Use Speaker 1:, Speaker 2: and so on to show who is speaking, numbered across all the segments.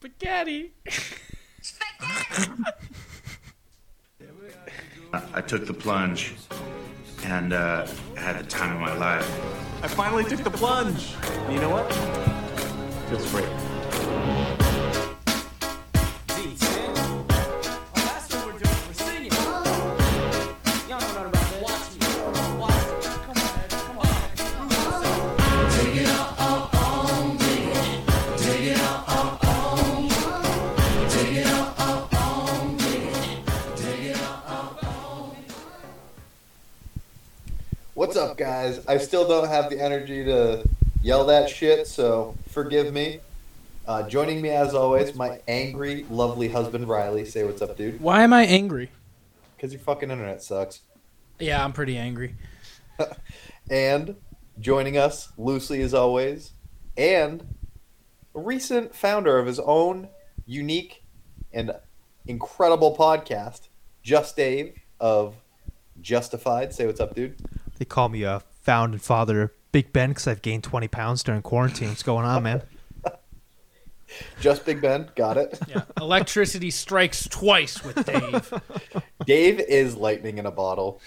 Speaker 1: Spaghetti.
Speaker 2: I took the plunge and uh, had a time of my life.
Speaker 3: I finally took the plunge. And you know what? Feels great.
Speaker 4: What's up, guys? I still don't have the energy to yell that shit, so forgive me. Uh, joining me, as always, my angry, lovely husband, Riley. Say what's up, dude.
Speaker 1: Why am I angry?
Speaker 4: Because your fucking internet sucks.
Speaker 1: Yeah, I'm pretty angry.
Speaker 4: And joining us, Lucy, as always, and a recent founder of his own unique and incredible podcast, Just Dave of Justified. Say what's up, dude.
Speaker 5: They call me a founding father of Big Ben because I've gained 20 pounds during quarantine. What's going on, man?
Speaker 4: Just Big Ben. Got it.
Speaker 1: Yeah. Electricity strikes twice with Dave.
Speaker 4: Dave is lightning in a bottle.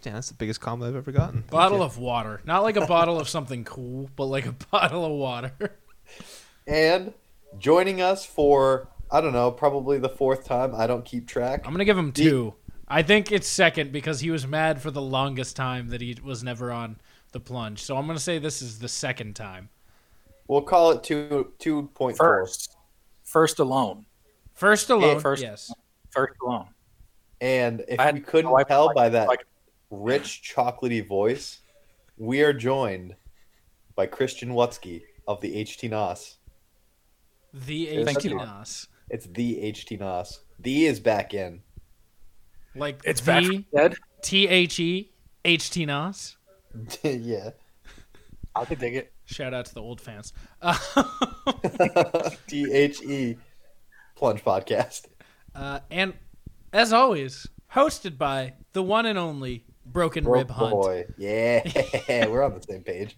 Speaker 5: Damn, that's the biggest comment I've ever gotten.
Speaker 1: bottle of water. Not like a bottle of something cool, but like a bottle of water.
Speaker 4: and joining us for I don't know, probably the fourth time. I don't keep track.
Speaker 1: I'm going to give him two. I think it's second because he was mad for the longest time that he was never on the plunge. So I'm going to say this is the second time.
Speaker 4: We'll call it two two point four.
Speaker 6: first, first alone,
Speaker 1: First alone.
Speaker 4: first-
Speaker 1: Yes.
Speaker 6: first alone.
Speaker 4: And if
Speaker 6: I had-
Speaker 4: you couldn't
Speaker 6: I-
Speaker 4: tell
Speaker 6: I-
Speaker 4: by that
Speaker 6: like-
Speaker 4: rich chocolatey voice, we are joined by Christian Wutzke of the HT NOS.
Speaker 1: The
Speaker 4: Thank you.
Speaker 1: HTNOS.
Speaker 4: It's the HT NOS. The E is back in.
Speaker 1: Like
Speaker 6: It's back
Speaker 1: the
Speaker 6: dead.
Speaker 1: T H E HTNOS.
Speaker 4: yeah.
Speaker 6: I could dig it.
Speaker 1: Shout out to the old fans. Uh,
Speaker 4: T H E plunge podcast.
Speaker 1: uh, and as always, hosted by the one and only Broken
Speaker 4: Broke
Speaker 1: Rib Hunt.
Speaker 4: boy. Yeah, we're on the same page.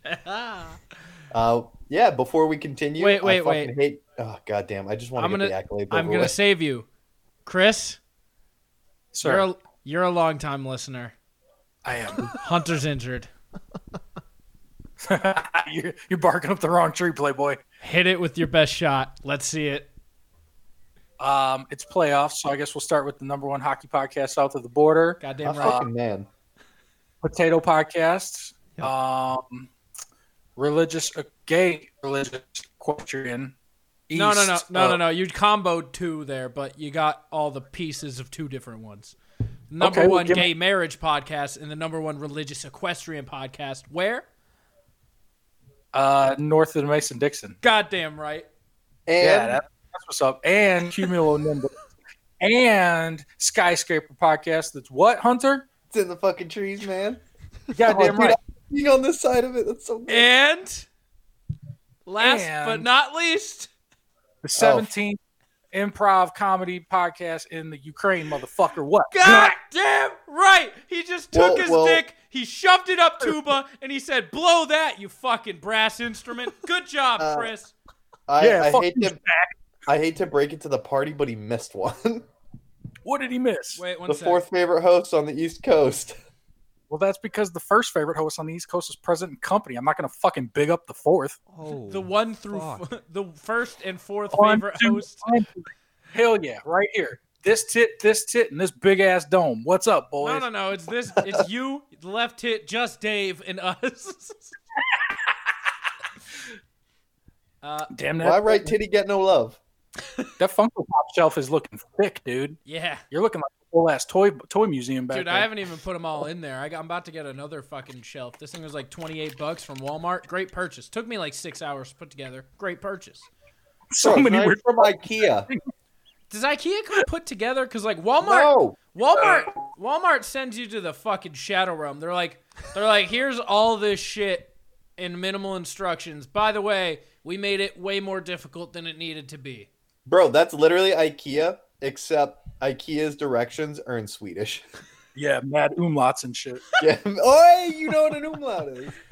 Speaker 4: uh, yeah. Before we continue,
Speaker 1: Wait,
Speaker 4: I
Speaker 1: wait,
Speaker 4: fucking
Speaker 1: wait.
Speaker 4: Hate, oh goddamn! I just want
Speaker 1: I'm
Speaker 4: to get
Speaker 1: gonna,
Speaker 4: the accolade.
Speaker 1: I'm
Speaker 4: over
Speaker 1: gonna
Speaker 4: with.
Speaker 1: save you, Chris. You're
Speaker 6: Sir,
Speaker 1: a, you're a long time listener.
Speaker 6: I am.
Speaker 1: Hunter's injured.
Speaker 6: you're, you're barking up the wrong tree, Playboy.
Speaker 1: Hit it with your best shot. Let's see it.
Speaker 6: Um, it's playoffs, so I guess we'll start with the number one hockey podcast south of the border,
Speaker 1: Goddamn
Speaker 4: Oh,
Speaker 1: right.
Speaker 4: fucking man.
Speaker 6: Potato Podcast, um, religious uh, gay religious equestrian.
Speaker 1: No, no, no,
Speaker 6: east
Speaker 4: uh,
Speaker 1: no, no,
Speaker 6: of-
Speaker 1: no. You comboed two there, but you got all the pieces of two different ones. Number
Speaker 6: Okay, well,
Speaker 1: one
Speaker 6: give me-
Speaker 1: gay marriage podcast and the number one religious equestrian podcast. Where?
Speaker 6: Uh, north of Mason Dixon.
Speaker 1: Goddamn right.
Speaker 4: And
Speaker 6: Yeah, that, that's what's up. And Cumulonimbus. and Skyscraper Podcast. That's what, Hunter?
Speaker 4: it's in the fucking trees, man.
Speaker 6: You
Speaker 4: Oh,
Speaker 6: Goddamn
Speaker 4: dude,
Speaker 6: right.
Speaker 4: I'm being on this side of it. That's so. Good.
Speaker 1: And last but
Speaker 6: And-
Speaker 1: not least,
Speaker 6: The 17th improv comedy podcast in the Ukraine, motherfucker. What?
Speaker 1: God damn right. He just took
Speaker 4: Well,
Speaker 1: his
Speaker 4: well-
Speaker 1: dick, he shoved it up tuba, and he said, Blow that, you fucking brass instrument. Good job,
Speaker 4: Uh,
Speaker 1: Chris.
Speaker 4: I,
Speaker 6: Yeah,
Speaker 4: I
Speaker 6: fuck
Speaker 4: hate
Speaker 6: you,
Speaker 4: to. I hate to break it to the party, but he missed one.
Speaker 6: What did he miss?
Speaker 1: Wait, one
Speaker 4: the
Speaker 1: sec.
Speaker 4: fourth favorite host on the East Coast.
Speaker 6: Well, that's because the first favorite host on the East Coast is President and Company. I'm not going to fucking big up the fourth.
Speaker 5: Oh,
Speaker 1: The one through
Speaker 5: fuck.
Speaker 1: f- the first and fourth
Speaker 6: One,
Speaker 1: favorite
Speaker 6: two,
Speaker 1: host.
Speaker 6: one, two. Hell yeah, right here. This tit, this tit, and this big ass dome. What's up, boys?
Speaker 1: No, no, no. It's this. It's you, left hit, just Dave, and us. uh,
Speaker 6: Damn that.
Speaker 4: Why right titty get no love?
Speaker 6: That Funko Pop shelf is looking thick, dude.
Speaker 1: yeah.
Speaker 6: You're looking like a whole ass toy toy museum back
Speaker 1: Dude,
Speaker 6: there.
Speaker 1: I haven't even put them all in there. I got, I'm about to get another fucking shelf. This thing was like 28 bucks from Walmart. Great purchase. Took me like six hours to put together. Great purchase.
Speaker 6: so
Speaker 4: Bro,
Speaker 6: many
Speaker 4: right
Speaker 6: weird.
Speaker 4: from IKEA.
Speaker 1: Does IKEA come put together? Because like Walmart,
Speaker 4: No,
Speaker 1: Walmart, Walmart sends you to the fucking shadow realm. They're like, they're like, here's all this shit in minimal instructions. By the way, we made it way more difficult than it needed to be.
Speaker 4: bro, that's literally IKEA, except IKEA's directions are in Swedish.
Speaker 6: Yeah, mad umlauts and shit.
Speaker 4: Yeah. Oh, you know what an umlaut is.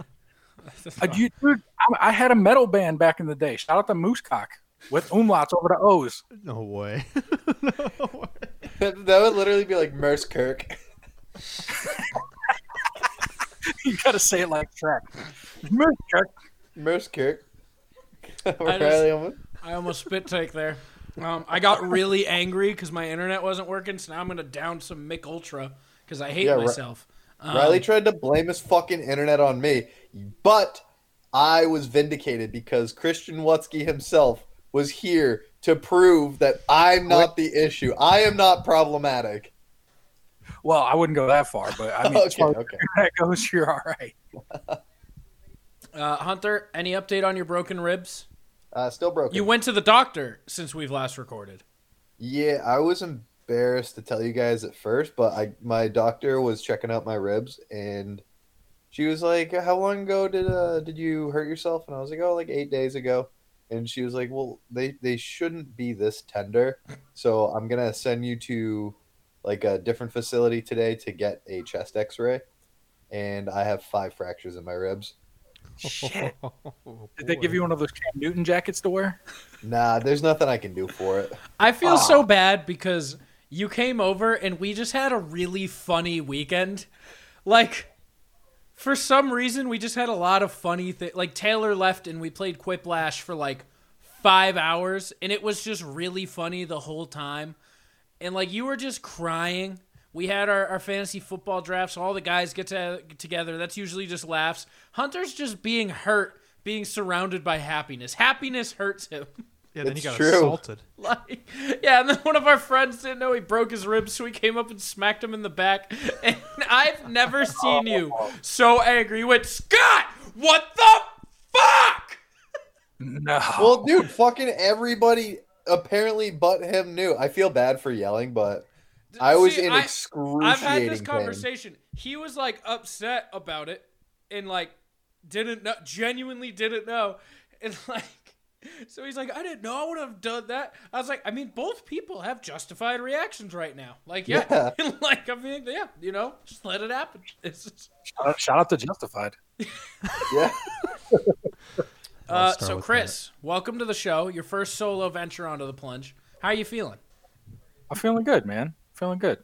Speaker 6: Uh, you- dude, I, I had a metal band back in the day. Shout out to Moosecock. with umlauts over the O's.
Speaker 5: No way. No way.
Speaker 4: that would literally be like Merce Kirk.
Speaker 6: You gotta say it like Shrek. Mr.
Speaker 4: Merce Kirk.
Speaker 1: just-
Speaker 4: Riley Ullman.
Speaker 1: I almost spit take there. Um, I got really angry because my internet wasn't working, so now I'm gonna down some Mick Ultra because I hate
Speaker 4: Yeah, Ri-
Speaker 1: myself. Um,
Speaker 4: Riley tried to blame his fucking internet on me, but I was vindicated because Christian Wutzke himself was here to prove that I'm not the issue. I am not problematic.
Speaker 6: Well, I wouldn't go that far, but I mean, as
Speaker 4: Okay,
Speaker 6: far as
Speaker 4: okay.
Speaker 6: that goes, you're all right.
Speaker 1: uh, Hunter, any update on your broken ribs?
Speaker 4: Uh, still broken.
Speaker 1: You went to the doctor since we've last recorded.
Speaker 4: Yeah, I was embarrassed to tell you guys at first, but I my doctor was checking out my ribs and she was like, "How long ago did uh did you hurt yourself?" And I was like, "Oh, like 8 days ago." And she was like, "Well, they they shouldn't be this tender. So, I'm going to send you to like a different facility today to get a chest x-ray." And I have five fractures in my ribs.
Speaker 6: Shit. Did they give you one of those Cam Newton jackets to wear?
Speaker 4: Nah, there's nothing I can do for it.
Speaker 1: I feel so bad because you came over and we just had a really funny weekend. Like, for some reason, we just had a lot of funny things. Like, Taylor left and we played Quiplash for like five hours, and it was just really funny the whole time. And, like, you were just crying. We had our, our fantasy football drafts. All the guys get, to, get together. That's usually just laughs. Hunter's just being hurt, being surrounded by happiness. Happiness hurts him.
Speaker 5: Yeah, then you
Speaker 4: It's
Speaker 5: got
Speaker 4: true.
Speaker 5: assaulted.
Speaker 1: Like, yeah, and then one of our friends didn't know he broke his ribs, so he came up and smacked him in the back. And I've never seen you so angry. You went, Scott, what the fuck?
Speaker 6: No.
Speaker 4: Well, dude, fucking everybody apparently but him knew. I feel bad for yelling, but I was
Speaker 1: See,
Speaker 4: in
Speaker 1: I-
Speaker 4: excruciating
Speaker 1: I've had this
Speaker 4: pain.
Speaker 1: conversation. He was like upset about it and like didn't know, genuinely didn't know. And like, so he's like, I didn't know I would have done that. I was like, I mean, both people have justified reactions right now. Like, yeah. like, I mean, yeah, you know, just let it happen. It's just.
Speaker 6: Shout out- Uh, Shout out to Justified.
Speaker 4: Yeah.
Speaker 1: Uh,
Speaker 5: start
Speaker 1: so
Speaker 5: with
Speaker 1: Chris, welcome to the show. Your first solo venture onto the plunge. How are you feeling?
Speaker 6: I'm feeling good, man. Feeling good.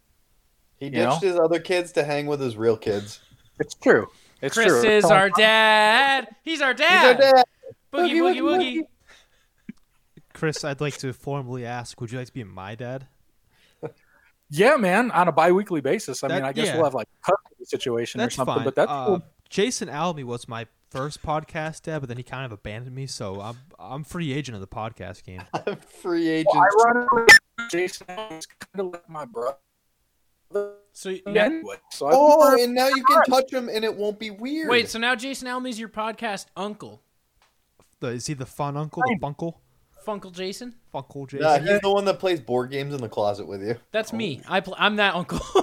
Speaker 4: He
Speaker 6: You know?
Speaker 4: ditched his other kids to hang with his real kids.
Speaker 6: It's true. It's
Speaker 1: Chris
Speaker 6: true.
Speaker 1: is
Speaker 6: Someone-
Speaker 1: our dad. He's our
Speaker 4: He's our
Speaker 1: dad.
Speaker 4: dad.
Speaker 1: Boogie
Speaker 4: Boogie,
Speaker 1: woogie
Speaker 4: woogie,
Speaker 1: woogie.
Speaker 4: woogie.
Speaker 5: Chris, I'd like to formally ask, would you like to be my dad?
Speaker 6: Yeah, man. On a bi-weekly basis. I
Speaker 5: That-
Speaker 6: mean, I guess
Speaker 5: yeah.
Speaker 6: we'll have like custody situation
Speaker 5: That's
Speaker 6: or something,
Speaker 5: fine.
Speaker 6: but that's
Speaker 5: Uh,
Speaker 6: cool.
Speaker 5: Jason Almy was my first podcast dad, but then he kind of abandoned me, so I'm I'm free agent of the podcast game.
Speaker 4: Free agent.
Speaker 6: Ironically, Jason is kind of like my brother.
Speaker 1: So you- now-
Speaker 6: Anyway, so I
Speaker 4: Oh,
Speaker 6: prefer-
Speaker 4: and now you can touch him and it won't be weird.
Speaker 1: wait, so now Jason Almey's your podcast uncle,
Speaker 5: The, is he the fun uncle, the funkle,
Speaker 1: Funkle Jason?
Speaker 5: funkle Jason?
Speaker 4: Nah, he's the one that plays board games in the closet with you.
Speaker 1: That's me.
Speaker 5: Oh.
Speaker 1: I pl- I'm that uncle. I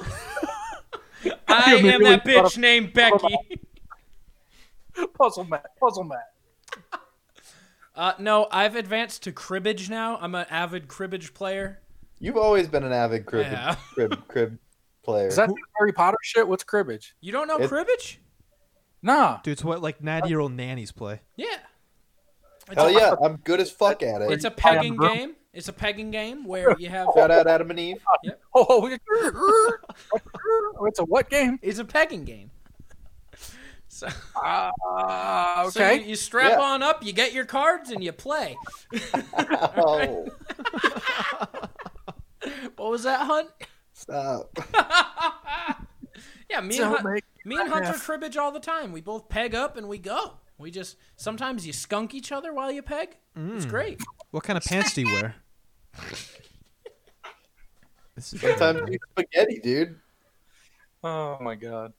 Speaker 6: You're
Speaker 1: am that
Speaker 6: really thought
Speaker 1: bitch named Becky.
Speaker 6: puzzle Matt. Puzzle Matt.
Speaker 1: Uh, no, I've advanced to cribbage now. I'm an avid cribbage player.
Speaker 4: You've always been an avid crib
Speaker 1: Yeah.
Speaker 4: crib crib player.
Speaker 6: Is that Harry Potter shit? What's cribbage?
Speaker 1: You don't know
Speaker 4: It-
Speaker 1: cribbage?
Speaker 6: Nah.
Speaker 5: Dude, it's what like ninety-year-old nannies play.
Speaker 1: Yeah. It's
Speaker 4: Hell
Speaker 1: a-
Speaker 4: yeah, I'm good as fuck at it.
Speaker 1: It's a
Speaker 6: I am
Speaker 1: pegging
Speaker 6: broke.
Speaker 1: game. It's a pegging game where you have
Speaker 4: Shout out Adam and Eve.
Speaker 6: Oh, it's a what game?
Speaker 1: It's a pegging game. So,
Speaker 6: Ah,
Speaker 1: Uh, so
Speaker 6: okay.
Speaker 1: you, you strap
Speaker 4: Yeah.
Speaker 1: on up, you get your cards, and you play.
Speaker 4: Oh,
Speaker 1: What was that, Hunt?
Speaker 4: stop.
Speaker 1: Yeah, me
Speaker 6: So
Speaker 1: and, Hun-
Speaker 6: make-
Speaker 1: me and Hunter
Speaker 6: laugh.
Speaker 1: cribbage all the time. We both peg up and we go. We just sometimes you skunk each other while you peg.
Speaker 6: Mm.
Speaker 1: It's
Speaker 4: Hmm.
Speaker 1: great.
Speaker 5: What kind of pants do you wear? This is
Speaker 4: Sometimes you eat spaghetti, dude.
Speaker 6: oh my god.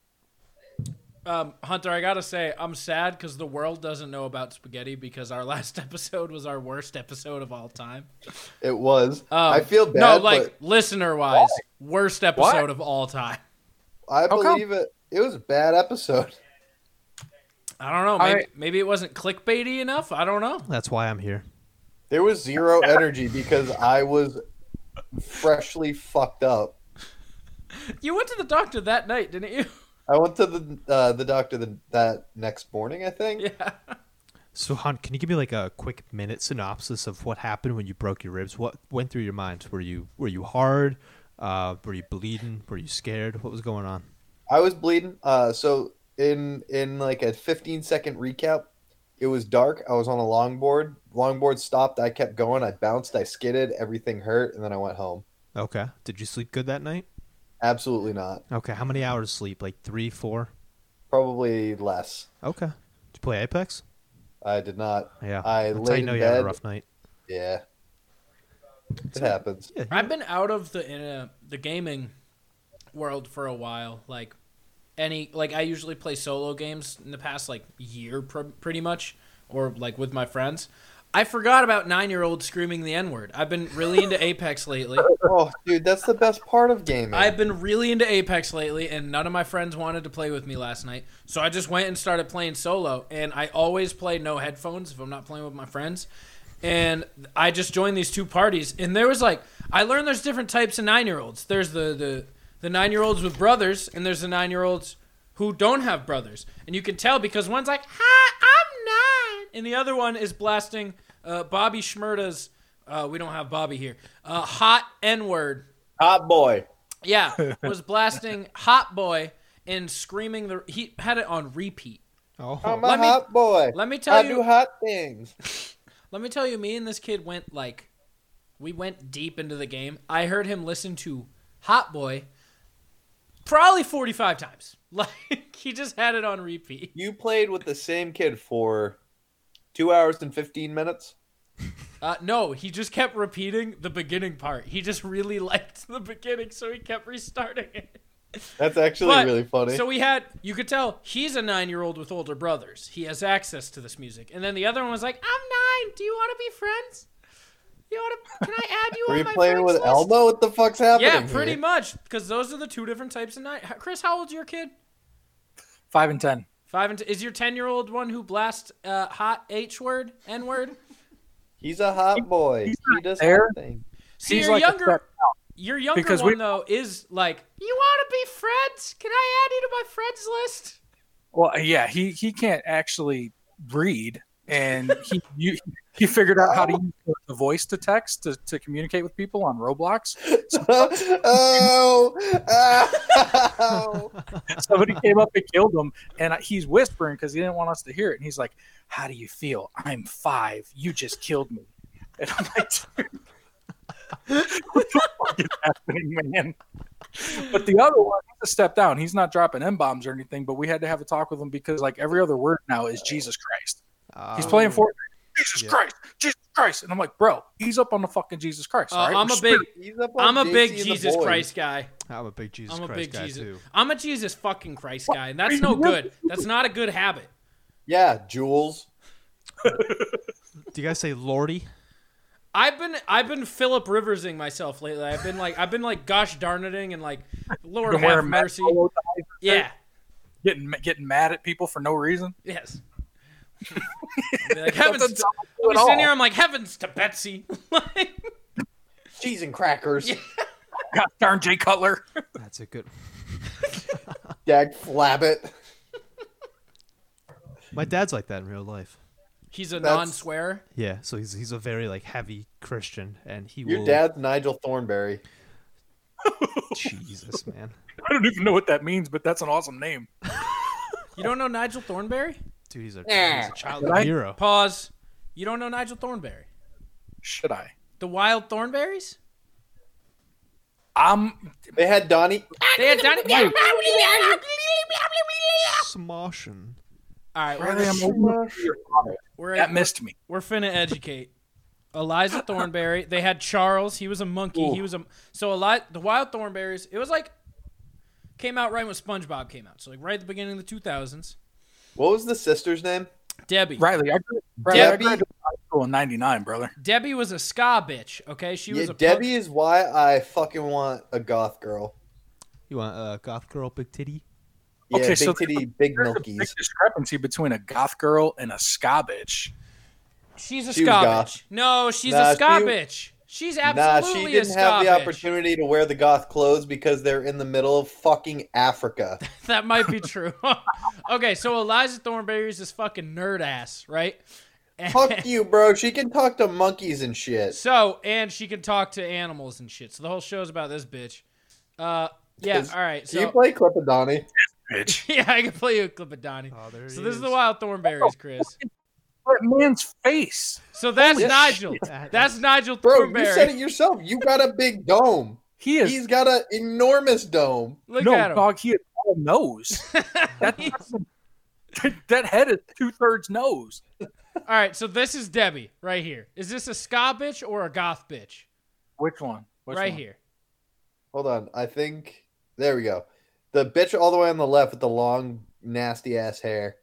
Speaker 1: Um, Hunter, I gotta say, I'm sad because the world doesn't know about spaghetti because our last episode was our worst episode of all time.
Speaker 4: It was.
Speaker 1: Um,
Speaker 4: I feel bad.
Speaker 1: No,
Speaker 4: but-
Speaker 1: like listener wise, worst episode
Speaker 6: Why?
Speaker 1: of all time.
Speaker 4: I
Speaker 1: oh,
Speaker 6: How come?
Speaker 4: believe it. It was a bad episode.
Speaker 1: I don't know. Maybe,
Speaker 6: right.
Speaker 1: maybe it wasn't clickbaity enough. I don't know.
Speaker 5: That's why I'm here.
Speaker 4: There was zero energy because I was freshly fucked up.
Speaker 1: You went to the doctor that night, didn't you?
Speaker 4: I went to the uh, the doctor the, that next morning, I think.
Speaker 1: Yeah.
Speaker 5: So, Han, can you give me like a quick minute synopsis of what happened when you broke your ribs? What went through your mind? Were you were you hard? Uh, were you bleeding? Were you scared? What was going on?
Speaker 4: I was bleeding. Uh, so in in like a 15 second recap, it was dark. I was on a longboard. Longboard stopped. I kept going. I bounced. I skidded. Everything hurt, and then I went home.
Speaker 5: Okay. Did you sleep good that night?
Speaker 4: Absolutely not.
Speaker 5: Okay. How many hours sleep? Like three, four?
Speaker 4: Probably less.
Speaker 5: Okay. Did you play Apex?
Speaker 4: I did not.
Speaker 5: Yeah.
Speaker 4: I
Speaker 5: That's how
Speaker 4: laid
Speaker 5: you know
Speaker 4: in
Speaker 5: you had a
Speaker 4: bed.
Speaker 5: rough night.
Speaker 4: Yeah. It happens.
Speaker 5: Yeah.
Speaker 1: I've been out of the uh, the gaming world for a while. Like any, like I usually play solo games in the past like year, pr- pretty much, or like with my friends. I forgot about nine year old screaming the n word. I've been really into Apex lately.
Speaker 4: Oh, dude, that's the best part of gaming.
Speaker 1: I've been really into Apex lately, and none of my friends wanted to play with me last night. So I just went and started playing solo. And I always play no headphones if I'm not playing with my friends. And I just joined these two parties, and there was like I learned there's different types of nine year olds. There's the the the nine year olds with brothers, and there's the nine year olds who don't have brothers. And you can tell because one's like, "Hi, I'm nine," and the other one is blasting uh, Bobby Schmerda's. Uh, we don't have Bobby here. Uh, hot N word
Speaker 4: Hot boy.
Speaker 1: yeah, was blasting Hot Boy and screaming the he had it on repeat.
Speaker 5: Oh.
Speaker 4: I'm a
Speaker 1: Let me-
Speaker 4: hot boy.
Speaker 1: Let me tell
Speaker 4: I
Speaker 1: you
Speaker 4: do hot things.
Speaker 1: Let me tell you me and this kid went like we went deep into the game. I heard him listen to Hot Boy probably 45 times. Like he just had it on repeat.
Speaker 4: You played with the same kid for two hours and 15 minutes.
Speaker 1: Uh, no, he just kept repeating the beginning part. He just really liked the beginning so he kept restarting it.
Speaker 4: That's actually
Speaker 1: But-
Speaker 4: really funny.
Speaker 1: So we had, you could tell he's a nine year old with older brothers. He has access to this music. And then the other one was like, I'm nine. Do you want to be friends? You want to, can I add you
Speaker 4: Were
Speaker 1: on
Speaker 4: you
Speaker 1: my
Speaker 4: playing
Speaker 1: friends
Speaker 4: with
Speaker 1: list?"
Speaker 4: Elmo? What the fuck's happening?
Speaker 1: Yeah, pretty
Speaker 4: here?
Speaker 1: much. Because those are the two different types of nine. Chris, how old's your kid?
Speaker 6: Five and ten.
Speaker 1: Five and t- is your 10 year old one who blasts uh, hot H word, N word?
Speaker 4: He's a hot boy. he does
Speaker 6: there.
Speaker 4: hot things.
Speaker 1: See,
Speaker 6: He's
Speaker 1: your
Speaker 6: like a
Speaker 1: younger,
Speaker 6: step-
Speaker 1: your younger
Speaker 6: Because
Speaker 1: one,
Speaker 6: we-
Speaker 1: though, is like, you want to be friends? Can I add you to my friends list?
Speaker 6: Well, yeah, he he can't actually read, and he you, he figured out how to use the voice to text to, to communicate with people on Roblox.
Speaker 4: oh, oh.
Speaker 6: Somebody came up and killed him, and I- he's whispering because he didn't want us to hear it. And he's like, "How do you feel? I'm five. You just killed me." And I'm like, "Dude, "What the fuck is happening, man?" But the other one, he's a step down. He's not dropping n bombs or anything. But we had to have a talk with him because like every other word now is Jesus Christ.
Speaker 5: Oh.
Speaker 6: He's
Speaker 1: Oh.
Speaker 6: playing Fortnite. Jesus
Speaker 5: Yeah.
Speaker 6: Christ, Jesus Christ, and I'm like, bro, he's up on the fucking Jesus Christ.
Speaker 1: Uh,
Speaker 6: all right?
Speaker 1: I'm
Speaker 6: We're
Speaker 1: a big,
Speaker 4: He's up
Speaker 1: I'm
Speaker 4: on
Speaker 1: a
Speaker 4: JC
Speaker 1: big
Speaker 4: and the
Speaker 1: Jesus
Speaker 4: boys.
Speaker 1: Christ guy.
Speaker 5: I'm a big Jesus
Speaker 1: I'm a
Speaker 5: Christ
Speaker 1: big
Speaker 5: guy
Speaker 1: Jesus.
Speaker 5: too.
Speaker 1: I'm a Jesus fucking Christ guy, and that's
Speaker 6: Wait,
Speaker 1: no
Speaker 6: what?
Speaker 1: good. That's not a good habit.
Speaker 4: Yeah, Jules.
Speaker 5: Do you guys say Lordy?
Speaker 1: I've been I've been Philip Riversing myself lately. I've been like I've been like gosh darniting and like Lord
Speaker 6: gonna wear
Speaker 1: have
Speaker 6: a mask
Speaker 1: mercy.
Speaker 6: all over the eyes,
Speaker 1: Yeah.
Speaker 6: getting getting mad at people for no reason.
Speaker 1: Yes. I'll be like, heavens
Speaker 6: Nothing's
Speaker 1: to, I'll
Speaker 6: wrong with
Speaker 1: be
Speaker 6: it all.
Speaker 1: sitting here. I'm like heavens to Betsy. Like,
Speaker 4: Cheese and crackers.
Speaker 1: Yeah.
Speaker 6: God darn Jay Cutler.
Speaker 5: That's a good.
Speaker 4: Dag flabbit.
Speaker 5: My dad's like that in real life.
Speaker 1: he's a
Speaker 4: That's-
Speaker 1: non-swearer.
Speaker 5: Yeah, so he's he's a very like heavy Christian, and he
Speaker 4: Your
Speaker 5: will.
Speaker 4: dad's Nigel Thornberry.
Speaker 5: Jesus, man,
Speaker 6: I don't even know what that means, but that's an awesome name.
Speaker 1: You don't know Nigel Thornberry?
Speaker 5: dude, he's a, he's a childhood
Speaker 6: Right?
Speaker 5: hero.
Speaker 1: Pause. You don't know Nigel Thornberry?
Speaker 6: Should I?
Speaker 1: The Wild Thornberries?
Speaker 6: I'm
Speaker 4: They had Donnie.
Speaker 1: They had done it.
Speaker 5: Smoshin.
Speaker 1: All right,
Speaker 6: I
Speaker 1: we're,
Speaker 6: am over here.
Speaker 1: we're
Speaker 6: that missed me.
Speaker 1: We're finna educate. Eliza Thornberry. They had Charles. He was a monkey. He was a so a lot. The Wild Thornberries. It was like came out right when SpongeBob came out. So like right at the beginning of the 2000s.
Speaker 4: What was the sister's name?
Speaker 1: Debbie.
Speaker 6: Riley, I, grew- Riley, I
Speaker 4: Debbie-
Speaker 6: graduated high school in '99, brother.
Speaker 1: Debbie was a ska bitch. Okay, she
Speaker 4: Yeah,
Speaker 1: was a
Speaker 4: Debbie
Speaker 1: punk-
Speaker 4: is why I fucking want a goth girl.
Speaker 5: You want a uh, goth girl, big titty?
Speaker 4: Yeah,
Speaker 6: Okay,
Speaker 4: big
Speaker 6: so-
Speaker 4: titty, big
Speaker 6: There's a big
Speaker 4: milkies.
Speaker 6: discrepancy between a goth girl and a ska bitch.
Speaker 1: She's a
Speaker 4: she was
Speaker 1: ska
Speaker 4: goth.
Speaker 1: bitch. No, she's
Speaker 4: Nah,
Speaker 1: a ska
Speaker 4: she-
Speaker 1: bitch. She's
Speaker 4: Nah,
Speaker 1: absolutely
Speaker 4: she
Speaker 1: a
Speaker 4: didn't have
Speaker 1: scoff
Speaker 4: the
Speaker 1: bitch.
Speaker 4: opportunity to wear the goth clothes because they're in the middle of fucking Africa.
Speaker 1: That might be true. okay, so Eliza Thornberry's this fucking nerd ass, right? And-
Speaker 4: Fuck you, bro. She can talk to monkeys and shit.
Speaker 1: So, and she can talk to animals and shit. So the whole show's about this bitch. Uh, yeah.
Speaker 4: Is-
Speaker 1: All right.
Speaker 4: Do you
Speaker 1: So
Speaker 4: play Clipidani?
Speaker 6: bitch.
Speaker 1: yeah, I can play you a clip of Donnie.
Speaker 5: Oh, there
Speaker 1: so
Speaker 5: he
Speaker 1: this is the
Speaker 5: is.
Speaker 1: Wild
Speaker 4: Oh.
Speaker 1: Thornberries, Chris.
Speaker 6: That man's face.
Speaker 1: So that's
Speaker 4: Holy
Speaker 1: Nigel.
Speaker 5: That
Speaker 1: That's
Speaker 5: is-
Speaker 1: Nigel
Speaker 4: Bro, you said
Speaker 1: Thornberry.
Speaker 4: it yourself. You got a big dome.
Speaker 6: He is
Speaker 4: He's got an enormous dome.
Speaker 1: Look
Speaker 6: no
Speaker 1: at him.
Speaker 6: dog. He is all nose. That that head is two thirds nose.
Speaker 1: all right. So this is Debbie right here. Is this a ska bitch or a goth bitch?
Speaker 6: Which one? Which
Speaker 1: right
Speaker 6: one?
Speaker 1: here.
Speaker 4: Hold on. I think there we go. The bitch all the way on the left with the long, nasty ass hair.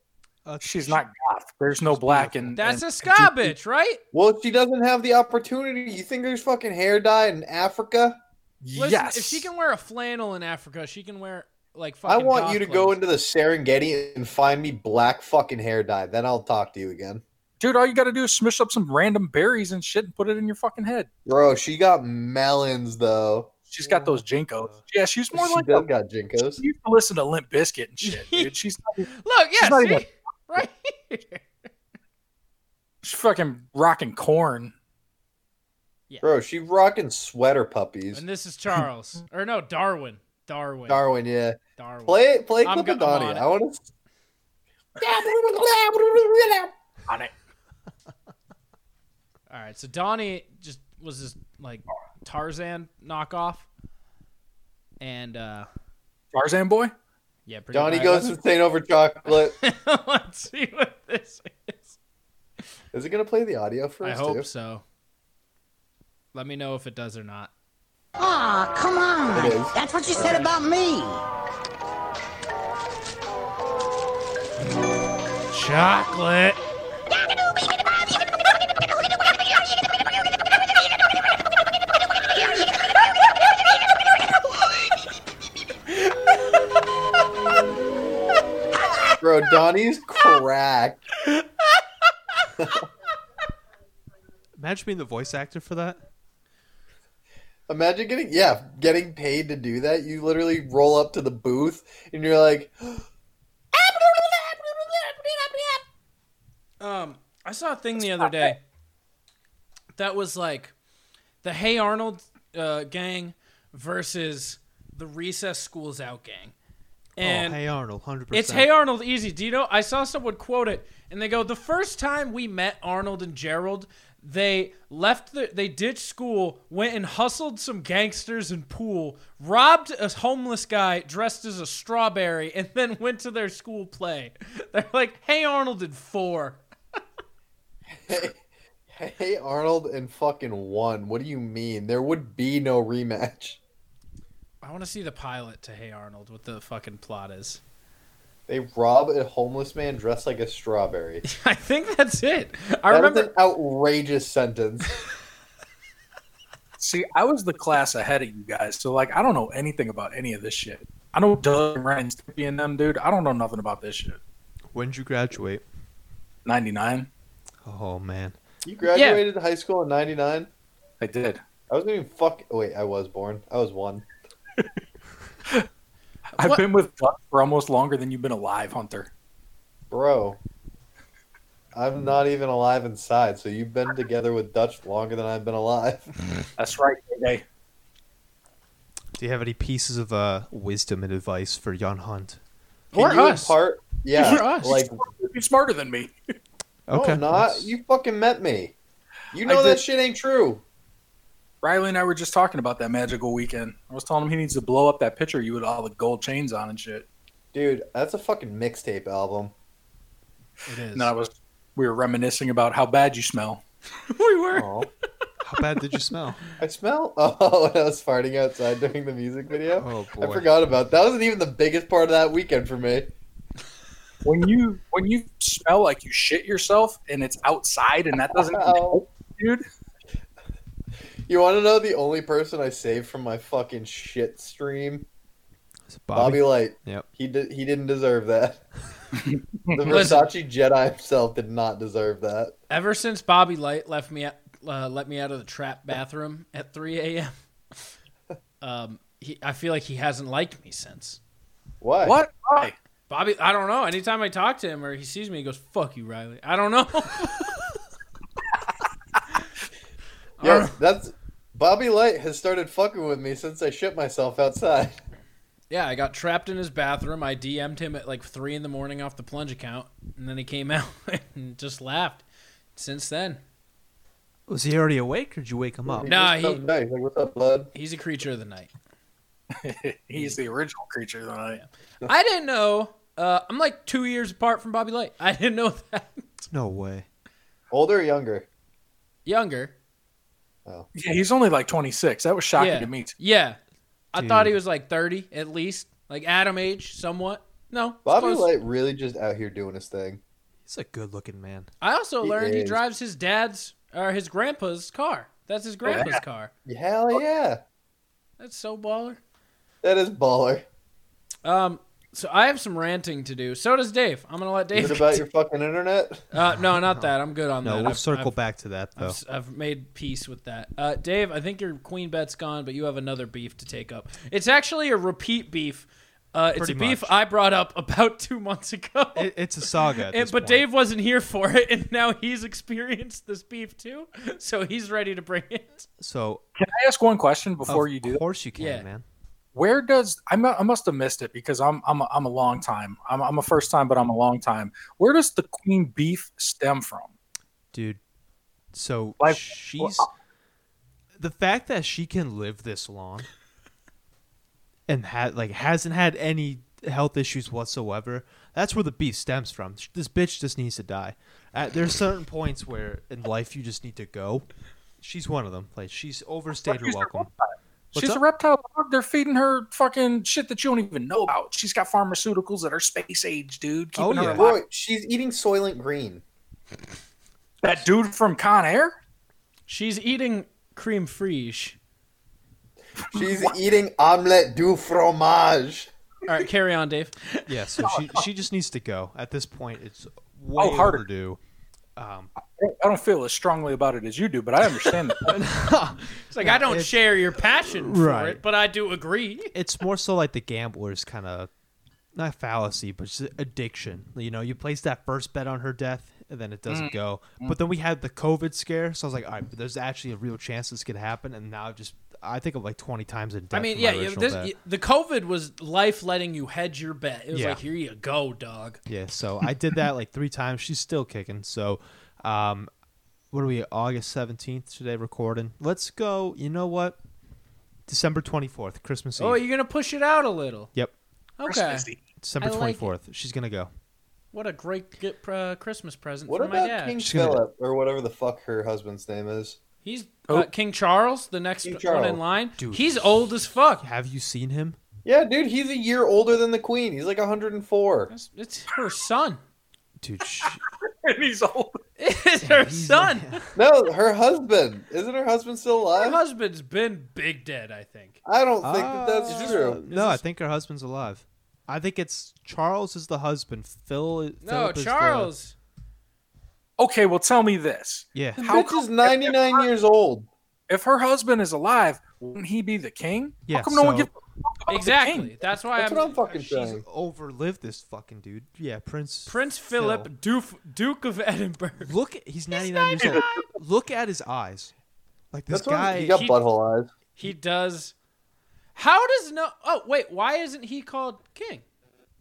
Speaker 5: Uh,
Speaker 6: She's not goth. There's no black and
Speaker 1: That's
Speaker 6: and-
Speaker 1: a ska bitch, right?
Speaker 4: Well, she doesn't have the opportunity. You think there's fucking hair dye in Africa?
Speaker 1: Listen,
Speaker 6: yes.
Speaker 1: If she can wear a flannel in Africa, she can wear like
Speaker 4: I
Speaker 1: fucking.
Speaker 4: want
Speaker 1: goth
Speaker 4: you to go
Speaker 1: clothes.
Speaker 4: into the Serengeti and find me black fucking hair dye. Then I'll talk to you again.
Speaker 6: dude, all you got to do is smush up some random berries and shit and put it in your fucking head.
Speaker 4: Bro, she got melons though.
Speaker 6: She's got those jinkos. Yeah, she's more
Speaker 4: she
Speaker 6: like
Speaker 4: does
Speaker 6: a-
Speaker 4: got
Speaker 6: she
Speaker 4: jinkos.
Speaker 6: used to listen to Limp Biscuit and shit, dude. She's not-
Speaker 1: Look, yeah,
Speaker 6: She's not
Speaker 1: see?
Speaker 6: even-
Speaker 1: right here.
Speaker 6: she's fucking rocking corn.
Speaker 4: Bro, she rocking sweater puppies.
Speaker 1: And this is Charles, or no, Darwin, Darwin,
Speaker 4: Darwin, yeah.
Speaker 1: Darwin.
Speaker 4: Play play
Speaker 1: I'm go- I'm on
Speaker 4: Clipidani.
Speaker 1: it.
Speaker 4: I want to.
Speaker 6: On it.
Speaker 1: All right, so Donnie just was this like Tarzan knockoff, and uh
Speaker 6: Tarzan boy.
Speaker 1: yeah, pretty
Speaker 4: Donnie
Speaker 1: all right,
Speaker 4: goes insane over chocolate.
Speaker 1: Let's, let's see what this is.
Speaker 4: Is it gonna play the audio for
Speaker 1: I
Speaker 4: us too?
Speaker 1: hope so. Let me know if it does or not.
Speaker 7: Aw, Ah, come
Speaker 4: It is.
Speaker 7: on. That's what you said about me.
Speaker 1: Chocolate.
Speaker 4: Bro, Donnie's cracked.
Speaker 5: Imagine being the voice actor for that. Oh,
Speaker 4: Imagine getting yeah, getting paid to do that. You literally roll up to the booth and you're like,
Speaker 1: Um, I saw a thing the other day that was like the Hey Arnold uh, gang versus the Recess Schools Out gang, and
Speaker 5: oh, hey Arnold, hundred percent.
Speaker 1: It's Hey Arnold Easy. Do you know? I saw someone quote it, and they go, "The first time we met Arnold and Gerald, they left the, they ditched school, went and hustled some gangsters in pool, robbed a homeless guy dressed as a strawberry, and then went to their school play. They're like, Hey Arnold in four.
Speaker 4: "Hey Arnold and fucking won." What do you mean? There would be no rematch.
Speaker 1: I want to see the pilot to Hey Arnold. What the fucking plot is?
Speaker 4: They rob a homeless man dressed like a strawberry.
Speaker 1: I think that's it. I
Speaker 4: That is
Speaker 1: remember.
Speaker 4: an outrageous sentence.
Speaker 6: See, I was the class ahead of you guys, so like I don't know anything about any of this shit. I know Doug and Ryan Stimpy and them, dude. I don't know nothing about this shit.
Speaker 5: When did you graduate?
Speaker 6: Ninety nine,
Speaker 5: Oh man,
Speaker 4: You graduated high school in '99.
Speaker 6: I did.
Speaker 4: I wasn't even fuck. Wait, I was born. I was one.
Speaker 6: I've
Speaker 1: What?
Speaker 6: been with Doug for almost longer than you've been alive, Hunter.
Speaker 4: Bro, I'm not even alive inside, so you've been together with Dutch longer than I've been alive.
Speaker 6: That's right. Day.
Speaker 5: do you have any pieces of uh, wisdom and advice for Jan Hunt?
Speaker 4: Can
Speaker 1: Or
Speaker 4: you
Speaker 1: us.
Speaker 4: impart- yeah,
Speaker 1: Or us.
Speaker 4: like
Speaker 6: You're smarter than me.
Speaker 4: okay. no, not
Speaker 5: that's-
Speaker 4: you fucking met me. You
Speaker 6: I
Speaker 4: know
Speaker 6: did.
Speaker 4: that shit ain't true.
Speaker 6: Riley and I were just talking about that magical weekend. I was telling him he needs to blow up that picture you with all the gold chains on and shit.
Speaker 4: Dude, that's a fucking mixtape album.
Speaker 1: It is.
Speaker 6: And then I was we were reminiscing about how bad you smell.
Speaker 1: we were.
Speaker 4: Aw.
Speaker 5: How bad did you smell?
Speaker 4: I smell. Oh, when I was farting outside during the music video.
Speaker 5: Oh boy.
Speaker 4: I forgot about that. Wasn't even the biggest part of that weekend for me.
Speaker 6: When you when you smell like you shit yourself and it's outside and that doesn't even
Speaker 4: Ow.
Speaker 6: help, dude.
Speaker 4: You want to know the only person I saved from my fucking shit stream?
Speaker 5: Is it
Speaker 4: Bobby,
Speaker 5: Bobby.
Speaker 4: Light.
Speaker 5: Yep.
Speaker 4: He did. He didn't deserve that. the
Speaker 1: Listen.
Speaker 4: Versace Jedi himself did not deserve that.
Speaker 1: Ever since Bobby Light left me uh, let me out of the trap bathroom at 3 a.m. Um, he, I feel like he hasn't liked me since.
Speaker 4: Why?
Speaker 6: What? Why?
Speaker 1: Bobby, I don't know. Anytime I talk to him or he sees me, he goes, "Fuck you, Riley." I don't know.
Speaker 4: Yeah, that's Bobby Light has started fucking with me since I shit myself outside.
Speaker 1: yeah, I got trapped in his bathroom. I DM'd him at like three in the morning off the plunge account, and then he came out and just laughed. Since then,
Speaker 5: Was he already awake, or did you wake him up?
Speaker 1: Nah,
Speaker 4: He's
Speaker 1: he-
Speaker 4: so nice. Like, what's up, bud?
Speaker 1: he's a creature of the night.
Speaker 6: He's the original creature that I am.
Speaker 1: I didn't know. Uh, I'm like two years apart from Bobby Light. I didn't know that.
Speaker 5: No way.
Speaker 4: Older or younger?
Speaker 1: Younger.
Speaker 6: Yeah, he's only like 26. That was shocking
Speaker 1: yeah.
Speaker 6: to me. too.
Speaker 1: Yeah. I thought he
Speaker 5: Dude.
Speaker 1: was like 30 at least, like Adam age, somewhat. No, it's
Speaker 4: Bobby
Speaker 1: close.
Speaker 4: Light really just out here doing his thing.
Speaker 5: He's a good-looking man.
Speaker 1: I also
Speaker 4: He
Speaker 1: learned he
Speaker 4: is.
Speaker 1: drives his dad's or his grandpa's car. That's his grandpa's car. Oh.
Speaker 4: Hell yeah.
Speaker 1: That's so baller.
Speaker 4: That is baller.
Speaker 1: Um, so I have some ranting to do. So does Dave. I'm gonna let
Speaker 4: Is
Speaker 1: Dave.
Speaker 4: it about your fucking internet?
Speaker 1: uh, no, not that. I'm good on
Speaker 5: No,
Speaker 1: that.
Speaker 5: we'll
Speaker 1: I've-
Speaker 5: circle
Speaker 1: I've-
Speaker 5: back to that though.
Speaker 1: I've, I've made peace with that. Uh, Dave, I think your queen bet's gone, but you have another beef to take up. It's actually a repeat beef. Uh, it's
Speaker 5: Pretty
Speaker 1: a beef
Speaker 5: much.
Speaker 1: I brought up about two months ago.
Speaker 5: It- it's a saga. at
Speaker 1: And-
Speaker 5: this
Speaker 1: but
Speaker 5: point.
Speaker 1: Dave wasn't here for it, and now he's experienced this beef too, so he's ready to bring it.
Speaker 5: So
Speaker 6: Can I ask one question before
Speaker 5: of
Speaker 6: you do that?
Speaker 5: course you can,
Speaker 1: Yeah.
Speaker 5: man.
Speaker 6: where does I, mu- I must have missed it because I'm I'm a, I'm a long time I'm, I'm a first time but I'm a long time. Where does the queen beef stem from?
Speaker 5: dude. So
Speaker 6: Like, uh,
Speaker 5: she's the fact that she can live this long and had like hasn't had any health issues whatsoever. That's where the beef stems from. Sh- This bitch just needs to die. At, there's certain points where in life you just need to go. She's one of them. Like she's overstayed her
Speaker 6: She's a
Speaker 5: welcome.
Speaker 6: reptile.
Speaker 5: What's
Speaker 6: She's
Speaker 5: up?
Speaker 6: a reptile. dog. They're feeding her fucking shit that you don't even know about. She's got pharmaceuticals that are space age, dude.
Speaker 5: Oh,
Speaker 6: Keeping her
Speaker 5: yeah.
Speaker 6: alive.
Speaker 4: Boy, she's eating Soylent Green.
Speaker 6: That dude from Con Air.
Speaker 1: She's eating cream frige.
Speaker 4: She's eating omelette du fromage.
Speaker 1: All right, carry on, Dave.
Speaker 5: Yeah, so she she just needs to go. At this point, it's way
Speaker 6: Oh, harder.
Speaker 5: overdue.
Speaker 6: I don't- I don't feel as strongly about it as you do, but I understand that.
Speaker 1: It's like I don't share your passion for
Speaker 5: Right.
Speaker 1: it, but I do agree.
Speaker 5: it's more so like the gambler's kind of not fallacy, but just addiction. You know, you place that first bet on her death, and then it
Speaker 1: Mm.
Speaker 5: doesn't go. But then we had the COVID scare, so I was like, all right, but there's actually a real chance this could happen. And now I've just I think of like 20 times in death.
Speaker 1: I mean,
Speaker 5: for my
Speaker 1: yeah, you-
Speaker 5: original
Speaker 1: this,
Speaker 5: bet.
Speaker 1: y the COVID was life letting you hedge your bet. It was
Speaker 5: Yeah.
Speaker 1: like, here you go, dog.
Speaker 5: yeah. So I did that like three times. She's still kicking. So, um, what are we? August 17th today, recording. Let's go. You know what? December 24th, Christmas Eve.
Speaker 1: Oh, you're gonna push it out a little.
Speaker 5: yep,
Speaker 1: Okay,
Speaker 5: December
Speaker 1: I like it.
Speaker 5: 24th. She's gonna go.
Speaker 1: what a great get, uh, Christmas present
Speaker 4: What
Speaker 1: for my
Speaker 4: about
Speaker 1: dad.
Speaker 4: King
Speaker 5: She's gonna-
Speaker 4: Philip or whatever the fuck her husband's name is?
Speaker 1: He's uh, King Charles, the next
Speaker 4: King
Speaker 1: one
Speaker 4: Charles.
Speaker 1: in line.
Speaker 5: Oh. Dude.
Speaker 1: He's old as fuck.
Speaker 5: Have you seen him?
Speaker 4: Yeah, dude, he's a year older than the queen. He's like 104.
Speaker 1: It's, it's her son.
Speaker 5: Dude, sh-
Speaker 6: And he's old.
Speaker 1: It's her son.
Speaker 4: No, her husband. Isn't her husband still
Speaker 1: Her
Speaker 4: alive?
Speaker 1: husband's been big dead, I think.
Speaker 4: I don't think that that's
Speaker 5: Uh,
Speaker 4: true.
Speaker 5: No, I think her husband's alive. I think it's Charles is the husband. Phil.
Speaker 1: No,
Speaker 5: Philip is the-
Speaker 1: Charles.
Speaker 6: Okay, well tell me this:
Speaker 5: yeah,
Speaker 6: How
Speaker 4: Bitch
Speaker 6: come-
Speaker 4: is 99 years old.
Speaker 6: if her husband is alive, wouldn't he be the king?
Speaker 5: Yeah,
Speaker 6: How come no one
Speaker 5: so-
Speaker 6: gives a fuck about the king?
Speaker 1: Exactly. That's why
Speaker 4: That's
Speaker 1: I'm,
Speaker 4: what I'm fucking
Speaker 5: she's
Speaker 4: saying.
Speaker 5: overlived this fucking dude. Yeah, Prince.
Speaker 1: Prince
Speaker 5: Phil.
Speaker 1: Philip, Duke, Duke of Edinburgh.
Speaker 5: Look, at- he's ninety nine years old. Look at his eyes. Like this
Speaker 4: That's why
Speaker 5: guy.
Speaker 4: he got
Speaker 1: he-
Speaker 4: butthole eyes.
Speaker 1: He does. How does no? Oh wait, why isn't he called king?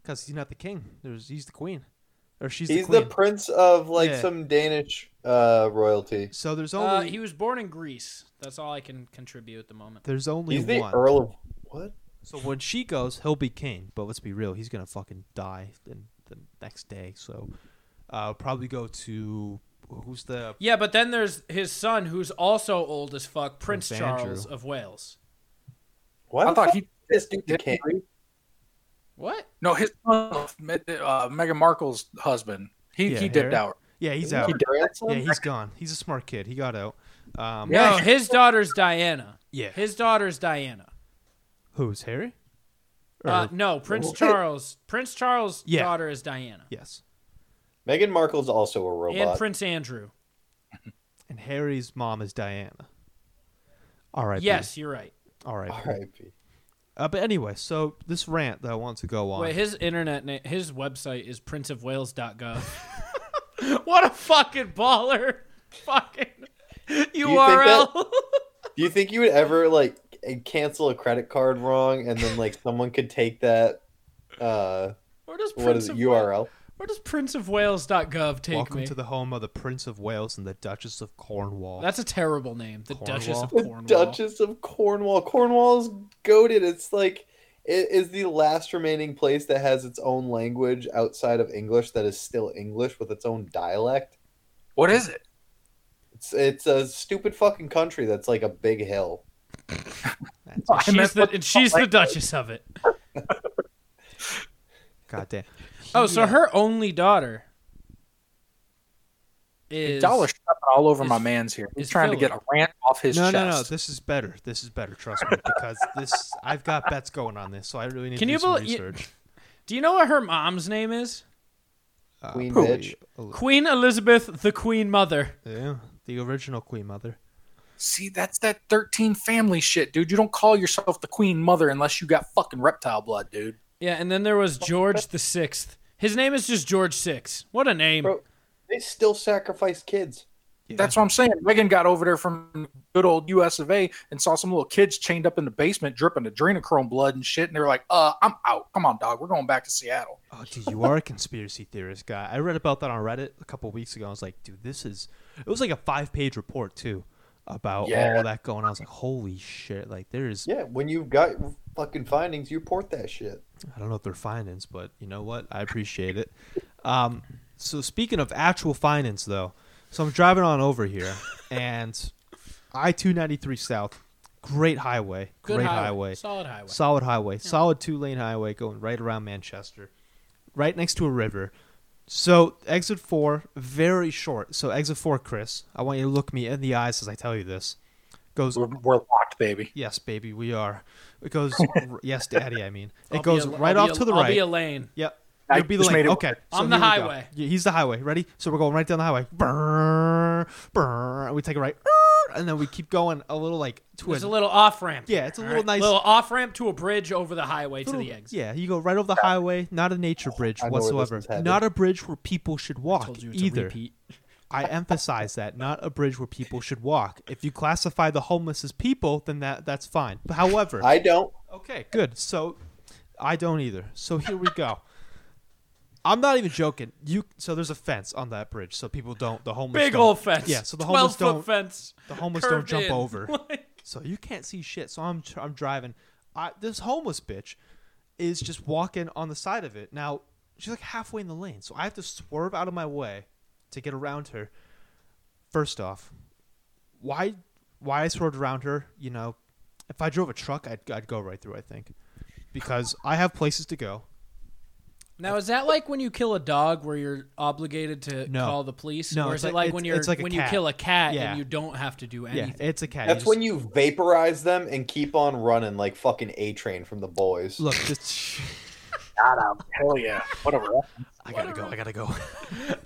Speaker 5: Because he's not the king. There's he's the queen, or she's
Speaker 4: He's
Speaker 5: the
Speaker 4: the
Speaker 5: queen.
Speaker 4: prince of like
Speaker 5: Yeah.
Speaker 4: some Danish uh, royalty.
Speaker 5: so there's
Speaker 1: Uh,
Speaker 5: only
Speaker 1: he was born in Greece. That's all I can contribute at the moment.
Speaker 5: there's only
Speaker 4: He's the
Speaker 5: one.
Speaker 4: Earl of what?
Speaker 5: So when she goes, he'll be king. But let's be real, he's gonna fucking die the, the next day. So uh, probably go to who's the
Speaker 1: Yeah, but then there's his son, who's also old as fuck, Prince
Speaker 5: Prince
Speaker 1: Charles
Speaker 5: Andrew.
Speaker 1: of Wales.
Speaker 4: Why
Speaker 6: I
Speaker 4: the
Speaker 6: thought
Speaker 4: fuck
Speaker 6: he
Speaker 4: is this dude the king?
Speaker 1: What?
Speaker 6: No, his son, uh, Meghan Markle's husband. He
Speaker 5: Yeah,
Speaker 6: he dipped
Speaker 5: Harry?
Speaker 6: out.
Speaker 5: yeah he's
Speaker 4: Her
Speaker 5: out.
Speaker 4: grandson?
Speaker 5: Yeah, he's gone. He's a smart kid. He got out. Um,
Speaker 1: No, his daughter's Diana.
Speaker 5: Yeah.
Speaker 1: His daughter's Diana.
Speaker 5: Who's Harry?
Speaker 1: Uh,
Speaker 5: Or-
Speaker 1: no, Prince Charles. Prince Charles'
Speaker 5: Yeah.
Speaker 1: daughter is Diana,
Speaker 5: yes.
Speaker 4: Meghan Markle's also a
Speaker 1: and
Speaker 4: robot.
Speaker 1: Prince Andrew.
Speaker 5: and Harry's mom is Diana. All right.
Speaker 1: Yes, you're right.
Speaker 5: All right.
Speaker 4: R.I.P.
Speaker 5: Uh, but anyway, so this rant that I want to go on.
Speaker 1: Wait, his internet name, his website is princeofwales.gov. what a fucking baller! Fucking URL.
Speaker 4: Do you think you would ever like c- cancel a credit card wrong and then like someone could take that uh
Speaker 1: Where does
Speaker 4: what is
Speaker 1: Prince
Speaker 4: it
Speaker 1: of
Speaker 4: URL?
Speaker 1: Where does princeofwales.gov take
Speaker 5: Welcome
Speaker 1: me?
Speaker 5: to the home of the Prince of Wales and the Duchess of Cornwall.
Speaker 1: That's a terrible name. The Duchess of
Speaker 5: Cornwall.
Speaker 1: Cornwall.
Speaker 4: Duchess of Cornwall. Cornwall's goaded. It's like it is the last remaining place that has its own language outside of English that is still English with its own dialect.
Speaker 6: What is it?
Speaker 4: It's it's a stupid fucking country that's like a big hill.
Speaker 6: I
Speaker 1: She's
Speaker 6: meant
Speaker 1: the,
Speaker 6: what-
Speaker 1: and she's the Duchess of it.
Speaker 5: Goddamn.
Speaker 1: Oh, so her only daughter is
Speaker 6: Dollar stuffing all over
Speaker 1: is-
Speaker 6: my man's here. He's
Speaker 1: is
Speaker 6: trying to get a
Speaker 1: Philip.
Speaker 6: rant off his
Speaker 5: No,
Speaker 6: chest.
Speaker 5: no, no. This is better. This is better. Trust me, because this I've got bets going on this, so I really need
Speaker 1: Can
Speaker 5: to do
Speaker 1: you
Speaker 5: some
Speaker 1: bel- you-
Speaker 5: research.
Speaker 1: Do you know what her mom's name is?
Speaker 5: Uh,
Speaker 4: Queen
Speaker 5: probably
Speaker 4: bitch.
Speaker 5: a li-
Speaker 1: Queen Elizabeth, the Queen Mother.
Speaker 5: Yeah, the original Queen Mother.
Speaker 6: See, that's that 13 family shit, dude. You don't call yourself the queen mother unless you got fucking reptile blood, dude.
Speaker 1: Yeah, and then there was George the Sixth. His name is just George Six. What a name!
Speaker 4: Bro, They still sacrifice kids.
Speaker 6: That's what I'm saying. Megan got over there from good old US of A and saw some little kids chained up in the basement dripping adrenochrome blood and shit. And they're like, uh, I'm out. Come on, dog. We're going back to Seattle.
Speaker 5: Oh, dude, you are a conspiracy theorist guy. I read about that on Reddit a couple weeks ago. I was like, dude, this is. It was like a five-page report too, about
Speaker 6: Yeah.
Speaker 5: all that going. on. I was like, holy shit! Like, there is.
Speaker 4: Yeah, when you've got fucking findings, you report that shit.
Speaker 5: I don't know if they're findings, but you know what? I appreciate it. Um, so speaking of actual findings, though, so I'm driving on over here, and I-293 South, great highway,
Speaker 1: Good
Speaker 5: great
Speaker 1: highway.
Speaker 5: highway,
Speaker 1: Solid highway.
Speaker 5: solid highway, solid two-lane highway going right around Manchester, right next to a river. So exit four, very short. So exit four, Chris, I want you to look me in the eyes as I tell you this. Goes
Speaker 6: We're, we're locked, baby.
Speaker 5: yes, baby, we are. It goes yes, daddy. I mean, it
Speaker 1: I'll be
Speaker 5: goes
Speaker 1: a-
Speaker 5: right
Speaker 1: I'll
Speaker 5: off
Speaker 1: be a-
Speaker 5: to the
Speaker 1: I'll
Speaker 5: right.
Speaker 1: be a lane.
Speaker 5: Yep.
Speaker 6: I
Speaker 5: It'll be the
Speaker 6: just
Speaker 5: lane.
Speaker 6: made it
Speaker 5: Okay.
Speaker 1: I'm
Speaker 5: so
Speaker 1: the
Speaker 5: here we go.
Speaker 1: highway.
Speaker 5: Yeah, He's the highway. Ready? So we're going right down the highway. Brrr, brrr, and we take a right. brrr, And then we keep going a little like to
Speaker 1: There's
Speaker 5: an-
Speaker 1: a little off ramp.
Speaker 5: Yeah, it's a little nice-
Speaker 1: little off ramp to a bridge over the highway to the
Speaker 5: little-
Speaker 1: exit.
Speaker 5: Yeah, you go right over the highway. Not a nature bridge
Speaker 4: I know where this
Speaker 5: whatsoever.
Speaker 4: is headed.
Speaker 5: Not a bridge where people should walk
Speaker 1: Told you it's a
Speaker 5: either.
Speaker 1: repeat.
Speaker 5: I emphasize that. Not a bridge where people should walk. If you classify the homeless as people, then that that's fine. But however,
Speaker 4: I don't.
Speaker 5: Okay, good. So I don't either. So here we go. I'm not even joking. You so there's a fence on that bridge, so people don't the homeless
Speaker 1: Big
Speaker 5: don't-
Speaker 1: old fence.
Speaker 5: Yeah, so the
Speaker 1: 12
Speaker 5: homeless
Speaker 1: foot
Speaker 5: don't
Speaker 1: fence.
Speaker 5: the homeless don't
Speaker 1: curved
Speaker 5: jump
Speaker 1: in.
Speaker 5: over.
Speaker 1: Like-
Speaker 5: so you can't see shit. So I'm I'm driving. I, this homeless bitch is just walking on the side of it. Now she's like halfway in the lane, so I have to swerve out of my way to get around her. First off, why why I swerved around her? You know, if I drove a truck, I'd I'd go right through. I think because I have places to go.
Speaker 1: Now is that like when you kill a dog, where you're obligated to
Speaker 5: No.
Speaker 1: call the police,
Speaker 5: No,
Speaker 1: or
Speaker 5: it's
Speaker 1: is it
Speaker 5: like-
Speaker 1: like when
Speaker 5: it's-
Speaker 1: you're
Speaker 5: it's like a
Speaker 1: when you
Speaker 5: cat.
Speaker 1: kill a cat
Speaker 5: Yeah.
Speaker 1: and you don't have to do
Speaker 5: Yeah,
Speaker 1: anything?
Speaker 5: it's a cat.
Speaker 4: That's
Speaker 5: You just-
Speaker 4: when you vaporize them and keep on running like fucking A Train from the boys.
Speaker 5: look. Just,
Speaker 6: God, um, hell yeah. Whatever.
Speaker 5: I gotta go. I gotta go.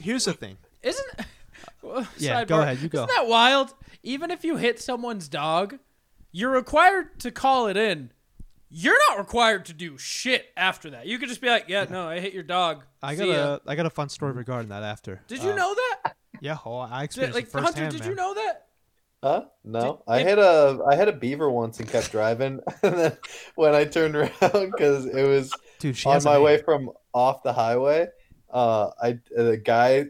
Speaker 5: Here's the thing.
Speaker 1: Isn't
Speaker 5: Yeah, go
Speaker 1: Sidebar.
Speaker 5: ahead, you go.
Speaker 1: Isn't that wild? Even if you hit someone's dog, you're required to call it in. You're not required to do shit after that. You could just be like, "Yeah, no, I hit your dog."
Speaker 5: I
Speaker 1: See
Speaker 5: got
Speaker 1: ya." Mm.
Speaker 5: a I got a fun story regarding that after.
Speaker 1: Did you
Speaker 5: Uh,
Speaker 1: know that?
Speaker 5: Yeah, oh, I
Speaker 1: Did,
Speaker 5: experienced
Speaker 1: like
Speaker 5: it firsthand,
Speaker 1: Hunter, did
Speaker 5: man.
Speaker 1: you know that?
Speaker 4: Huh? No, I had a I had a beaver once and kept driving, and then when I turned around because it was
Speaker 5: Dude, she
Speaker 4: on
Speaker 5: has a
Speaker 4: my way
Speaker 5: name.
Speaker 4: from off the highway, uh, I the guy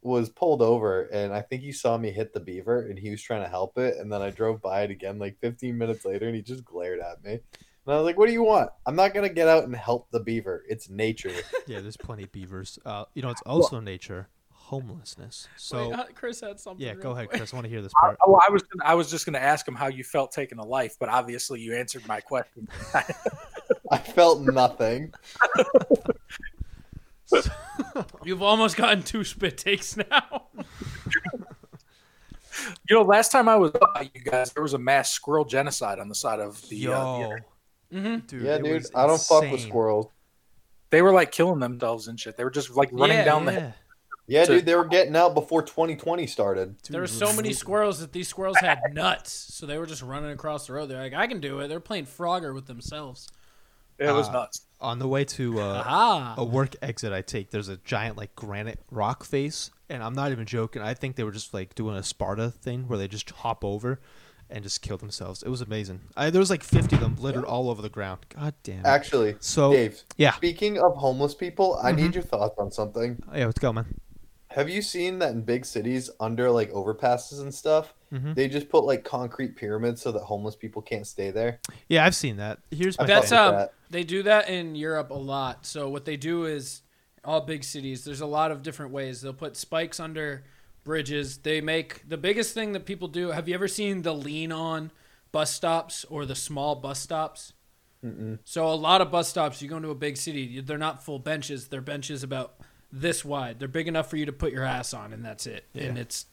Speaker 4: was pulled over and I think he saw me hit the beaver and he was trying to help it, and then I drove by it again like 15 minutes later and he just glared at me, and I was like, "What do you want? I'm not gonna get out and help the beaver. It's nature."
Speaker 5: Yeah, there's plenty of beavers. Uh, you know, it's also nature homelessness. So
Speaker 1: Wait, uh, Chris had something.
Speaker 5: yeah,
Speaker 1: real
Speaker 5: go ahead,
Speaker 1: quick.
Speaker 5: Chris. I want to hear this
Speaker 6: I,
Speaker 5: part.
Speaker 6: oh, I was gonna, I was just going to ask him how you felt taking a life, but obviously you answered my question.
Speaker 4: I felt nothing.
Speaker 1: You've almost gotten two spit takes now.
Speaker 6: you know, last time I was up, by you guys, there was a mass squirrel genocide on the side of the. Uh,
Speaker 5: Yo,
Speaker 6: the-
Speaker 5: dude,
Speaker 4: yeah,
Speaker 5: it
Speaker 4: dude,
Speaker 5: was
Speaker 4: I don't fuck with
Speaker 5: insane.
Speaker 4: squirrels.
Speaker 6: they were like killing themselves and shit. They were just like running
Speaker 1: Yeah,
Speaker 6: down the
Speaker 5: Yeah.
Speaker 4: Yeah,
Speaker 6: So-
Speaker 4: dude, they were getting out before 2020 started.
Speaker 1: There were so many squirrels that these squirrels had nuts, so they were just running across the road. They're like, I can do it. They're playing Frogger with themselves.
Speaker 6: It was
Speaker 5: Uh,
Speaker 6: nuts.
Speaker 5: On the way to uh,
Speaker 1: Ah,
Speaker 5: a work exit I take, there's a giant like granite rock face, and I'm not even joking. I think they were just like doing a Sparta thing where they just hop over and just kill themselves. It was amazing. I, there was like 50 of them littered all over the ground. God damn. It.
Speaker 4: Actually,
Speaker 5: So-
Speaker 4: Dave,
Speaker 5: yeah.
Speaker 4: speaking of homeless people, I need your thoughts on something.
Speaker 5: yeah, what's going, man?
Speaker 4: Have you seen that in big cities under like overpasses and stuff, they just put like concrete pyramids so that homeless people can't stay there?
Speaker 5: Yeah, I've seen that. Here's my
Speaker 4: I
Speaker 1: that's
Speaker 5: thought.
Speaker 4: fuck with
Speaker 1: um,
Speaker 4: that.
Speaker 1: they do that in Europe a lot. So what they do is, all big cities, there's a lot of different ways. They'll put spikes under bridges. They make the biggest thing that people do. Have you ever seen the lean on bus stops or the small bus stops? So a lot of bus stops, you go into a big city, they're not full benches. They're benches about this wide. They're big enough for you to put your ass on, and that's it. And it's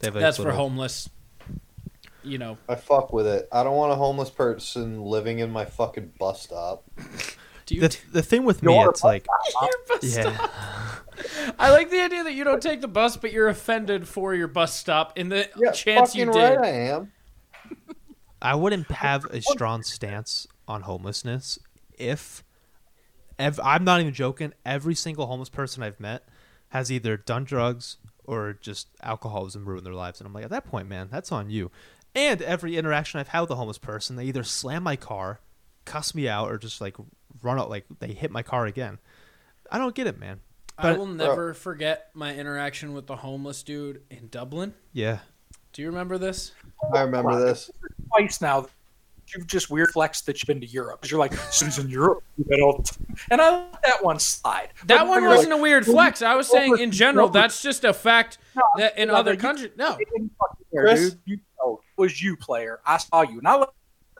Speaker 5: They have, like,
Speaker 1: that's for
Speaker 5: little-
Speaker 1: homeless. You know,
Speaker 4: I fuck with it. I don't want a homeless person living in my fucking bus stop.
Speaker 1: do you?
Speaker 5: The, the thing with me,
Speaker 6: Your
Speaker 5: it's like,
Speaker 1: your bus stop.
Speaker 5: yeah,
Speaker 1: I like the idea that you don't take the bus, but you're offended for your bus stop. In the
Speaker 4: Yeah,
Speaker 1: chance you
Speaker 4: fucking
Speaker 1: did,
Speaker 4: right, I am.
Speaker 5: I wouldn't have a strong stance on homelessness if, ev- I'm not even joking, every single homeless person I've met has either done drugs or just alcoholism ruined their lives. And I'm like, at that point, man, that's on you. And every interaction I've had with a homeless person, they either slam my car, cuss me out, or just like run out, like they hit my car again. I don't get it, man.
Speaker 1: I
Speaker 5: But
Speaker 1: will never forget my interaction with the homeless dude in Dublin.
Speaker 5: yeah,
Speaker 1: Do you remember this?
Speaker 4: I remember this.
Speaker 6: Twice now, you've just weird flexed that you've been to Europe. 'Cause You're like, Susan, Europe. You bet all the time. And I let that one slide.
Speaker 1: That
Speaker 6: But
Speaker 1: one
Speaker 6: you're
Speaker 1: wasn't
Speaker 6: like,
Speaker 1: a weird flex. I was saying in general,
Speaker 6: Dublin-
Speaker 1: that's just a fact
Speaker 6: No,
Speaker 1: that in
Speaker 6: no,
Speaker 1: other
Speaker 6: you-
Speaker 1: countries. No,
Speaker 6: It didn't fucking care,
Speaker 4: Chris?
Speaker 6: dude. You know, it was you, player. I saw you. And I let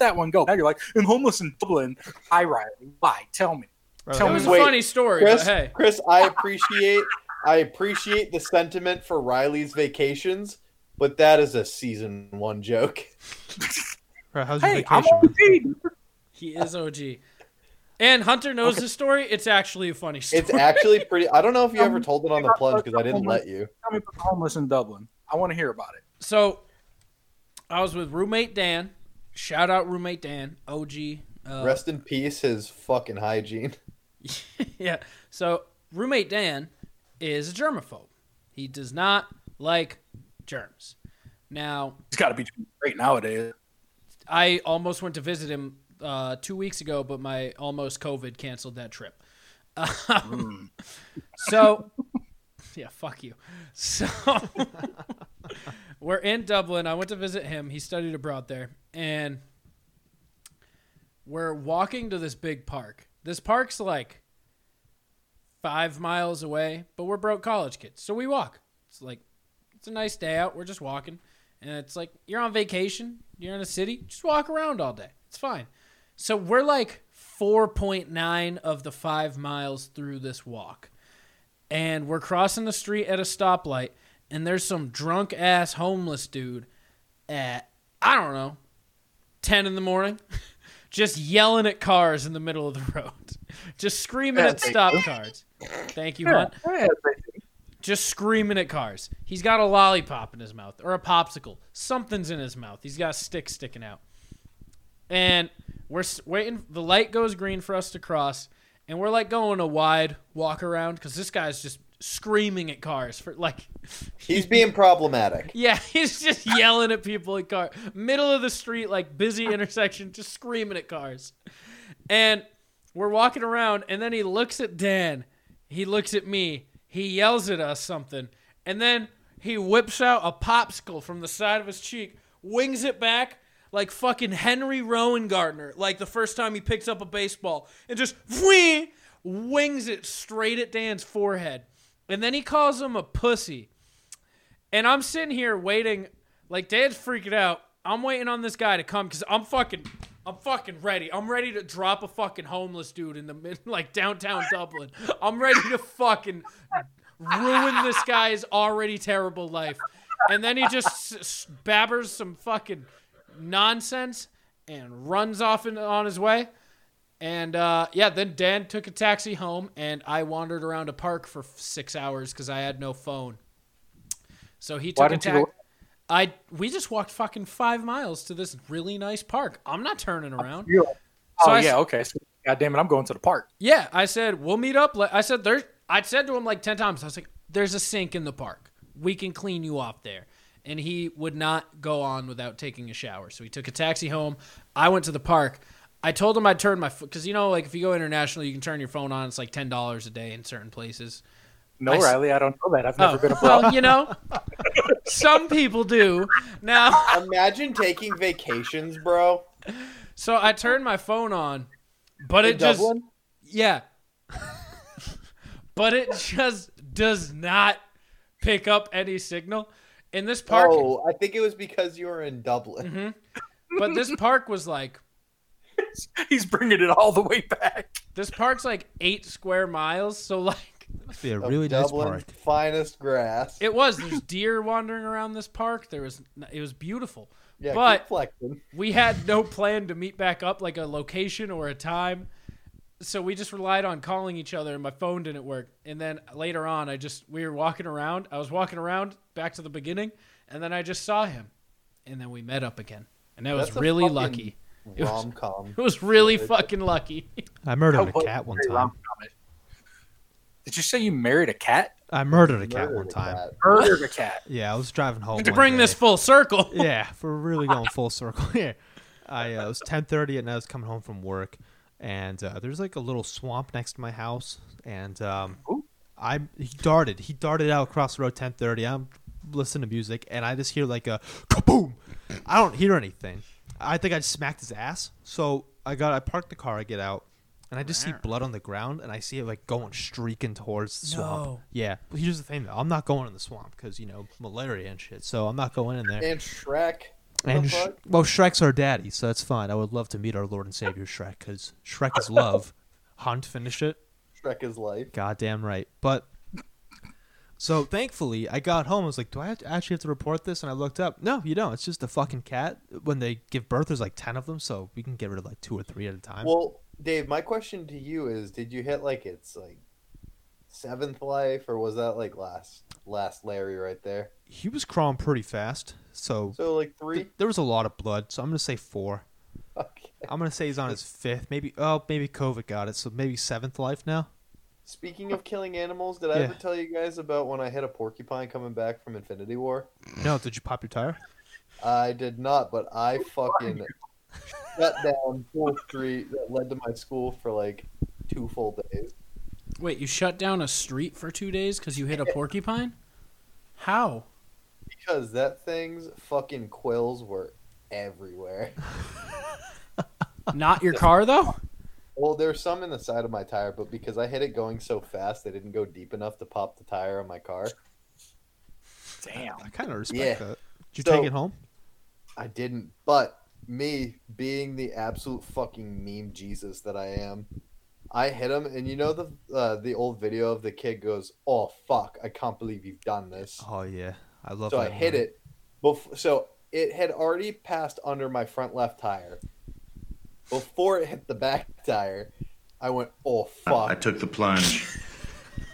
Speaker 6: that one go. Now you're like, I'm homeless in Dublin. I Riley. Why? Tell me.
Speaker 1: it
Speaker 6: Tell
Speaker 1: was
Speaker 6: me.
Speaker 1: a
Speaker 4: Wait,
Speaker 1: funny story.
Speaker 4: Chris,
Speaker 1: But hey,
Speaker 4: Chris, I appreciate I appreciate the sentiment for Riley's vacations, but that is a season one joke.
Speaker 5: Bro, how's your
Speaker 6: Hey, I'm
Speaker 5: vacation?
Speaker 6: on
Speaker 5: man?
Speaker 1: he is OG. And Hunter knows the story. It's actually a funny story.
Speaker 4: It's actually pretty. I don't know if you ever told it on the plunge because I didn't let you.
Speaker 6: Tell me about the homeless in Dublin. I want to hear about it.
Speaker 1: So I was with roommate Dan. Shout out roommate Dan, OG. Uh,
Speaker 4: Rest in peace, his fucking hygiene.
Speaker 1: yeah. So roommate Dan is a germaphobe. He does not like germs. Now,
Speaker 6: It's got to be great nowadays.
Speaker 1: I almost went to visit him uh, two weeks ago, but my almost COVID canceled that trip. Um, So, yeah, fuck you. So, we're in Dublin. I went to visit him. He studied abroad there. And we're walking to this big park. This park's like five miles away, but we're broke college kids. So we walk. It's like, it's a nice day out. We're just walking. And it's like, you're on vacation, you're in a city, just walk around all day. It's fine. So we're like 4.9 of the five miles through this walk. And we're crossing the street at a stoplight. And there's some drunk ass homeless dude at, I don't know, 10 in the morning, just yelling at cars in the middle of the road, just screaming at stop cars. Thank you, Hunt just screaming at cars. He's got a lollipop in his mouth or a popsicle. Something's in his mouth. He's got a stick sticking out. And we're s- waiting. The light goes green for us to cross, and we're like going a wide walk around because this guy's just screaming at cars for like,
Speaker 4: He's being problematic.
Speaker 1: yeah, he's just yelling at people at car middle of the street, like busy intersection, just screaming at cars. And we're walking around, and then he looks at Dan. He looks at me. He yells at us something. And then he whips out a popsicle from the side of his cheek, wings it back like fucking Henry Rowan Gardner, like the first time he picks up a baseball, and just whee, wings it straight at Dan's forehead. And then he calls him a pussy. And I'm sitting here waiting, like Dan's freaking out. I'm waiting on this guy to come because I'm fucking, I'm fucking ready. I'm ready to drop a fucking homeless dude in the mid, like downtown Dublin. I'm ready to fucking ruin this guy's already terrible life. And then he just s- s- babbers some fucking nonsense and runs off in, on his way. And uh, yeah, then Dan took a taxi home, and I wandered around a park for f- six hours because I had no phone. So he took
Speaker 6: Why
Speaker 1: a
Speaker 6: didn't you
Speaker 1: taxi.
Speaker 6: go-
Speaker 1: I we just walked fucking five miles to this really nice park. I'm not turning around.
Speaker 6: You're like, oh
Speaker 1: So I s-
Speaker 6: yeah, okay. So, God damn it, I'm going to the park.
Speaker 1: Yeah, I said we'll meet up. Like, I said there's. I said to him like ten times. I was like, "There's a sink in the park. We can clean you off there." And he would not go on without taking a shower. So he took a taxi home. I went to the park. I told him I'd turn my because you know like if you go international, you can turn your phone on. It's like ten dollars a day in certain places.
Speaker 6: No,
Speaker 1: I s-
Speaker 6: Riley, I don't know that. I've never
Speaker 1: Oh,
Speaker 6: been abroad.
Speaker 1: well, you know, some people do now.
Speaker 4: Imagine taking vacations, bro.
Speaker 1: So I turned my phone on, but it
Speaker 4: In
Speaker 1: just
Speaker 4: Dublin?
Speaker 1: yeah, but it just does not pick up any signal. In this park,
Speaker 4: Oh, I think it was because you were in Dublin.
Speaker 1: Mm-hmm. but this park was like
Speaker 6: He's bringing it all the way back.
Speaker 1: this park's like eight square miles, so like
Speaker 5: Must be a
Speaker 4: Of
Speaker 5: really nice
Speaker 4: Dublin's
Speaker 5: park.
Speaker 4: finest grass.
Speaker 1: it was. There's deer wandering around this park. There was it was beautiful,
Speaker 4: yeah,
Speaker 1: but
Speaker 4: keep flexing.
Speaker 1: we had no plan to meet back up like a location or a time so we just relied on calling each other and my phone didn't work and then later on i just we were walking around i was walking around back to the beginning and then i just saw him and then we met up again and that was
Speaker 4: That's a
Speaker 1: really
Speaker 4: fucking-
Speaker 1: lucky It was-
Speaker 4: Rom com.
Speaker 1: it was really fucking lucky
Speaker 5: I murdered
Speaker 6: Oh,
Speaker 5: a cat one
Speaker 6: very
Speaker 5: time.
Speaker 6: rom-com. Did you say you married a cat?
Speaker 5: I murdered a cat one time.
Speaker 6: Murdered a cat.
Speaker 5: Yeah, I was driving
Speaker 4: Oh
Speaker 5: home.
Speaker 1: to
Speaker 5: one
Speaker 1: bring
Speaker 5: day.
Speaker 1: this full circle
Speaker 5: yeah, if we're really going full circle here. I uh, it was ten thirty, and I was coming home from work, and uh, there's like a little swamp next to my house, and um,
Speaker 6: Ooh.
Speaker 5: I he darted, he darted out across the road ten thirty. I'm listening to music, and I just hear like a kaboom. I don't hear anything. I think I just smacked his ass. So I got, I parked the car, I get out, and I just see blood on the ground, and I see it like going streaking towards the swamp.
Speaker 1: No.
Speaker 5: Yeah, but here's the thing though, I'm not going in the swamp because you know malaria and shit. So I'm not going in there.
Speaker 4: And Shrek.
Speaker 5: And
Speaker 4: The
Speaker 5: Sh-
Speaker 4: fuck?
Speaker 5: well, Shrek's our daddy, so that's fine. I would love to meet our Lord and Savior Shrek because Shrek is love. Hunt, finish it.
Speaker 4: Shrek is life.
Speaker 5: Goddamn right. But so thankfully, I got home. I was like, do I have to- actually have to report this? And I looked up. No, you don't. It's just a fucking cat. When they give birth, there's like ten of them, so we can get rid of like two or three at a time.
Speaker 4: Well, Dave, my question to you is: Did you hit like its like seventh life, or was that like last last Larry right there?
Speaker 5: he was crawling pretty fast, so
Speaker 4: So like
Speaker 5: th-
Speaker 4: three.
Speaker 5: there was a lot of blood. So I'm gonna say four.
Speaker 4: Okay.
Speaker 5: I'm gonna say he's on his fifth. Maybe oh, maybe COVID got it, so maybe seventh life now.
Speaker 4: Speaking of killing animals, did I
Speaker 5: Yeah.
Speaker 4: ever tell you guys about when I hit a porcupine coming back from Infinity War?
Speaker 5: No, did you pop your tire?
Speaker 4: I did not, but I fucking shut down full street that led to my school for like two full days.
Speaker 1: wait you shut down a street for two days because you hit a porcupine how
Speaker 4: Because that thing's fucking quills were everywhere.
Speaker 1: not your car though
Speaker 4: Well, there's some in the side of my tire, but because I hit it going so fast, they didn't go deep enough to pop the tire on my car.
Speaker 6: Damn.
Speaker 5: I kind of respect
Speaker 4: Yeah.
Speaker 5: that. Did you
Speaker 4: So-
Speaker 5: take it home?
Speaker 4: I didn't, but me being the absolute fucking meme Jesus that I am, I hit him, and you know the uh, the old video of the kid goes, "Oh fuck, I can't believe you've done this."
Speaker 5: Oh yeah, I love.
Speaker 4: so I
Speaker 5: that
Speaker 4: hit
Speaker 5: one.
Speaker 4: it. Bef- so it had already passed under my front left tire. Before it hit the back tire, I went, "Oh
Speaker 2: I
Speaker 4: fuck!"
Speaker 2: took the plunge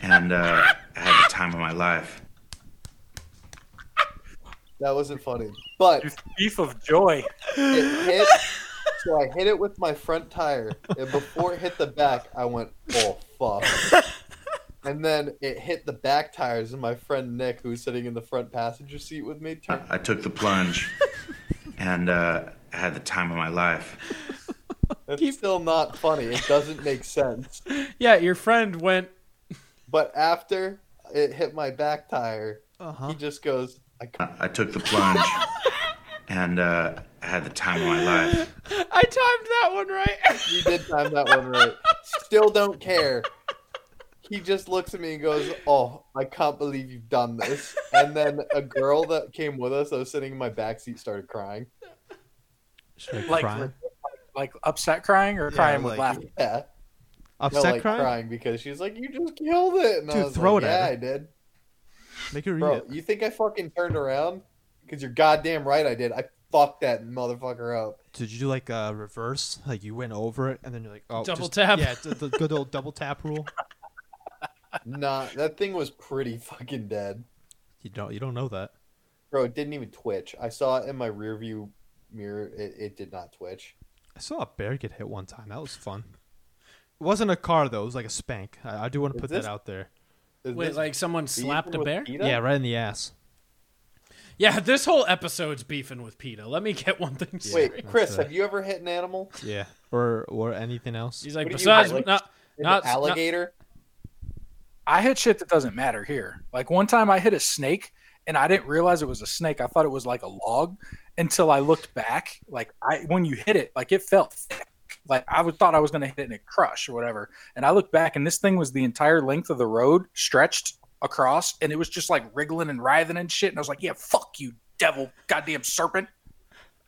Speaker 2: and uh, had the time of my life.
Speaker 4: That wasn't funny, but
Speaker 6: You thief of joy.
Speaker 4: it hit. So I hit it with my front tire, and before it hit the back, I went, "Oh fuck!" And then it hit the back tires, and my friend Nick, who's sitting in the front passenger seat with me,
Speaker 2: I,
Speaker 4: turned.
Speaker 2: I took the plunge and uh, had the time of my life.
Speaker 4: It's still not funny. It doesn't make sense.
Speaker 1: yeah your friend went
Speaker 4: But after it hit my back tire, he just goes, "I
Speaker 2: I, I took the plunge and uh, had the time of my life.
Speaker 1: i timed that one right
Speaker 4: You did time that one right. Still don't care. He just looks at me and goes, "Oh, I can't believe you've done this." And then a girl that came with us, that was sitting in my back seat, started crying.
Speaker 5: Should I
Speaker 6: Like,
Speaker 5: cry?
Speaker 6: like upset crying or crying with
Speaker 5: like-
Speaker 6: laughing?
Speaker 4: Yeah, no,
Speaker 5: Upset
Speaker 4: like
Speaker 5: crying?
Speaker 4: crying? because she's like, "You just killed it." And I
Speaker 5: Dude,
Speaker 4: was
Speaker 5: throw
Speaker 4: like,
Speaker 5: it at
Speaker 4: Yeah,
Speaker 5: her.
Speaker 4: I did,
Speaker 5: Make her read
Speaker 4: bro.
Speaker 5: it.
Speaker 4: You think I fucking turned around? Because you're goddamn right, I did. I fucked that motherfucker up.
Speaker 5: Did you do like a reverse? Like you went over it, and then you're like, oh,
Speaker 1: Double
Speaker 5: just-
Speaker 1: tap.
Speaker 5: Yeah, the, the good old double tap rule.
Speaker 4: Nah, that thing was pretty fucking dead.
Speaker 5: You don't you don't know that.
Speaker 4: Bro, it didn't even twitch. I saw it in my rearview mirror. It, it did not twitch.
Speaker 5: I saw a bear get hit one time. That was fun. It wasn't a car though. It was like a spank. I, I do want to
Speaker 4: Is
Speaker 5: put
Speaker 4: this
Speaker 5: that out there.
Speaker 4: Is
Speaker 1: Wait,
Speaker 4: this
Speaker 1: like someone
Speaker 4: beefing
Speaker 1: slapped a
Speaker 4: with
Speaker 1: bear?
Speaker 4: PETA?
Speaker 5: Yeah, right in the ass.
Speaker 1: Yeah, this whole episode's beefing with PETA. Let me get one thing straight.
Speaker 4: Wait, Chris,
Speaker 5: right.
Speaker 4: have you ever hit an animal?
Speaker 5: Yeah, or or anything else.
Speaker 1: He's like,
Speaker 4: What do you
Speaker 1: besides,
Speaker 4: like-
Speaker 1: not,
Speaker 4: An
Speaker 1: not, not
Speaker 4: alligator?
Speaker 6: I hit shit that doesn't matter here. Like one time I hit a snake and I didn't realize it was a snake. I thought it was like a log until I looked back. Like I when you hit it, like it felt thick. Like I would, thought I was going to hit it and it crush or whatever. And I looked back and this thing was the entire length of the road stretched across and it was just like wriggling and writhing and shit. And I was like, yeah, fuck you, devil, goddamn serpent.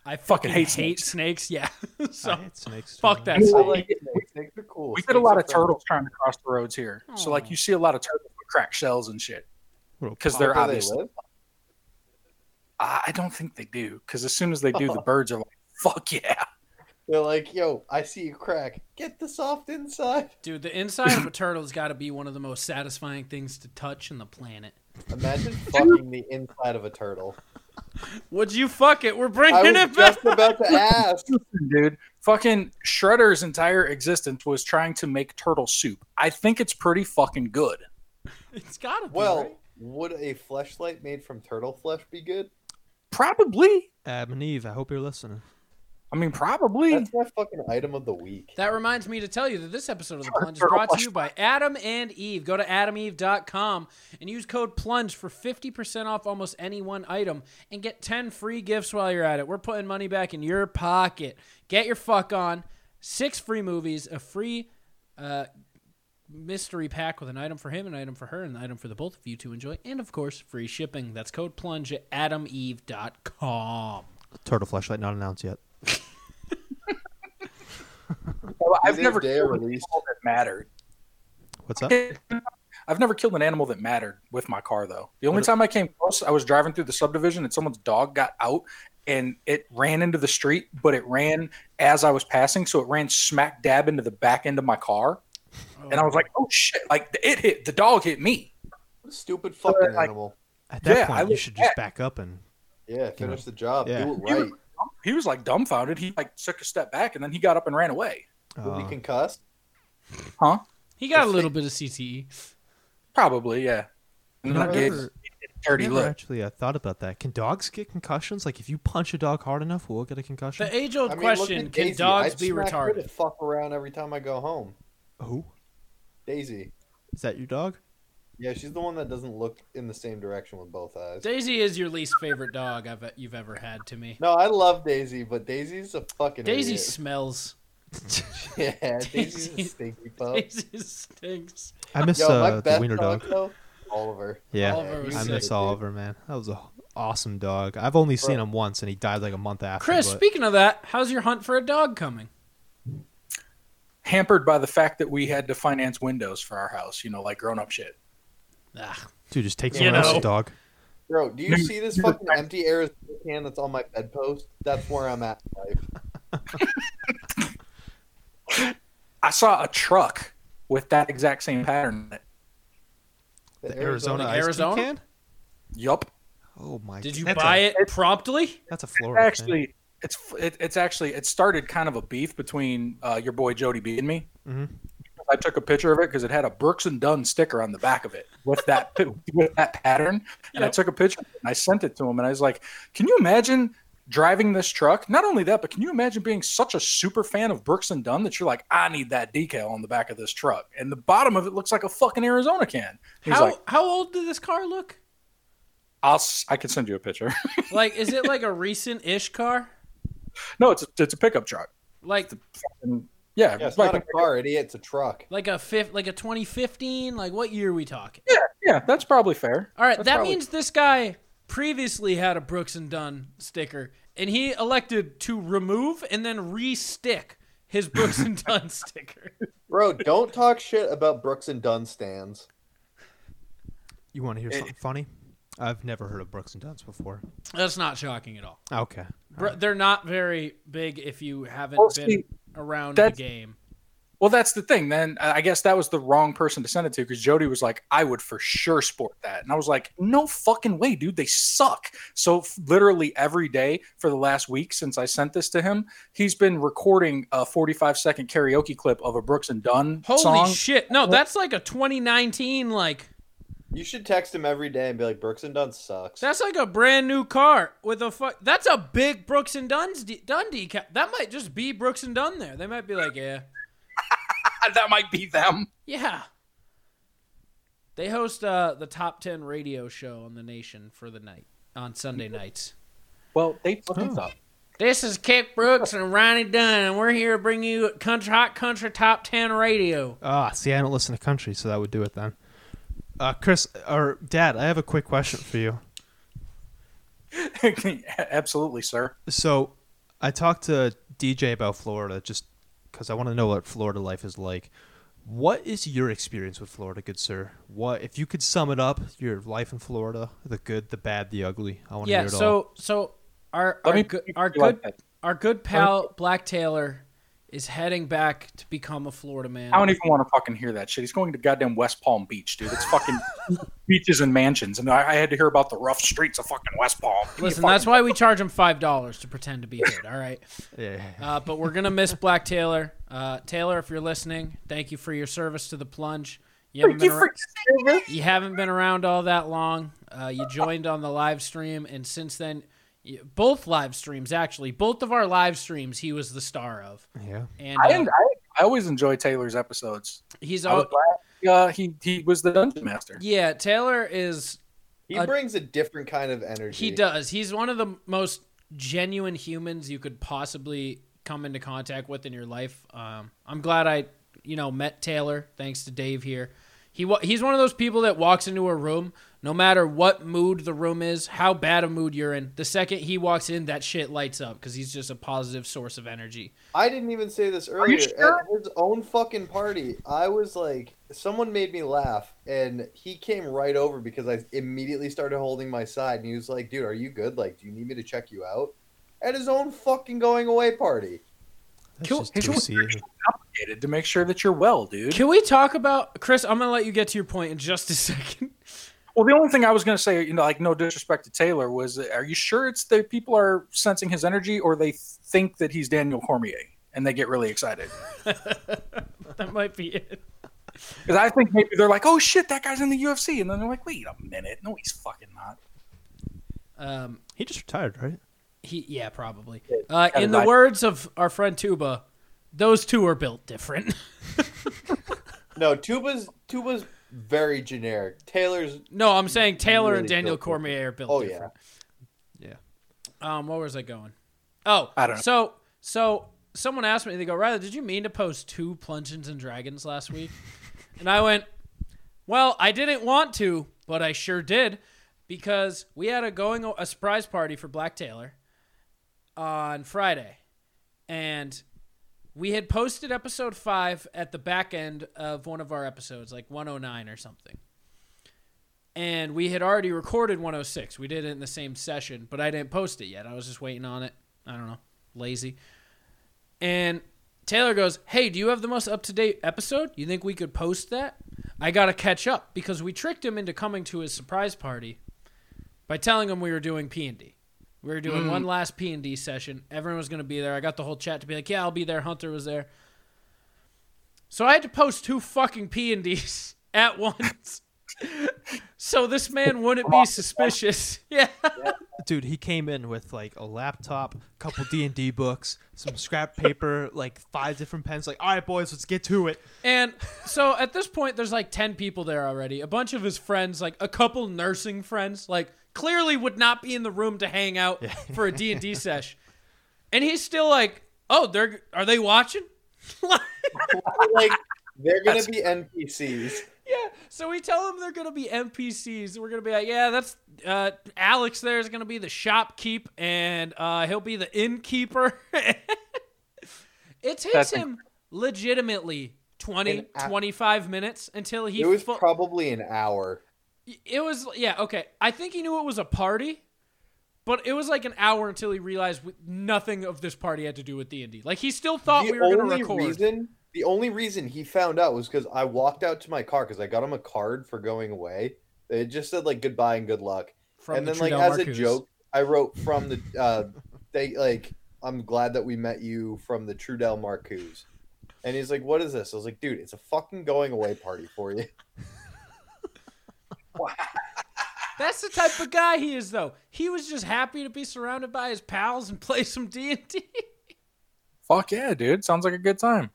Speaker 1: I fucking hate,
Speaker 6: hate
Speaker 1: snakes. Yeah, so
Speaker 5: I hate snakes.
Speaker 1: fuck
Speaker 5: too.
Speaker 1: that.
Speaker 6: I
Speaker 4: I
Speaker 1: snake.
Speaker 4: like snakes. Snakes are cool.
Speaker 6: We get a lot of
Speaker 4: Snakes are
Speaker 6: turtles trying to cross the roads here. So like you see a lot of turtles with cracked shells and shit
Speaker 5: What a-
Speaker 6: because
Speaker 4: friendly. Where
Speaker 6: they're
Speaker 4: do
Speaker 6: obviously
Speaker 4: live?
Speaker 6: I I don't think they do because as soon as they do, the birds are like, "Fuck yeah!"
Speaker 4: They're like, yo, I see a crack. Get the soft inside.
Speaker 1: dude, the inside of a turtle's got to be one of the most satisfying things to touch on the planet.
Speaker 4: Imagine fucking the inside of a turtle.
Speaker 1: Would you fuck it? We're
Speaker 4: I
Speaker 1: bringing
Speaker 4: was
Speaker 1: it back.
Speaker 4: just about to ask.
Speaker 6: Dude, fucking Shredder's entire existence was trying to make turtle soup. I think it's pretty fucking good.
Speaker 1: It's gotta be.
Speaker 4: Well,
Speaker 1: right?
Speaker 4: would a fleshlight made from turtle flesh be good?
Speaker 6: Probably.
Speaker 5: Adam and Eve, I hope you're listening.
Speaker 6: I mean, probably.
Speaker 4: That's my fucking item of the week.
Speaker 1: that reminds me to tell you that this episode of the Plunge is brought to you by Adam and Eve. Go to AdamEve.com and use code Plunge for fifty percent off almost any one item, and get ten free gifts while you're at it. We're putting money back in your pocket. Get your fuck on. Six free movies, a free uh, mystery pack with an item for him, an item for her, and an item for the both of you to enjoy, and of course, free shipping. That's code plunge at adameve.com.
Speaker 5: Turtle flashlight not announced yet.
Speaker 6: Well, I've
Speaker 4: Either
Speaker 6: never
Speaker 4: day or
Speaker 6: killed an
Speaker 4: release.
Speaker 6: animal that mattered.
Speaker 5: What's that?
Speaker 6: I've never killed an animal that mattered with my car though. The only time I came close, I was driving through the subdivision and someone's dog got out and it ran into the street, but it ran as I was passing, so it ran smack dab into the back end of my car. And I was like, "Oh shit!" Like it hit the dog hit me.
Speaker 4: Stupid fucking
Speaker 6: like-
Speaker 4: animal.
Speaker 5: At that
Speaker 6: Yeah, I
Speaker 5: point, you
Speaker 6: look
Speaker 5: should just back up and
Speaker 4: Yeah, finish the job.
Speaker 5: Yeah.
Speaker 4: Do it
Speaker 6: He was,
Speaker 4: right.
Speaker 6: he was like dumbfounded. He like took a step back and then he got up and ran away.
Speaker 4: Would
Speaker 5: uh,
Speaker 4: be concussed?
Speaker 6: Huh?
Speaker 1: He got a little bit of E. CTE.
Speaker 6: Probably, yeah. And then I gave
Speaker 5: Never-
Speaker 6: a dirty
Speaker 5: never
Speaker 6: look.
Speaker 5: actually I thought about that. Can dogs get concussions? Like if you punch a dog hard enough, will it get a concussion?
Speaker 1: The age old
Speaker 4: I mean, look
Speaker 1: question
Speaker 4: at
Speaker 1: can
Speaker 4: Daisy.
Speaker 1: dogs
Speaker 4: I
Speaker 1: be
Speaker 4: smack her to
Speaker 1: retarded?
Speaker 4: Fuck around every time I go home.
Speaker 5: Who?
Speaker 4: Daisy.
Speaker 5: Is that your dog?
Speaker 4: Yeah, she's the one that doesn't look in the same direction with both eyes.
Speaker 1: Daisy is your least favorite dog I've, you've ever had to me.
Speaker 4: No, I love Daisy, but Daisy's a fucking
Speaker 1: Daisy
Speaker 4: idiot.
Speaker 1: smells.
Speaker 4: yeah, Daisy's
Speaker 1: Daisy-
Speaker 4: a stinky pup.
Speaker 1: Daisy stinks.
Speaker 5: I miss
Speaker 4: Yo, my
Speaker 5: uh, the
Speaker 4: best
Speaker 5: wiener
Speaker 4: dog,
Speaker 5: dog.
Speaker 4: though, Oliver.
Speaker 5: Yeah,
Speaker 1: Oliver was
Speaker 5: I
Speaker 1: sick,
Speaker 5: miss
Speaker 4: dude.
Speaker 5: Oliver, man. That was an awesome dog. I've only seen him once, and he died like a month after.
Speaker 1: Chris,
Speaker 5: but-
Speaker 1: speaking of that, how's your hunt for a dog coming?
Speaker 6: Hampered by the fact that we had to finance windows for our house, you know, like grown up shit.
Speaker 1: Ah,
Speaker 5: dude, just take
Speaker 1: You
Speaker 5: someone else's
Speaker 1: know.
Speaker 5: dog.
Speaker 4: Bro, do you see this fucking empty Arizona can that's on my bedpost? That's where I'm at in life.
Speaker 6: I saw a truck with that exact same pattern. in it.
Speaker 4: The
Speaker 5: The Arizona,
Speaker 1: Like
Speaker 5: ice tea
Speaker 1: Arizona?
Speaker 5: can.
Speaker 6: Yup.
Speaker 5: Oh my!
Speaker 1: did you
Speaker 5: that's
Speaker 1: buy
Speaker 5: a,
Speaker 1: it promptly?
Speaker 5: That's a Florida thing.
Speaker 6: Actually, it's it, it's actually it started kind of a beef between uh, your boy Jody B and me.
Speaker 5: Mhm.
Speaker 6: I took a picture of it because it had a Brooks and Dunn sticker on the back of it with that pi- with that pattern, and I
Speaker 1: Yep.
Speaker 6: took a picture of it and I sent it to him, and I was like, "Can you imagine?" Driving this truck, not only that, but can you imagine being such a super fan of Brooks and Dunn that you're like, I need that decal on the back of this truck, and the bottom of it looks like a fucking Arizona can. He's
Speaker 1: How,
Speaker 6: like,
Speaker 1: how old did this car look?
Speaker 6: I'll, s- I can send you a picture.
Speaker 1: Like, is it like a recent ish car?
Speaker 6: no, it's a, it's a pickup truck.
Speaker 1: Like,
Speaker 6: And yeah,
Speaker 4: Yeah, it's
Speaker 6: like
Speaker 4: not a car, idiot. It's a truck.
Speaker 1: like a fifth, like a 2015 like what year are we talking
Speaker 6: Yeah, yeah, that's probably fair.
Speaker 1: all right
Speaker 6: That's
Speaker 1: that
Speaker 6: probably-
Speaker 1: means this guy previously had a brooks and dunn sticker and he elected to remove and then re-stick his brooks and dunn sticker
Speaker 4: Bro, don't talk shit about Brooks and Dunn stands.
Speaker 5: You want to hear something funny? I've never heard of Brooks and Dunn before.
Speaker 1: That's not shocking at all.
Speaker 5: Okay.
Speaker 1: Br- They're not very big if you haven't
Speaker 6: Well,
Speaker 1: been
Speaker 6: see,
Speaker 1: around the
Speaker 6: that's-
Speaker 1: game.
Speaker 6: Well, that's the thing. Then uh, I I guess that was the wrong person to send it to because Jody was like, "I would for sure sport that," and I was like, "No fucking way, dude! They suck." So f- literally every day for the last week since I sent this to him, he's been recording a 45 second karaoke clip of a Brooks and Dunn
Speaker 1: Holy
Speaker 6: song.
Speaker 1: shit! No, that's like a 2019. Like
Speaker 4: You should text him every day and be like, Brooks and Dunn sucks.
Speaker 1: that's like a brand new car with a fuck. That's a big Brooks and Dunn's de- Dunn decal. That might just be Brooks and Dunn. There, they might be like, yeah,
Speaker 6: that might be them.
Speaker 1: yeah. They host uh, the top ten radio show on the nation for the night on Sunday nights.
Speaker 6: Well, they fucking suck.
Speaker 1: This is Kip Brooks and Ronnie Dunn, and we're here to bring you country hot country top ten radio.
Speaker 5: Ah, see, I don't listen to country, so that would do it then. Uh, Chris or Dad, I have a quick question for you.
Speaker 6: Absolutely, sir.
Speaker 5: So, I talked to DJ about Florida just because I want to know what Florida life is like. What is your experience with Florida, good sir? What if you could sum it up? Your life in Florida, the good, the bad, the ugly. I want to
Speaker 1: Yeah,
Speaker 5: hear it all.
Speaker 1: so so our
Speaker 6: Let
Speaker 1: our,
Speaker 6: me-
Speaker 1: good our
Speaker 6: you
Speaker 1: good
Speaker 6: like that.
Speaker 1: our good pal Black Taylor is heading back to become a Florida man.
Speaker 6: I don't even want to fucking hear that shit. He's going to goddamn West Palm Beach, dude. It's fucking beaches and mansions, and I, I had to hear about the rough streets of fucking West Palm. Give me a
Speaker 1: Listen,
Speaker 6: fucking-
Speaker 1: that's why we charge him five dollars to pretend to be hood. All right,
Speaker 5: Yeah, yeah, yeah.
Speaker 1: uh, but we're gonna miss Black Taylor. Uh, Taylor, if you're listening, thank you for your service to the plunge. You haven't, been, ar- you haven't been around all that long. Uh, you joined on the live stream, and since then, y both live streams actually, both of our live streams, he was the star of.
Speaker 5: yeah.
Speaker 1: And
Speaker 6: I,
Speaker 1: uh,
Speaker 6: didn't- I, I always enjoy Taylor's episodes.
Speaker 1: he's
Speaker 6: I was
Speaker 1: all,
Speaker 6: glad uh, he he was the dungeon master.
Speaker 1: yeah. Taylor is
Speaker 4: he
Speaker 1: uh,
Speaker 4: brings a different kind of energy.
Speaker 1: He does. He's one of the most genuine humans you could possibly come into contact with in your life. Um, I'm glad I, you know, met Taylor thanks to Dave here. He wa- he's one of those people that walks into a room, no matter what mood the room is, how bad a mood you're in. The second he walks in, that shit lights up because he's just a positive source of energy.
Speaker 4: I didn't even say this earlier. At his own fucking party, I was like, someone made me laugh, and he came right over because I immediately started holding my side, and he was like, "Dude, are you good? Like, do you need me to check you out?" At his own fucking going away party.
Speaker 5: That's
Speaker 1: Cool.
Speaker 5: just
Speaker 6: He's
Speaker 5: too
Speaker 6: really
Speaker 5: seedy.
Speaker 6: Complicated to make sure that you're well, dude.
Speaker 1: Can we talk about Chris? I'm gonna let you get to your point in just a second.
Speaker 6: Well, the only thing I was gonna say, you know, like no disrespect to Taylor, was are you sure it's that people are sensing his energy, or they think that he's Daniel Cormier and they get really excited?
Speaker 1: that might be it.
Speaker 6: Because I think maybe they're like, oh shit, that guy's in the UFC. And then they're like, wait a minute. No, he's fucking not.
Speaker 1: Um,
Speaker 5: He just retired, right?
Speaker 1: He, yeah, probably. Uh,
Speaker 6: kinda
Speaker 1: in the
Speaker 6: like-
Speaker 1: words of our friend Tuba, those two are built different.
Speaker 4: No, Tuba's Tuba's very generic. Taylor's
Speaker 1: no, I'm saying Taylor
Speaker 4: Really
Speaker 1: and Daniel
Speaker 4: built different.
Speaker 1: Cormier are built
Speaker 4: Oh, yeah.
Speaker 1: different.
Speaker 5: Yeah.
Speaker 1: Um, where was I going? Oh,
Speaker 6: I don't know.
Speaker 1: So, so someone asked me, they go, "Rather, did you mean to post two Plungeons and Dragons last week?" and I went, "Well, I didn't want to, but I sure did." Because we had a going a surprise party for Black Taylor on Friday, and we had posted episode five at the back end of one of our episodes, like 109 or something. And we had already recorded 106. We did it in the same session, but I didn't post it yet. I was just waiting on it. I don't know, lazy. And Taylor goes, Hey, do you have the most up to date episode? You think we could post that? I got to catch up because we tricked him into coming to his surprise party by telling him we were doing P&D. We were doing one last P&D session. Everyone was going to be there. I got the whole chat to be like, "Yeah, I'll be there." Hunter was there. So I had to post two fucking P&Ds at once. so this man wouldn't be suspicious. Yeah.
Speaker 5: dude he came in with like a laptop couple d&d books some scrap paper like five different pens like all right boys let's get to it
Speaker 1: And so at this point, there's like 10 people there already. A bunch of his friends, like a couple nursing friends, like clearly would not be in the room to hang out for a D&D sesh. And he's still like, oh, they're, are they watching?
Speaker 4: like they're gonna be NPCs.
Speaker 1: Yeah, so we tell them they're gonna be NPCs. We're gonna be like, yeah, that's uh, Alex. There is gonna be the shopkeep, and uh, he'll be the innkeeper. it takes
Speaker 6: That's
Speaker 1: him legitimately 20,
Speaker 4: An a-
Speaker 1: 25 minutes until he.
Speaker 4: It was
Speaker 1: fu-
Speaker 4: probably an hour.
Speaker 1: It was yeah okay. I think he knew it was a party, but it was like an hour until he realized we, nothing of this party had to do with D and D. Like he still thought
Speaker 4: the
Speaker 1: we were going to
Speaker 4: only
Speaker 1: record.
Speaker 4: reason the only reason he found out was because I walked out to my car because I got him a card for going away. It just said like goodbye and good luck,
Speaker 1: from
Speaker 4: and
Speaker 1: the
Speaker 4: then like
Speaker 1: Trudell
Speaker 4: as a
Speaker 1: Marcuse.
Speaker 4: joke, I wrote from the uh, they like I'm glad that we met you from the Trudell Marcuse, and he's like, "What is this?" I was like, "Dude, it's a fucking going away party for you."
Speaker 1: That's the type of guy he is, though. He was just happy to be surrounded by his pals and play some D and D.
Speaker 6: Fuck yeah, dude. Sounds like a good time.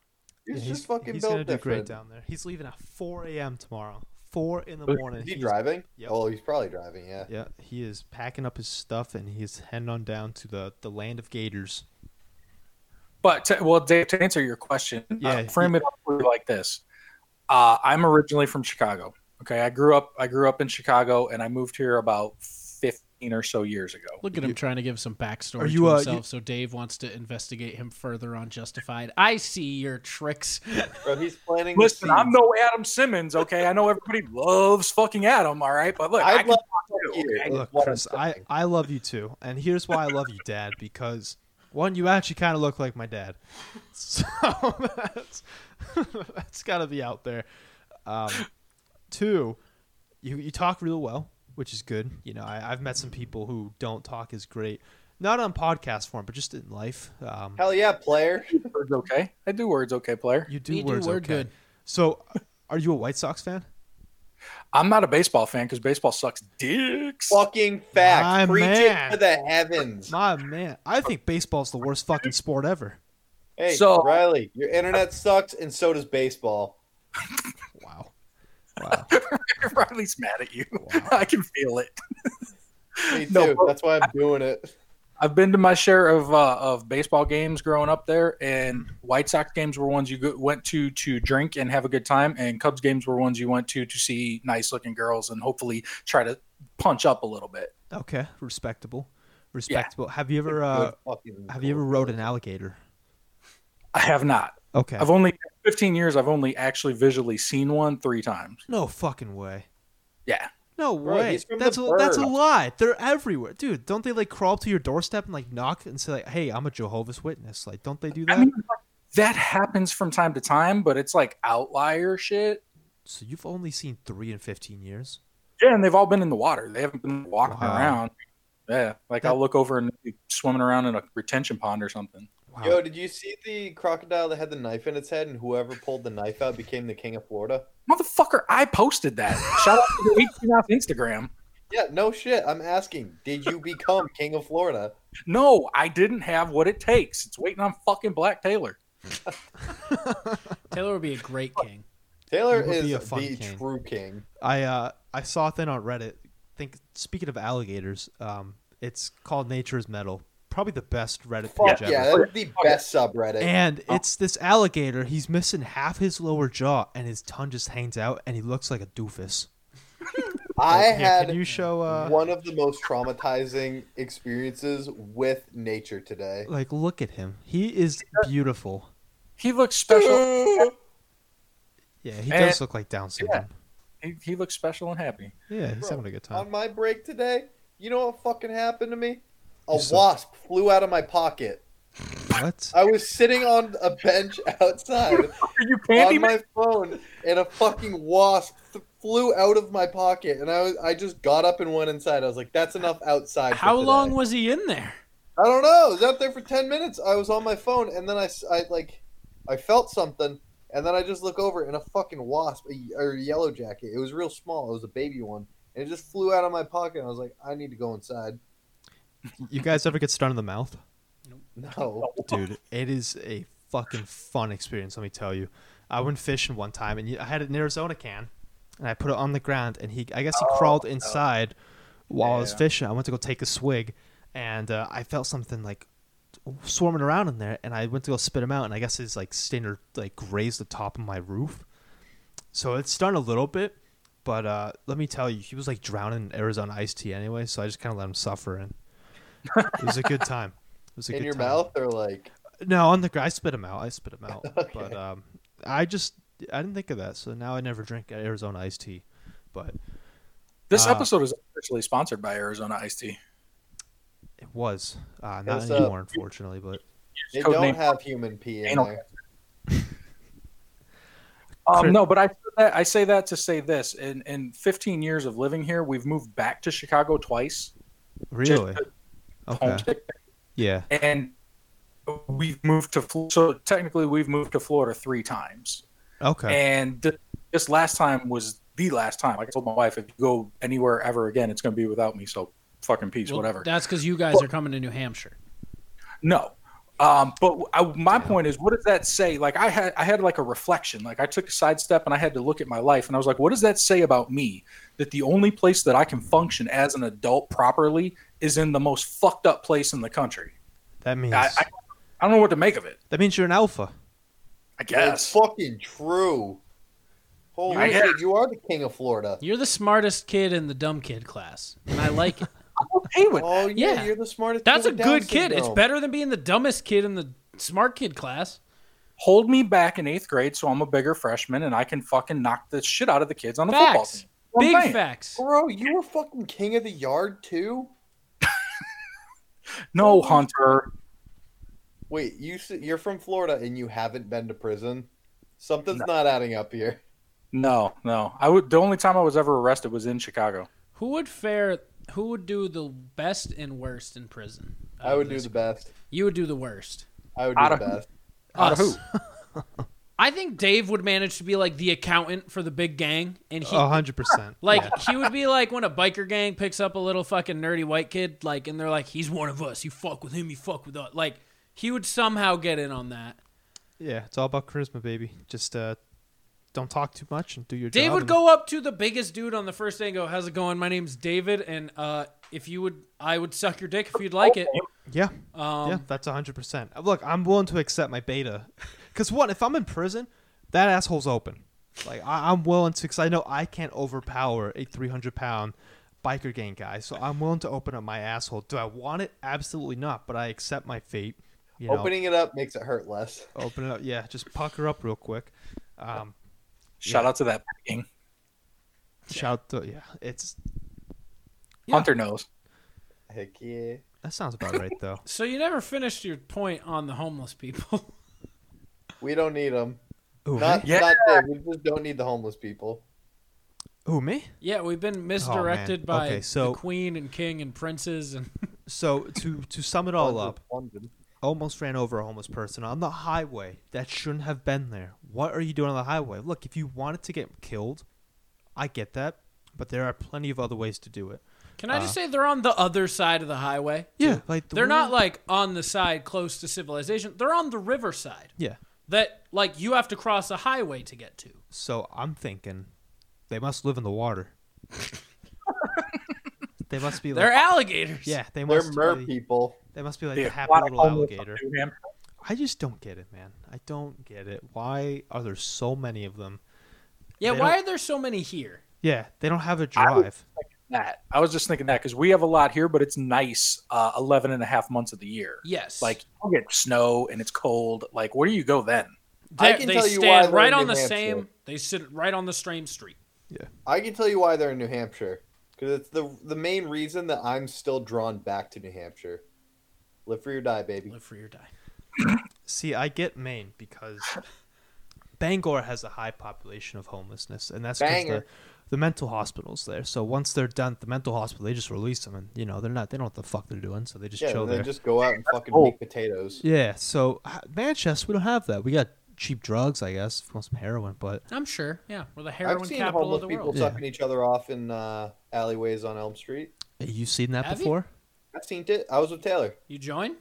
Speaker 4: He's
Speaker 5: Yeah,
Speaker 4: just fucking
Speaker 5: he's
Speaker 4: built
Speaker 5: gonna do great
Speaker 4: different.
Speaker 5: down there. He's leaving at 4 a.m. tomorrow. 4 in the
Speaker 6: Is
Speaker 5: morning.
Speaker 4: Is he
Speaker 5: He's-
Speaker 4: driving?
Speaker 5: Yep.
Speaker 4: Oh, he's probably driving. Yeah.
Speaker 5: Yeah, he is packing up his stuff and he's heading on down to the, the land of gators.
Speaker 6: But to, well, Dave, to answer your question, uh,
Speaker 5: Yeah.
Speaker 6: frame it up for you like this. Uh, I'm originally from Chicago. Okay, I grew up. I grew up in Chicago, and I moved here about 15 or so years ago.
Speaker 1: Look at him trying to give some backstory
Speaker 5: Are you,
Speaker 1: to
Speaker 5: uh,
Speaker 1: himself,
Speaker 5: you-
Speaker 1: so Dave wants to investigate him further on Justified. I see your tricks.
Speaker 4: Bro, he's planning. the
Speaker 6: Listen, I'm
Speaker 4: seeds.
Speaker 6: no Adam Simmons. Okay, I know everybody loves fucking Adam. All right, but look, I,
Speaker 4: I'd
Speaker 6: can
Speaker 4: love
Speaker 6: talk
Speaker 4: to hear
Speaker 6: okay?
Speaker 4: it.
Speaker 5: Look,
Speaker 4: what I'm
Speaker 5: Chris, I, I love you too. And here's why I love you, Dad, because one, you actually kind of look like my dad. So that's, that's got to be out there. Um, two, you, you talk real well, which is good. You know, I, I've met some people who don't talk as great, not on podcast form, but just in life. Um,
Speaker 4: Hell yeah, player.
Speaker 6: Words okay. I do words okay, player.
Speaker 5: you do
Speaker 1: You do
Speaker 5: words
Speaker 1: word
Speaker 5: okay.
Speaker 1: good.
Speaker 5: So are you a White Sox fan?
Speaker 6: I'm not a baseball fan because baseball sucks dicks.
Speaker 4: fucking fact.
Speaker 5: My
Speaker 4: Preach
Speaker 5: man.
Speaker 4: it to the heavens.
Speaker 5: My man, I think baseball's the worst fucking sport ever.
Speaker 4: Hey,
Speaker 6: So-
Speaker 4: Riley, your internet sucks, and so does baseball.
Speaker 5: Wow. Wow.
Speaker 6: Riley's mad at you. I can feel it.
Speaker 4: Me too.
Speaker 6: No, but-
Speaker 4: That's why I'm doing it.
Speaker 6: I've been to my share of uh, of baseball games growing up there, and White Sox games were ones you go- went to to drink and have a good time, and Cubs games were ones you went to to see nice looking girls and hopefully try to punch up a little bit.
Speaker 5: Okay, respectable, respectable. Have you ever uh,
Speaker 4: Good fucking
Speaker 5: have you ever rode an alligator?
Speaker 6: I have not.
Speaker 5: Okay,
Speaker 6: I've only 15 years. I've only actually visually seen one three times.
Speaker 5: no fucking way.
Speaker 6: Yeah,
Speaker 5: No
Speaker 4: Bro,
Speaker 5: way.
Speaker 4: he's from the
Speaker 5: That's a, that's a
Speaker 4: burbs.
Speaker 5: lie. They're everywhere, dude. Don't they like crawl up to your doorstep and like knock and say like, "Hey, I'm a Jehovah's Witness." Like, don't they do that?
Speaker 6: I mean that happens from time to time, but it's like outlier shit.
Speaker 5: so you've only seen three in fifteen years.
Speaker 6: Yeah, and they've all been in the water. They haven't been walking
Speaker 5: Wow.
Speaker 6: around. Yeah, like
Speaker 5: That-
Speaker 6: I'll look over and be swimming around in a retention pond or something.
Speaker 5: Wow.
Speaker 4: Yo, did you see the crocodile that had the knife in its head, and whoever pulled the knife out became the king of Florida?
Speaker 6: Motherfucker, I posted that. Shout out to the 18 off Instagram.
Speaker 4: Yeah, no shit. I'm asking, did you become king of Florida?
Speaker 6: No, I didn't have what it takes. It's waiting on fucking Black Taylor.
Speaker 1: Taylor would be a great king.
Speaker 4: Taylor
Speaker 5: You would
Speaker 4: is
Speaker 5: be a
Speaker 4: the
Speaker 5: fun king.
Speaker 4: true king.
Speaker 5: I uh, I saw a thing on Reddit. Think speaking of alligators, um, it's called Nature's Metal. Probably the best Reddit
Speaker 4: Fuck
Speaker 5: page ever.
Speaker 4: yeah, that's the best subreddit.
Speaker 5: And it's this alligator. He's missing half his lower jaw, and his tongue just hangs out, and he looks like a doofus.
Speaker 4: I
Speaker 5: Yeah,
Speaker 4: had
Speaker 5: Can you show? Uh,
Speaker 4: one of the most traumatizing experiences with nature today.
Speaker 5: like, look at him. He is beautiful.
Speaker 6: He looks special.
Speaker 5: Yeah, he
Speaker 6: And-
Speaker 5: does look like Down syndrome.
Speaker 6: He, he looks special and happy.
Speaker 5: Yeah, he's having a good time.
Speaker 4: on my break today, you know what fucking happened to me? A
Speaker 5: You saw-
Speaker 4: wasp flew out of my pocket.
Speaker 5: what?
Speaker 4: I was sitting on a bench outside
Speaker 6: Are you
Speaker 4: on
Speaker 6: Man?
Speaker 4: my phone, and a fucking wasp th- flew out of my pocket. And I was, I just got up and went inside. I was like, "That's enough outside." for
Speaker 1: How
Speaker 4: today."
Speaker 1: long was he in there?
Speaker 4: I don't know. I was out there for ten minutes. I was on my phone, and then I, s- I, like, I felt something, and then I just look over, and a fucking wasp, a, y- or a yellow jacket. It was real small. It was a baby one, and it just flew out of my pocket. And I was like, "I need to go inside."
Speaker 5: You guys ever get stung in the mouth?
Speaker 4: No.
Speaker 5: dude it is a fucking fun experience let me tell you i went fishing one time and i had an arizona can and i put it on the ground and he i guess
Speaker 4: Oh,
Speaker 5: he crawled inside while i was
Speaker 6: Yeah.
Speaker 5: fishing i went to go take a swig and uh, i felt something like swarming around in there and i went to go spit him out and i guess his like stinger like grazed the top of my roof so it's stung a little bit but uh, let me tell you he was like drowning in arizona iced tea anyway so i just kind of let him suffer and it was a good time it was a
Speaker 4: in
Speaker 5: good
Speaker 4: your
Speaker 5: time.
Speaker 4: mouth or like
Speaker 5: No, on the gr- I spit them out. I spit them out. But um, I just I didn't think of that, so now I never drink Arizona iced tea. But
Speaker 6: This
Speaker 5: Uh,
Speaker 6: episode is officially sponsored by Arizona Iced Tea.
Speaker 5: It was uh, not
Speaker 4: It's, uh,
Speaker 5: anymore, unfortunately. But
Speaker 4: They
Speaker 6: Code
Speaker 4: don't
Speaker 6: name-
Speaker 4: have human pee in
Speaker 6: Anal
Speaker 4: there.
Speaker 5: Crit-
Speaker 6: Um, no, but I I say that to say this. In in 15 years of living here, we've moved back to Chicago twice.
Speaker 5: really, okay,
Speaker 6: Homesick.
Speaker 5: yeah,
Speaker 6: and we've moved to Fl- so technically we've moved to Florida three times,
Speaker 5: okay,
Speaker 6: and th- this last time was the last time. Like I told my wife, if you go anywhere ever again, it's going to be without me. So fucking peace,
Speaker 1: Well,
Speaker 6: whatever.
Speaker 1: That's because you guys are coming to New Hampshire.
Speaker 6: no. Um, but I, my point is, what does that say? Like I had, I had like a reflection. Like I took a side step and I had to look at my life, and I was like, what does that say about me? That the only place that I can function as an adult properly is in the most fucked up place in the country.
Speaker 5: that means
Speaker 6: I, I, I don't know what to make of it.
Speaker 5: that means you're an alpha.
Speaker 6: I
Speaker 4: That's
Speaker 6: guess.
Speaker 4: fucking true. Holy
Speaker 6: I
Speaker 4: shit, you are the king of Florida.
Speaker 1: You're the smartest kid in the dumb kid class, and I like it.
Speaker 6: okay with
Speaker 4: Oh yeah,
Speaker 1: Yeah.
Speaker 4: you're the smartest.
Speaker 1: That's a
Speaker 4: kid with Down
Speaker 1: good kid. It's
Speaker 4: syndrome.
Speaker 1: better than being the dumbest kid in the smart kid class.
Speaker 6: hold me back in eighth grade so I'm a bigger freshman and I can fucking knock the shit out of the kids on the football
Speaker 1: Facts.
Speaker 6: team.
Speaker 1: Big
Speaker 6: Well, man.
Speaker 1: facts.
Speaker 4: Bro, you were fucking king of the yard too.
Speaker 6: No, Hunter.
Speaker 4: Wait, you s- you're from Florida and you haven't been to prison. Something's not adding up here.
Speaker 6: No, no. I would. The only time I was ever arrested was in Chicago.
Speaker 1: Who would fare? Who would do the best and worst in prison?
Speaker 4: I would do the best.
Speaker 1: You would do the worst.
Speaker 4: I would do
Speaker 6: Out
Speaker 4: the
Speaker 6: of-
Speaker 4: best.
Speaker 6: Out of
Speaker 1: Us.
Speaker 6: who?
Speaker 1: I think Dave would manage to be like the accountant for the big gang, and he
Speaker 5: A
Speaker 6: Uh-huh.
Speaker 5: hundred percent.
Speaker 1: like he would be like when a biker gang picks up a little fucking nerdy white kid, like, and they're like, "He's one of us. You fuck with him, you fuck with us." Like, he would somehow get in on that.
Speaker 5: yeah, it's all about charisma, baby. Just uh, don't talk too much and do your
Speaker 1: Dave
Speaker 5: job.
Speaker 1: would
Speaker 5: and-
Speaker 1: go up to the biggest dude on the first day and go, "How's it going? My name's David, and uh, if you would, I would suck your dick if you'd like it."
Speaker 5: Yeah,
Speaker 1: Um,
Speaker 5: yeah, that's a hundred percent. Uh, Look, I'm willing to accept my beta, because what if I'm in prison? That asshole's open. Like I, I'm willing to, because I know I can't overpower a 300 pound biker gang guy. So I'm willing to open up my asshole. Do I want it? Absolutely not. But I accept my fate. You know,
Speaker 4: Opening it up makes it hurt less.
Speaker 5: open it up. Yeah, just pucker up real quick. Um,
Speaker 6: Shout out to that gang.
Speaker 5: shout to yeah, it's Yeah.
Speaker 6: Hunter knows.
Speaker 4: Heck yeah.
Speaker 5: that sounds about right though.
Speaker 1: So you never finished your point on the homeless people.
Speaker 4: We don't need them.
Speaker 5: Who
Speaker 4: Not,
Speaker 5: me?
Speaker 6: Yeah.
Speaker 4: not Dave. We just don't need the homeless people.
Speaker 5: Who me?
Speaker 1: yeah, we've been misdirected by
Speaker 5: Oh, Okay, so-
Speaker 1: the queen and king and princes and
Speaker 5: So to to sum it all up,
Speaker 4: London.
Speaker 5: almost ran over a homeless person on the highway that shouldn't have been there. What are you doing on the highway? Look, if you wanted to get killed, I get that, but there are plenty of other ways to do it.
Speaker 1: Can I just say they're on the other side of the highway?
Speaker 5: Uh. Yeah, like
Speaker 1: They're not like on the side close to civilization. They're on the riverside
Speaker 5: yeah.
Speaker 1: that like you have to cross a highway to get to.
Speaker 5: So I'm thinking they must live in the water. they must be
Speaker 1: They're
Speaker 5: like
Speaker 1: alligators.
Speaker 5: yeah, they
Speaker 4: They're
Speaker 5: must
Speaker 4: mer
Speaker 5: be,
Speaker 4: people.
Speaker 5: they must be like
Speaker 6: The
Speaker 5: the happy
Speaker 6: aquatic
Speaker 5: little
Speaker 6: homeless
Speaker 5: alligator.
Speaker 6: of New Hampshire.
Speaker 5: I just don't get it, man. I don't get it. Why are there so many of them?
Speaker 1: Yeah,
Speaker 5: They
Speaker 1: why
Speaker 5: don't-
Speaker 1: are there so many here?
Speaker 5: Yeah, they don't have a
Speaker 6: I would-
Speaker 5: drive.
Speaker 6: That. I was just thinking that because we have a lot here, but it's nice uh, 11 and a half months of the year.
Speaker 1: Yes.
Speaker 6: Like, you'll get snow and it's cold. Like, where do you go then?
Speaker 1: they,
Speaker 4: I can
Speaker 1: they
Speaker 4: tell you why
Speaker 1: stand
Speaker 4: they're
Speaker 1: right
Speaker 4: in
Speaker 1: on
Speaker 4: New
Speaker 1: the
Speaker 4: Hampshire.
Speaker 1: same they sit right on the same street.
Speaker 4: I can tell you why they're in New Hampshire because it's the the main reason that I'm still drawn back to New Hampshire. Live free or die, baby.
Speaker 1: Live free or die.
Speaker 5: See, I get Maine because Bangor has a high population of homelessness, and that's because the,
Speaker 4: Bangor.
Speaker 5: the mental hospitals there. So once they're done at the mental hospital, they just release them, and you know they're not they don't know what the fuck they're doing, so they just
Speaker 4: Yeah,
Speaker 5: chill
Speaker 4: and then
Speaker 5: there.
Speaker 4: just go out and fucking
Speaker 6: cool.
Speaker 4: make potatoes.
Speaker 5: Yeah. So uh, Manchester, we don't have that. We got cheap drugs, I guess, from some heroin, but
Speaker 1: I'm sure. Yeah, we're the
Speaker 4: I've
Speaker 1: heroin
Speaker 4: seen
Speaker 1: capital of
Speaker 4: homeless
Speaker 1: the
Speaker 4: people
Speaker 1: world.
Speaker 5: Yeah.
Speaker 4: sucking each other off in uh, alleyways on Elm Street.
Speaker 5: eh, you seen that
Speaker 1: Have you?
Speaker 5: before?
Speaker 4: I've seen it. I was with Taylor.
Speaker 1: You join?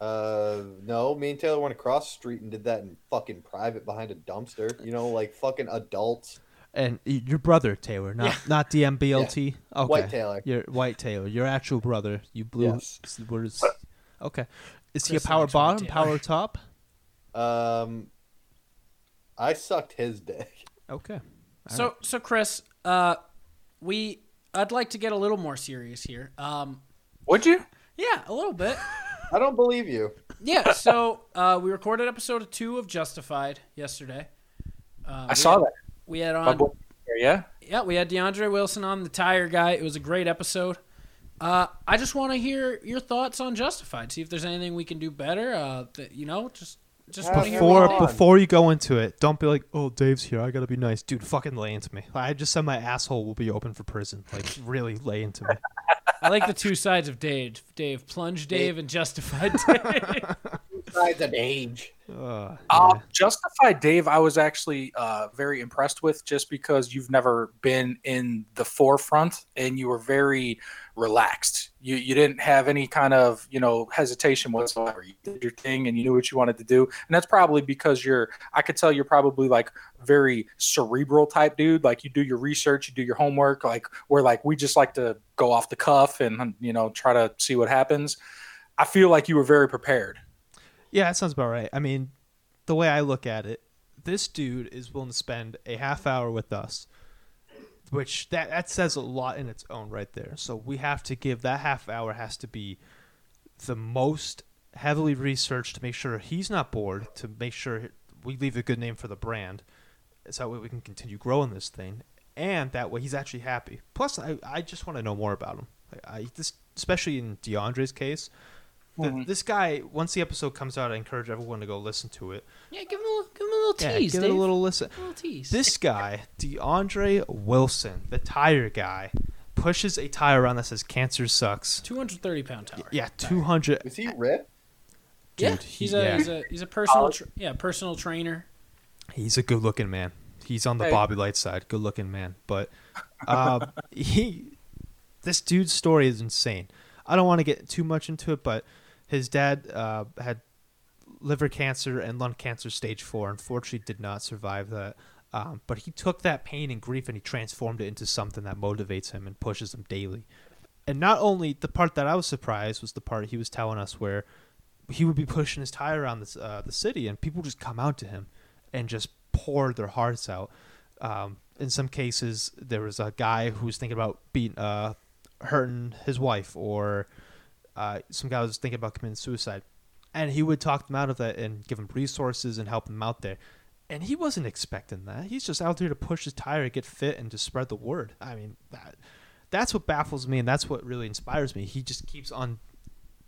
Speaker 4: Uh, no, me and Taylor went across the street and did that in fucking private behind a dumpster. You know, like fucking adults.
Speaker 5: And y- your brother Taylor, not not DMBLT. Okay.
Speaker 4: White Taylor.
Speaker 5: Your white Taylor, your actual brother. You blew.
Speaker 4: Yes.
Speaker 5: s- were s- Okay. Is he a
Speaker 1: Chris
Speaker 5: power
Speaker 1: likes white
Speaker 5: bottom,
Speaker 1: Taylor.
Speaker 5: power top?
Speaker 4: Um, I sucked his dick.
Speaker 5: Okay.
Speaker 1: So, so Chris, uh, we I'd like to get a little more serious here. Um,
Speaker 6: Would you?
Speaker 1: yeah, a little bit.
Speaker 4: I don't believe you.
Speaker 1: Yeah. So uh, we recorded episode two of Justified yesterday.
Speaker 6: I saw that.
Speaker 1: We had
Speaker 6: My
Speaker 1: on
Speaker 6: boy- Yeah.
Speaker 1: yeah, we had DeAndre Wilson on the tire guy. It was a great episode. Uh, I just want to hear your thoughts on Justified. See if there's anything we can do better. Uh, that, you know, just just
Speaker 4: Yeah,
Speaker 1: wanna hear
Speaker 5: Before
Speaker 1: what you think.
Speaker 5: before you go into it, don't be like, "Oh, Dave's here. I gotta be nice, dude." Fucking lay into me. I just said my asshole will be open for prison. Like, really lay into me.
Speaker 1: I like the two sides of Dave. Dave plunge Dave and Justified Dave.
Speaker 4: Besides an age.
Speaker 5: Ugh,
Speaker 6: Uh,
Speaker 5: yeah.
Speaker 6: Justified Dave, I was actually uh, very impressed with just because you've never been in the forefront and you were very relaxed. You, you didn't have any kind of you know hesitation whatsoever. You did your thing and you knew what you wanted to do, and that's probably because you're. I could tell you're probably like very cerebral type dude. Like you do your research, you do your homework. Like we're like we just like to go off the cuff and you know try to see what happens. I feel like you were very prepared.
Speaker 5: Yeah, that sounds about right. I mean, the way I look at it, this dude is willing to spend a half hour with us, which that that says a lot in its own right there. So we have to give that half hour has to be the most heavily researched to make sure he's not bored, to make sure we leave a good name for the brand, so that way we can continue growing this thing, and that way he's actually happy. Plus, I I just want to know more about him. Like, I this especially in DeAndre's case. The, This guy, once the episode comes out, I encourage everyone to go listen to it.
Speaker 1: yeah, give him a little, give him a little
Speaker 5: Yeah,
Speaker 1: tease.
Speaker 5: give
Speaker 1: Dave.
Speaker 5: it a little listen.
Speaker 1: little tease.
Speaker 5: This guy, DeAndre Wilson, the tire guy, pushes a tire around that says "Cancer sucks."
Speaker 1: 230 pound tower.
Speaker 5: Yeah, two hundred.
Speaker 4: Is he ripped?
Speaker 1: Yeah,
Speaker 5: dude, he-
Speaker 1: he's a
Speaker 5: yeah.
Speaker 1: he's a he's a personal tra- yeah personal trainer.
Speaker 5: He's a good-looking man. He's on the
Speaker 6: Hey.
Speaker 5: Bobby Light side, good-looking man. But uh, he, this dude's story is insane. I don't want to get too much into it, but his dad uh, had liver cancer and lung cancer stage four. Unfortunately, did not survive that. Um, but he took that pain and grief and he transformed it into something that motivates him and pushes him daily. And not only the part that I was surprised was the part he was telling us where he would be pushing his tire around this, uh, the city and people just come out to him and just pour their hearts out. Um, in some cases, there was a guy who was thinking about beating, uh, hurting his wife or uh, some guy was thinking about committing suicide, and he would talk them out of that and give them resources and help them out there. And he wasn't expecting that. He's just out there to push his tire, get fit, and to spread the word. I mean, that that's what baffles me, and that's what really inspires me. He just keeps on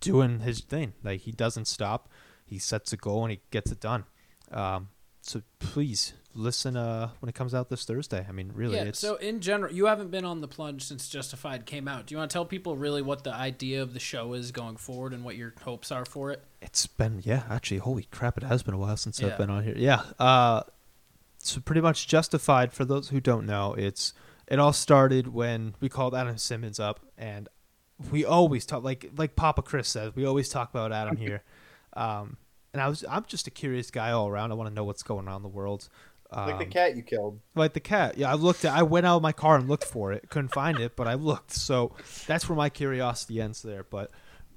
Speaker 5: doing his thing. Like he doesn't stop. He sets a goal and he gets it done. Um, so please listen uh, when it comes out this Thursday. I mean, really,
Speaker 1: Yeah.
Speaker 5: it's
Speaker 1: So in general, you haven't been on the plunge since Justified came out. Do you want to tell people really what the idea of the show is going forward and what your hopes are for it?
Speaker 5: It's been yeah, actually, holy crap! It has been a while since
Speaker 1: Yeah.
Speaker 5: I've been on here. Yeah, uh, so pretty much justified for those who don't know. It's it all started when we called Adam Simmons up, and we always talk like like Papa Chris says, we always talk about Adam here. Um, and I was I'm just a curious guy all around. I want to know what's going on in the world. Um,
Speaker 4: Like the cat you killed.
Speaker 5: like the cat. Yeah, I looked. At, I went out of my car and looked for it. Couldn't find it, but I looked. So that's where my curiosity ends there. But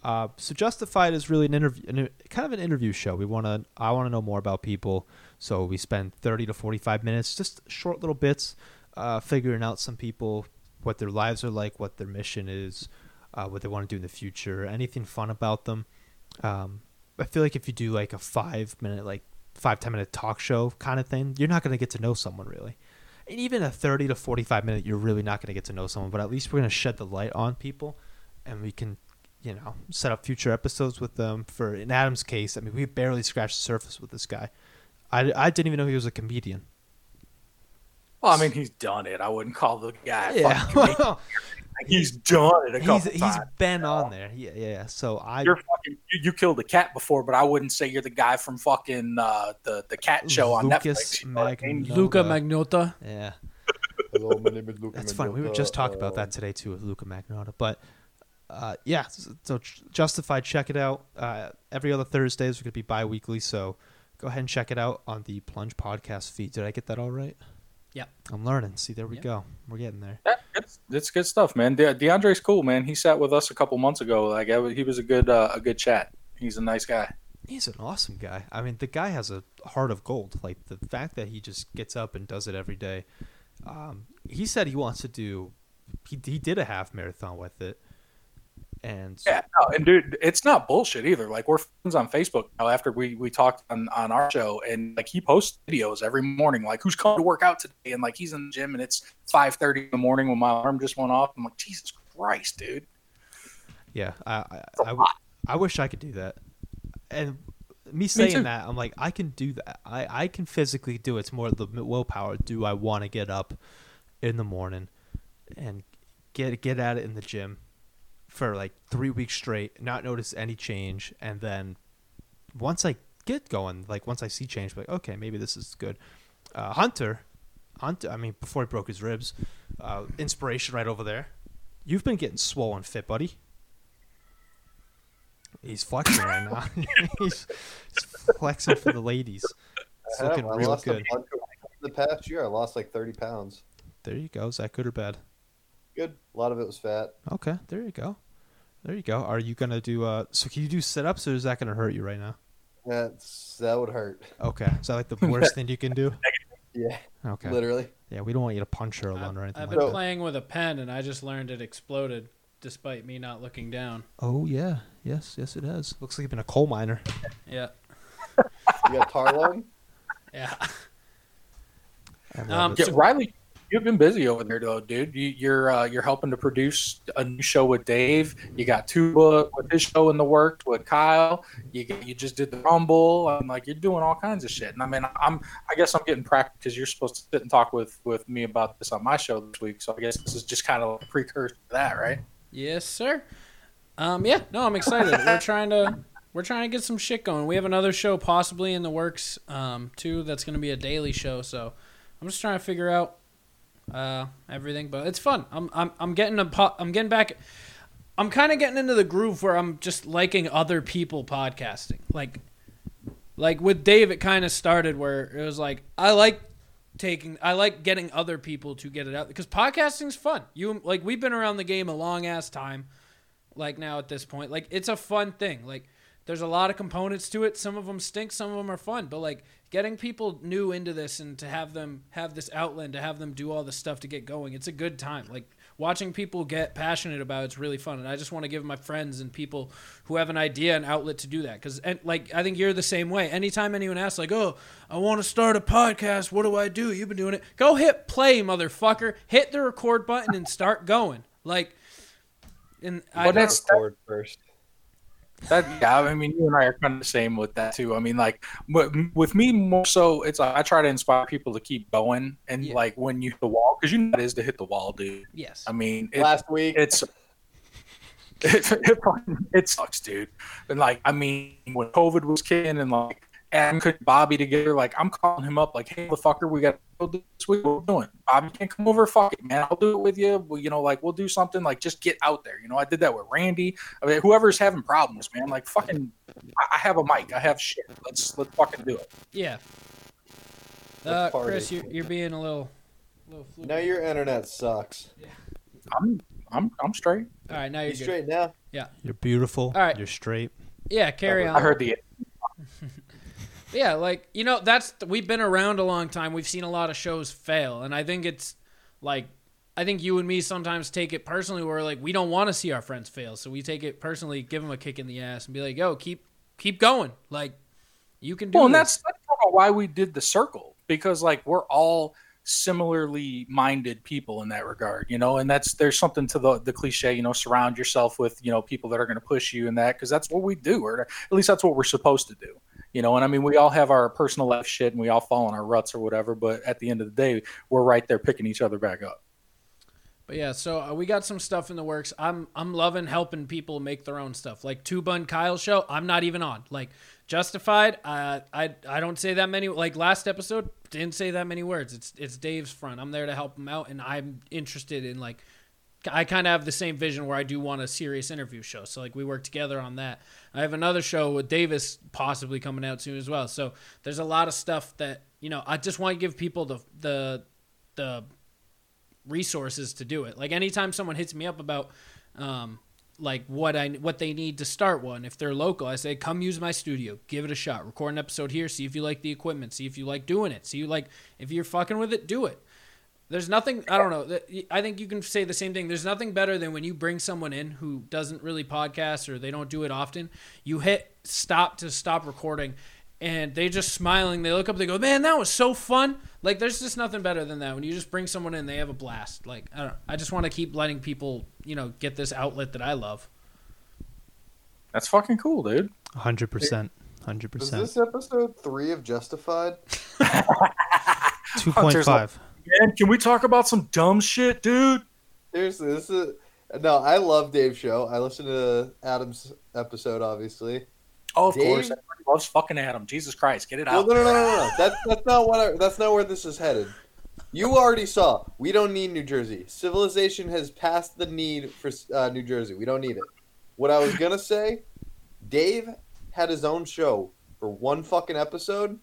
Speaker 5: uh, so Justified is really an interview, an, kind of an interview show. We want to. I want to know more about people. So we spend thirty to forty-five minutes, just short little bits, uh, figuring out some people, what their lives are like, what their mission is, uh, what they want to do in the future, anything fun about them. Um, I feel like if you do like a five-minute, like five ten minute talk show kind of thing, you're not going to get to know someone really and even a 30 to 45 minute you're really not going to get to know someone but at least we're going to shed the light on people and we can you know set up future episodes with them for in adam's case i mean we barely scratched the surface with this guy i, I didn't even know he was a comedian
Speaker 6: Well, I mean, he's done it. I wouldn't call the guy. Yeah.
Speaker 5: yeah
Speaker 6: he's done it a
Speaker 5: he's,
Speaker 6: couple
Speaker 5: he's
Speaker 6: times.
Speaker 5: been on there yeah yeah, yeah. so i
Speaker 6: You're fucking, you, you killed a cat before, but I wouldn't say you're the guy from fucking uh, the the cat show on
Speaker 5: Lucas
Speaker 6: Netflix. You know what I mean?
Speaker 5: Magnotta.
Speaker 1: Luca Magnota.
Speaker 5: yeah
Speaker 4: Hello, my name is Luca
Speaker 5: That's funny. We were
Speaker 4: Mendoza.
Speaker 5: just talking
Speaker 4: Uh,
Speaker 5: about that today too with Luca Magnotta. But uh, yeah, so, so Ch- Justified, check it out. Uh, every other Thursdays we're gonna be bi-weekly, so go ahead and check it out on the Plunge Podcast feed. Did I get that all right?
Speaker 1: Yeah.
Speaker 5: I'm learning. See, there we
Speaker 1: Yeah.
Speaker 5: go. We're getting there.
Speaker 6: Yeah, it's, it's good stuff, man. De- DeAndre's cool, man. He sat with us a couple months ago. Like I, was- he was a good uh, a good chat. He's a nice guy.
Speaker 5: He's an awesome guy. I mean, the guy has a heart of gold. Like the fact that he just gets up and does it every day. Um, he said he wants to do. He, he did a half marathon with it, and
Speaker 6: Yeah, no, and dude, it's not bullshit either. Like we're friends on Facebook now after we we talked on on our show, and like he posts videos every morning, like who's coming to work out today, and like he's in the gym, and it's five thirty in the morning when my alarm just went off. I'm like, Jesus Christ, dude.
Speaker 5: yeah, I I, I, w- I wish I could do that. And me saying
Speaker 6: too.
Speaker 5: that, I'm like, I can do that. I I can physically do it. It's more the willpower. Do I want to get up in the morning and get get at it in the gym for like three weeks straight, not notice any change, and then once I get going, like once I see change, like okay, maybe this is good. Uh, Hunter, Hunter. I mean, before he broke his ribs, uh, inspiration right over there. You've been getting swollen, fit buddy. He's flexing right now. he's, he's flexing for the ladies. It's
Speaker 4: I, have,
Speaker 5: looking
Speaker 4: Uh-huh, I
Speaker 5: real
Speaker 4: lost a
Speaker 5: good.
Speaker 4: bunch of- the past year. I lost like 30 pounds.
Speaker 5: There you go. Is that good or bad?
Speaker 4: Good. A lot of it was fat.
Speaker 5: Okay, there you go. There you go. Are you gonna do? Uh, so can you do sit ups, or is that gonna hurt you right now?
Speaker 4: That's that would hurt.
Speaker 5: Okay, is that like the worst thing you can do?
Speaker 4: Yeah,
Speaker 5: Okay.
Speaker 4: literally.
Speaker 5: Yeah, we don't want you to punch her alone or anything
Speaker 1: I've
Speaker 5: like
Speaker 1: been
Speaker 5: that.
Speaker 1: playing with a pen and I just learned it exploded despite me not looking down.
Speaker 5: Oh yeah, yes, yes, it has. Looks like you've been a coal miner.
Speaker 1: Yeah.
Speaker 4: You got tar lung?
Speaker 1: Yeah.
Speaker 5: I love
Speaker 1: Um,
Speaker 5: it.
Speaker 6: Yeah,
Speaker 1: So-
Speaker 6: Riley, you've been busy over there though, dude. You, you're uh, you're helping to produce a new show with Dave. You got two book with his show in the works with Kyle. You got- you just did the Rumble. I'm like you're doing all kinds of shit. And I mean, I'm I guess I'm getting practice because you're supposed to sit and talk with with me about this on my show this week. So I guess this is just kind of a precursor to that, right?
Speaker 1: Yes, sir. Um, yeah, no, I'm excited. we're trying to we're trying to get some shit going. We have another show possibly in the works, um, too. That's going to be a daily show. So I'm just trying to figure out uh, everything, but it's fun. I'm I'm I'm getting a po- I'm getting back. I'm kind of getting into the groove where I'm just liking other people podcasting. Like, like with Dave, it kind of started where it was like I like taking I like getting other people to get it out because podcasting's fun. You like we've been around the game a long ass time. Like now at this point, like it's a fun thing. Like there's a lot of components to it. Some of them stink, some of them are fun, but like getting people new into this and to have them have this outlet, and to have them do all this stuff to get going, it's a good time. Like watching people get passionate about it's really fun and i just want to give my friends and people who have an idea an outlet to do that because and like i think you're the same way anytime anyone asks like oh i want to start a podcast what do i do you've been doing it go hit play motherfucker hit the record button and start going like and I,
Speaker 6: Well, that's-
Speaker 4: Record first.
Speaker 6: That, yeah, I mean, you and I are kind of the same with that too. I mean, like, w- with me more so, it's like I try to inspire people to keep going, and
Speaker 1: Yeah.
Speaker 6: like when you hit the wall, because you know what it is to hit the wall, dude.
Speaker 1: yes
Speaker 6: I mean, it,
Speaker 4: Last week,
Speaker 6: it's it, it, it sucks, dude. And like, I mean, when COVID was kicking and like Adam couldn't Bobby together, like I'm calling him up, like, hey, motherfucker, we got to do this week. What we doing? Bobby can't come over. Fuck it, man. I'll do it with you. Well, you know, like we'll do something. Like just get out there. You know, I did that with Randy. I mean, whoever's having problems, man. Like fucking, I, I have a mic. I have shit. Let's let's fucking do it.
Speaker 1: yeah uh,
Speaker 4: party.
Speaker 1: chris you're, you're being a little, little fluid.
Speaker 4: now your internet sucks.
Speaker 6: I'm I'm I'm straight.
Speaker 1: all right now you're
Speaker 4: You
Speaker 1: good.
Speaker 4: straight now?
Speaker 5: You're beautiful.
Speaker 1: All right.
Speaker 5: You're straight.
Speaker 1: yeah carry on
Speaker 6: I heard the
Speaker 1: Yeah, like you know, that's we've been around a long time. We've seen a lot of shows fail, and I think it's like I think you and me sometimes take it personally. Where like we don't want to see our friends fail, so we take it personally, give them a kick in the ass, and be like, "Yo, keep keep going. Like you can do."
Speaker 6: Well, and
Speaker 1: this."
Speaker 6: that's, that's kinda why we did the circle because like we're all similarly minded people in that regard, you know. And that's there's something to the the cliche, you know, surround yourself with you know people that are going to push you and that because that's what we do, or at least that's what we're supposed to do. You know, and I mean, we all have our personal life shit, and we all fall in our ruts or whatever. But at the end of the day, we're right there picking each other back up.
Speaker 1: But yeah, so uh, we got some stuff in the works. I'm I'm loving helping people make their own stuff. Like Two Bun Kyle show, I'm not even on. Like Justified, uh, I I don't say that many. Like last episode, didn't say that many words. It's it's Dave's front. I'm there to help him out, and I'm interested in like I kind of have the same vision where I do want a serious interview show. So like we work together on that. I have another show with Davis possibly coming out soon as well. So there's a lot of stuff that you know. I just want to give people the the the resources to do it. Like anytime someone hits me up about um, like what I what they need to start one, if they're local, I say come use my studio, give it a shot, record an episode here, see if you like the equipment, see if you like doing it, see you like if you're fucking with it, do it. There's nothing. I don't know. that- I think you can say the same thing. There's nothing better than when you bring someone in who doesn't really podcast or they don't do it often. You hit stop to stop recording, and they just smiling. They look up. They go, "Man, that was so fun!" Like there's just nothing better than that. When you just bring someone in, they have a blast. Like I don't. I just want to keep letting people, you know, get this outlet that I love.
Speaker 6: That's fucking cool, dude.
Speaker 5: Hundred percent. Hundred
Speaker 4: Was
Speaker 5: percent.
Speaker 4: this episode three of Justified?
Speaker 5: Two point five.
Speaker 6: Man, can we talk about some dumb shit, dude?
Speaker 4: Seriously, this is no. I love Dave's show. I listened to Adam's episode, obviously.
Speaker 6: Oh, of
Speaker 4: Dave-
Speaker 6: course. Everybody loves fucking Adam. Jesus Christ, get it
Speaker 4: Well,
Speaker 6: out.
Speaker 4: no, no, no, no, no. That's that's not what. I, that's not where this is headed. You already saw. We don't need New Jersey. Civilization has passed the need for uh, New Jersey. We don't need it. What I was gonna say, Dave had his own show for one fucking episode.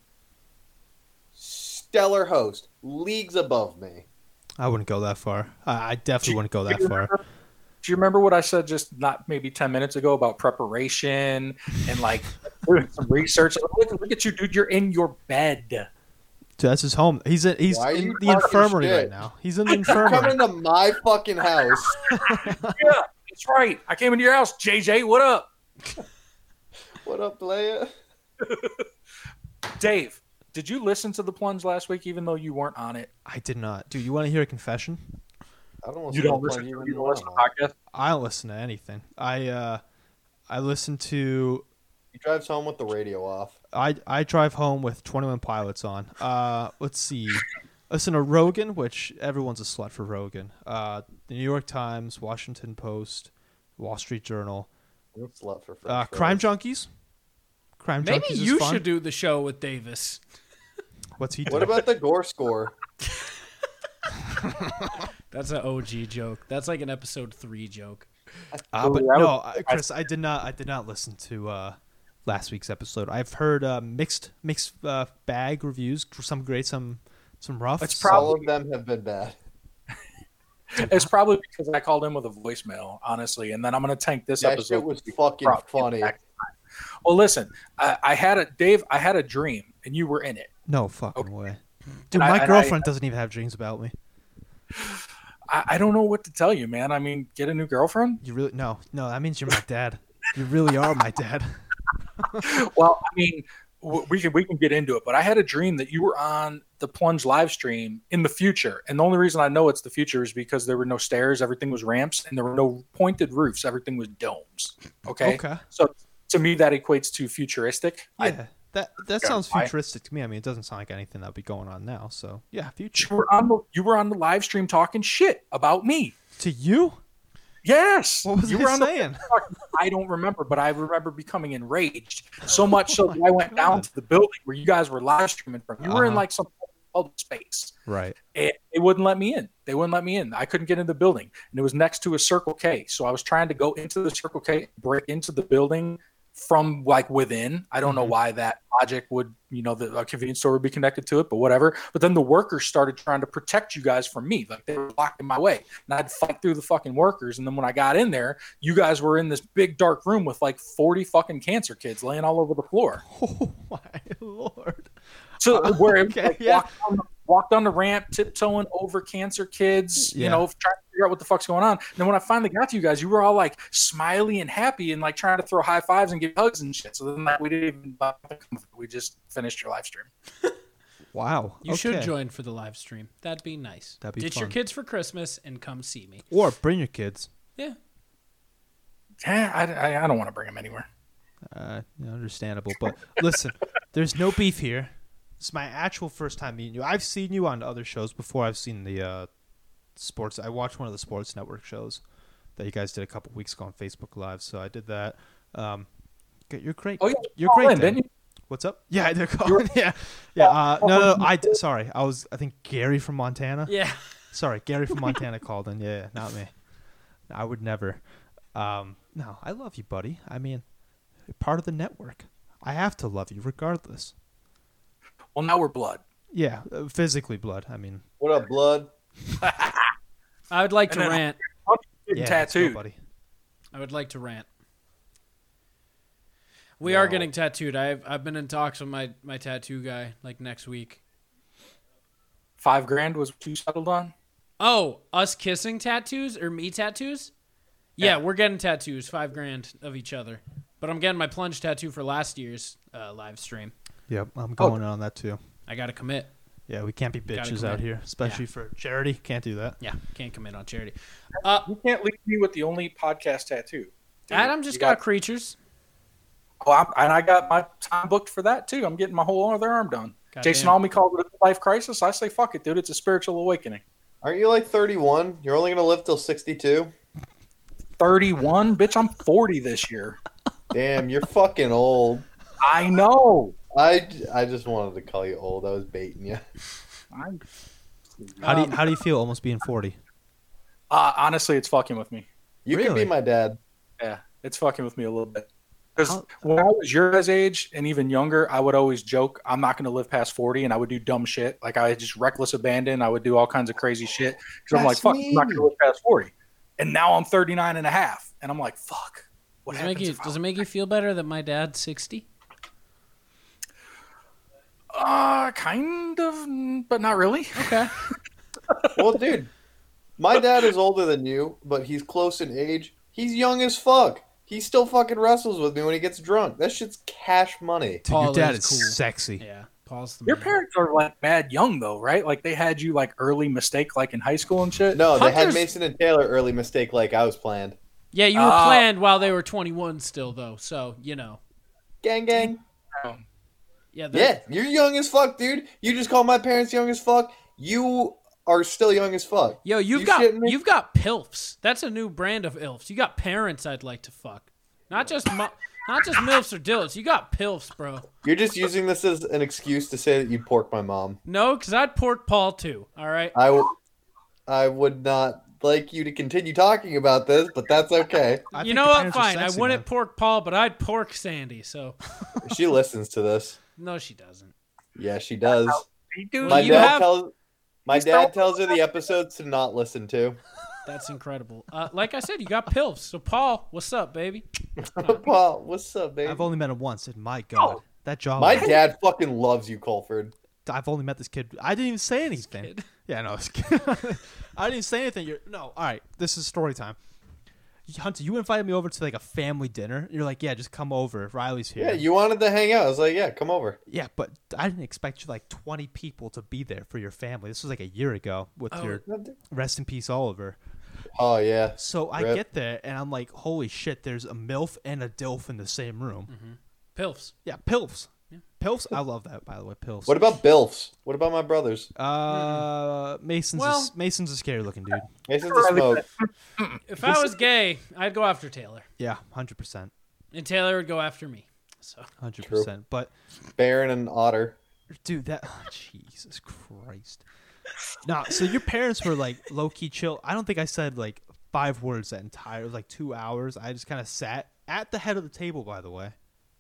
Speaker 4: Stellar host, leagues above me.
Speaker 5: I wouldn't go that far. I, I definitely wouldn't go that
Speaker 6: Do you
Speaker 5: far.
Speaker 6: remember- Do you remember what I said just not maybe 10 minutes ago about preparation and like doing some research? Look, look at you, dude. You're in your bed.
Speaker 5: Dude, that's his home. He's in, he's
Speaker 4: Why are
Speaker 5: in
Speaker 4: you
Speaker 5: the
Speaker 4: talking
Speaker 5: infirmary
Speaker 4: shit?
Speaker 5: right now. He's in the
Speaker 4: Come
Speaker 5: infirmary.
Speaker 4: into my fucking house.
Speaker 6: Yeah, that's right. I came into your house. JJ, what up?
Speaker 4: What up, player?
Speaker 6: Dave, did you listen to the plunge last week even though you weren't on it?
Speaker 5: I did not. Dude, you want to hear a confession?
Speaker 4: I don't want
Speaker 6: You don't listen, you don't listen to podcasts?
Speaker 5: I don't listen to anything. I uh, I listen to.
Speaker 4: He drives home with the radio off.
Speaker 5: I I drive home with Twenty One Pilots on. Uh, let's see. Listen to Rogan, which everyone's a slut for Rogan. Uh, the New York Times, Washington Post, Wall Street Journal,
Speaker 4: Slut for French
Speaker 5: uh,
Speaker 4: fries.
Speaker 5: Crime Junkies. Crime
Speaker 1: Maybe
Speaker 5: Junkies is
Speaker 1: you
Speaker 5: fun.
Speaker 1: should do the show with Davis.
Speaker 5: What's he doing?
Speaker 4: What about the gore score?
Speaker 1: That's an OG joke. That's like an episode three joke.
Speaker 5: Uh, but
Speaker 6: I
Speaker 5: no, I, Chris, I did not. I did not listen to uh, last week's episode. I've heard uh, mixed mixed uh, bag reviews. Some great, some some rough.
Speaker 6: It's
Speaker 5: some-
Speaker 4: All of them have been bad.
Speaker 6: It's probably because I called in with a voicemail, honestly, and then I'm going to tank this
Speaker 4: That
Speaker 6: episode.
Speaker 4: shit was fucking
Speaker 6: Bro,
Speaker 4: funny.
Speaker 6: Well, listen, I, I had a Dave. I had a dream, and you were in it.
Speaker 5: no fucking way, dude.
Speaker 6: And I-
Speaker 5: My
Speaker 6: and I-
Speaker 5: girlfriend doesn't even have dreams about me.
Speaker 6: I, I don't know what to tell you, man. I mean, get a new girlfriend.
Speaker 5: You really no no. That means you're my dad. You really are my dad.
Speaker 6: Well, I mean, w- we can we can get into it, but I had a dream that you were on the plunge live stream in the future, and the only reason I know it's the future is because there were no stairs, everything was ramps, and there were no pointed roofs, everything was domes. Okay,
Speaker 5: Okay.
Speaker 6: so to me that equates to futuristic. I-
Speaker 5: Yeah, that that
Speaker 6: Yeah,
Speaker 5: sounds
Speaker 6: I-
Speaker 5: futuristic to me. I mean, it doesn't sound like anything that would be going on now. So yeah,
Speaker 6: you
Speaker 5: future
Speaker 6: were on the you were on the live stream talking shit about me.
Speaker 5: to you.
Speaker 6: Yes,
Speaker 5: What was
Speaker 6: you
Speaker 5: I
Speaker 6: were on the
Speaker 5: saying?
Speaker 6: I don't remember, but I remember becoming enraged so much so that I went down
Speaker 5: Oh God.
Speaker 6: to the building where you guys were live streaming from. You were in
Speaker 5: Uh-huh.
Speaker 6: like some public space.
Speaker 5: right.
Speaker 6: It, they wouldn't let me in. They wouldn't let me in. I couldn't get in the building, and it was next to a Circle K. So I was trying to go into the Circle K, break into the building from like within. I don't know why that logic would, you know, the a convenience store would be connected to it, but whatever. But then the workers started trying to protect you guys from me, like they were blocking my way, and I'd fight through the fucking workers. And then when I got in there, you guys were in this big dark room with like forty fucking cancer kids laying all over the floor.
Speaker 5: Oh my lord.
Speaker 6: So where it,
Speaker 5: okay,
Speaker 6: like,
Speaker 5: yeah.
Speaker 6: walked, on the, walked on the ramp, tiptoeing over cancer kids, you
Speaker 5: Yeah.
Speaker 6: know, trying to figure out what the fuck's going on. And then when I finally got to you guys, you were all like smiley and happy and like trying to throw high fives and give hugs and shit. So then like, we didn't even bother to come over. we just finished your live stream.
Speaker 5: Wow.
Speaker 1: You should
Speaker 5: okay.
Speaker 1: join for the live stream. That'd be nice.
Speaker 5: That'd be
Speaker 1: Ditch your
Speaker 5: fun.
Speaker 1: kids for Christmas and come see me.
Speaker 5: or bring your kids.
Speaker 1: Yeah.
Speaker 6: Yeah, I, I, I don't want to bring him anywhere.
Speaker 5: Uh, understandable. But listen, there's no beef here. It's my actual first time meeting you. I've seen you on other shows before. I've seen the uh, sports. I watched one of the sports network shows that you guys did a couple weeks ago on Facebook Live. So I did that. Um, g- you're great.
Speaker 6: Oh, yeah,
Speaker 5: you're
Speaker 6: called
Speaker 5: great.
Speaker 6: in, didn't
Speaker 5: Dan. What's up? Yeah, they're calling. Yeah, yeah. Uh, no, no, no. I d- sorry. I was. I think Gary from Montana.
Speaker 1: Yeah.
Speaker 5: Sorry, Gary from Montana called in. Yeah, yeah, not me. I would never. Um, no, I love you, buddy. I mean, you're part of the network. I have to love you regardless.
Speaker 6: Well, now we're blood.
Speaker 5: Yeah, uh, physically, blood. I mean,
Speaker 4: What up, blood?
Speaker 1: I would like to
Speaker 6: And then-
Speaker 1: rant.
Speaker 6: Getting
Speaker 5: yeah, let's go,
Speaker 6: tattooed.
Speaker 5: buddy.
Speaker 1: I would like to rant. We are getting tattooed. I've I've been in talks with my my tattoo guy like next week.
Speaker 6: Five grand was what you settled on.
Speaker 1: Oh, us kissing tattoos or me tattoos? Yeah, we're getting tattoos, five grand of each other. But I'm getting my plunge tattoo for last year's uh, live stream.
Speaker 5: Yep, I'm going in on that too.
Speaker 1: I gotta commit.
Speaker 5: Yeah, we can't be bitches
Speaker 1: commit.
Speaker 5: out here, especially for charity. Can't do that.
Speaker 1: Yeah, can't commit on charity.
Speaker 6: You can't leave me with the only podcast tattoo. dude.
Speaker 1: Adam just
Speaker 6: You
Speaker 1: got, creatures.
Speaker 6: Oh, I'm, and I got my time booked for that too. I'm getting my whole other arm done.
Speaker 1: God
Speaker 6: Jason
Speaker 1: damn.
Speaker 6: Almy called it a life crisis. I say, fuck it, dude. It's a spiritual awakening.
Speaker 4: Aren't you like 31? You're only gonna live till 62.
Speaker 6: 31, bitch. I'm 40 this year.
Speaker 4: Damn, you're fucking old.
Speaker 6: I know.
Speaker 4: I, I just wanted to call you old. I was baiting you.
Speaker 6: I'm,
Speaker 5: How do you, how do you feel almost being forty?
Speaker 6: uh, honestly, it's fucking with me.
Speaker 4: You could
Speaker 5: Really?
Speaker 4: be my dad.
Speaker 6: Yeah, it's fucking with me a little bit. Because when I was your guys' age and even younger, I would always joke, I'm not going to live past 40. And I would do dumb shit. Like I just reckless abandon. I would do all kinds of crazy shit. Because I'm like,
Speaker 4: That's
Speaker 6: fuck, I'm not
Speaker 4: me.
Speaker 6: going to live past 40. And now I'm 39 and a half. And I'm like, fuck. What
Speaker 1: Does it, make
Speaker 6: happens
Speaker 1: you,
Speaker 6: if I-
Speaker 1: does it make you feel better that my dad's 60?
Speaker 6: Uh, kind of, mm, but not really.
Speaker 1: Okay.
Speaker 4: Well, dude, my dad is older than you, but he's close in age. He's young as fuck. He still fucking wrestles with me when he gets drunk. That shit's cash money.
Speaker 5: Dude,
Speaker 1: Paul
Speaker 5: your dad
Speaker 1: is
Speaker 5: is
Speaker 1: cool.
Speaker 5: sexy.
Speaker 1: Yeah. Paul's the
Speaker 6: Your
Speaker 1: man.
Speaker 6: parents are like mad young though, right? Like they had you like early mistake, like in high school and shit.
Speaker 4: No, they had
Speaker 1: Hunter's-
Speaker 4: Mason and Taylor early mistake like I was planned.
Speaker 1: Yeah, you were
Speaker 6: Oh.
Speaker 1: planned while they were 21 still, though. So, you know.
Speaker 4: Gang, gang.
Speaker 1: Yeah.
Speaker 4: Yeah,
Speaker 1: they're-
Speaker 4: you're young as fuck, dude. You just called my parents young as fuck. You are still young as fuck.
Speaker 1: Yo, you've
Speaker 4: You
Speaker 1: got
Speaker 4: shitting me?
Speaker 1: you've got pilfs. That's a new brand of ilfs. You got parents I'd like to fuck. Not just mu- not just milfs or dills. You got pilfs, bro.
Speaker 4: You're just using this as an excuse to say that you pork my mom.
Speaker 1: No, cuz I'd pork Paul too. All right.
Speaker 4: I, w- I would not like you to continue talking about this, but that's okay.
Speaker 5: I
Speaker 1: you
Speaker 5: think
Speaker 1: know
Speaker 5: the
Speaker 1: what?
Speaker 5: parents are
Speaker 1: Fine. I
Speaker 5: sexy,
Speaker 1: wouldn't
Speaker 5: man.
Speaker 1: pork Paul, but I'd pork Sandy. So,
Speaker 4: She listens to this.
Speaker 1: no she doesn't.
Speaker 4: Yeah, she does.
Speaker 6: dude,
Speaker 4: My
Speaker 1: you
Speaker 4: dad
Speaker 1: have-
Speaker 4: tells my
Speaker 6: He's
Speaker 4: dad
Speaker 6: telling-
Speaker 4: tells her the episodes to not listen to.
Speaker 1: That's incredible. Uh, like I said, you got pilfs. So Paul, what's up, baby?
Speaker 4: Paul, what's up, baby?
Speaker 5: I've only met him once, and my god, that job.
Speaker 4: My dad fucking loves you, Colford.
Speaker 5: I've only met this kid. I didn't even say anything. Yeah, no, this kid- I didn't say anything. You're no. All right, this is story time. Hunter, you invited me over to like a family dinner. You're like, yeah, just come over. Riley's here.
Speaker 4: Yeah, you wanted to hang out. I was like, yeah, come over.
Speaker 5: Yeah, but I didn't expect you like 20 people to be there for your family. This was like a year ago with your rest in peace Oliver.
Speaker 4: Oh yeah.
Speaker 5: So I
Speaker 4: Rip.
Speaker 5: get there and I'm like, holy shit, there's a MILF and a DILF in the same room.
Speaker 1: Pilfs.
Speaker 5: Mm-hmm. Yeah, PILFs. PILFs, I love that, by the way, PILFs.
Speaker 4: What about Bilfs? What about my brothers?
Speaker 5: uh, Mason's,
Speaker 1: Well-
Speaker 5: a, Mason's a scary looking dude.
Speaker 4: Mason's a smoke.
Speaker 1: If I was gay, I'd go after Taylor,
Speaker 5: Yeah, 100%.
Speaker 1: and Taylor would go after me. So,
Speaker 5: 100%.
Speaker 4: True.
Speaker 5: But
Speaker 4: Baron and Otter.
Speaker 5: dude that oh, jesus christ nah so your parents were like low-key chill i don't think i said like five words that entire it was like two hours i just kind of sat at the head of the table by the way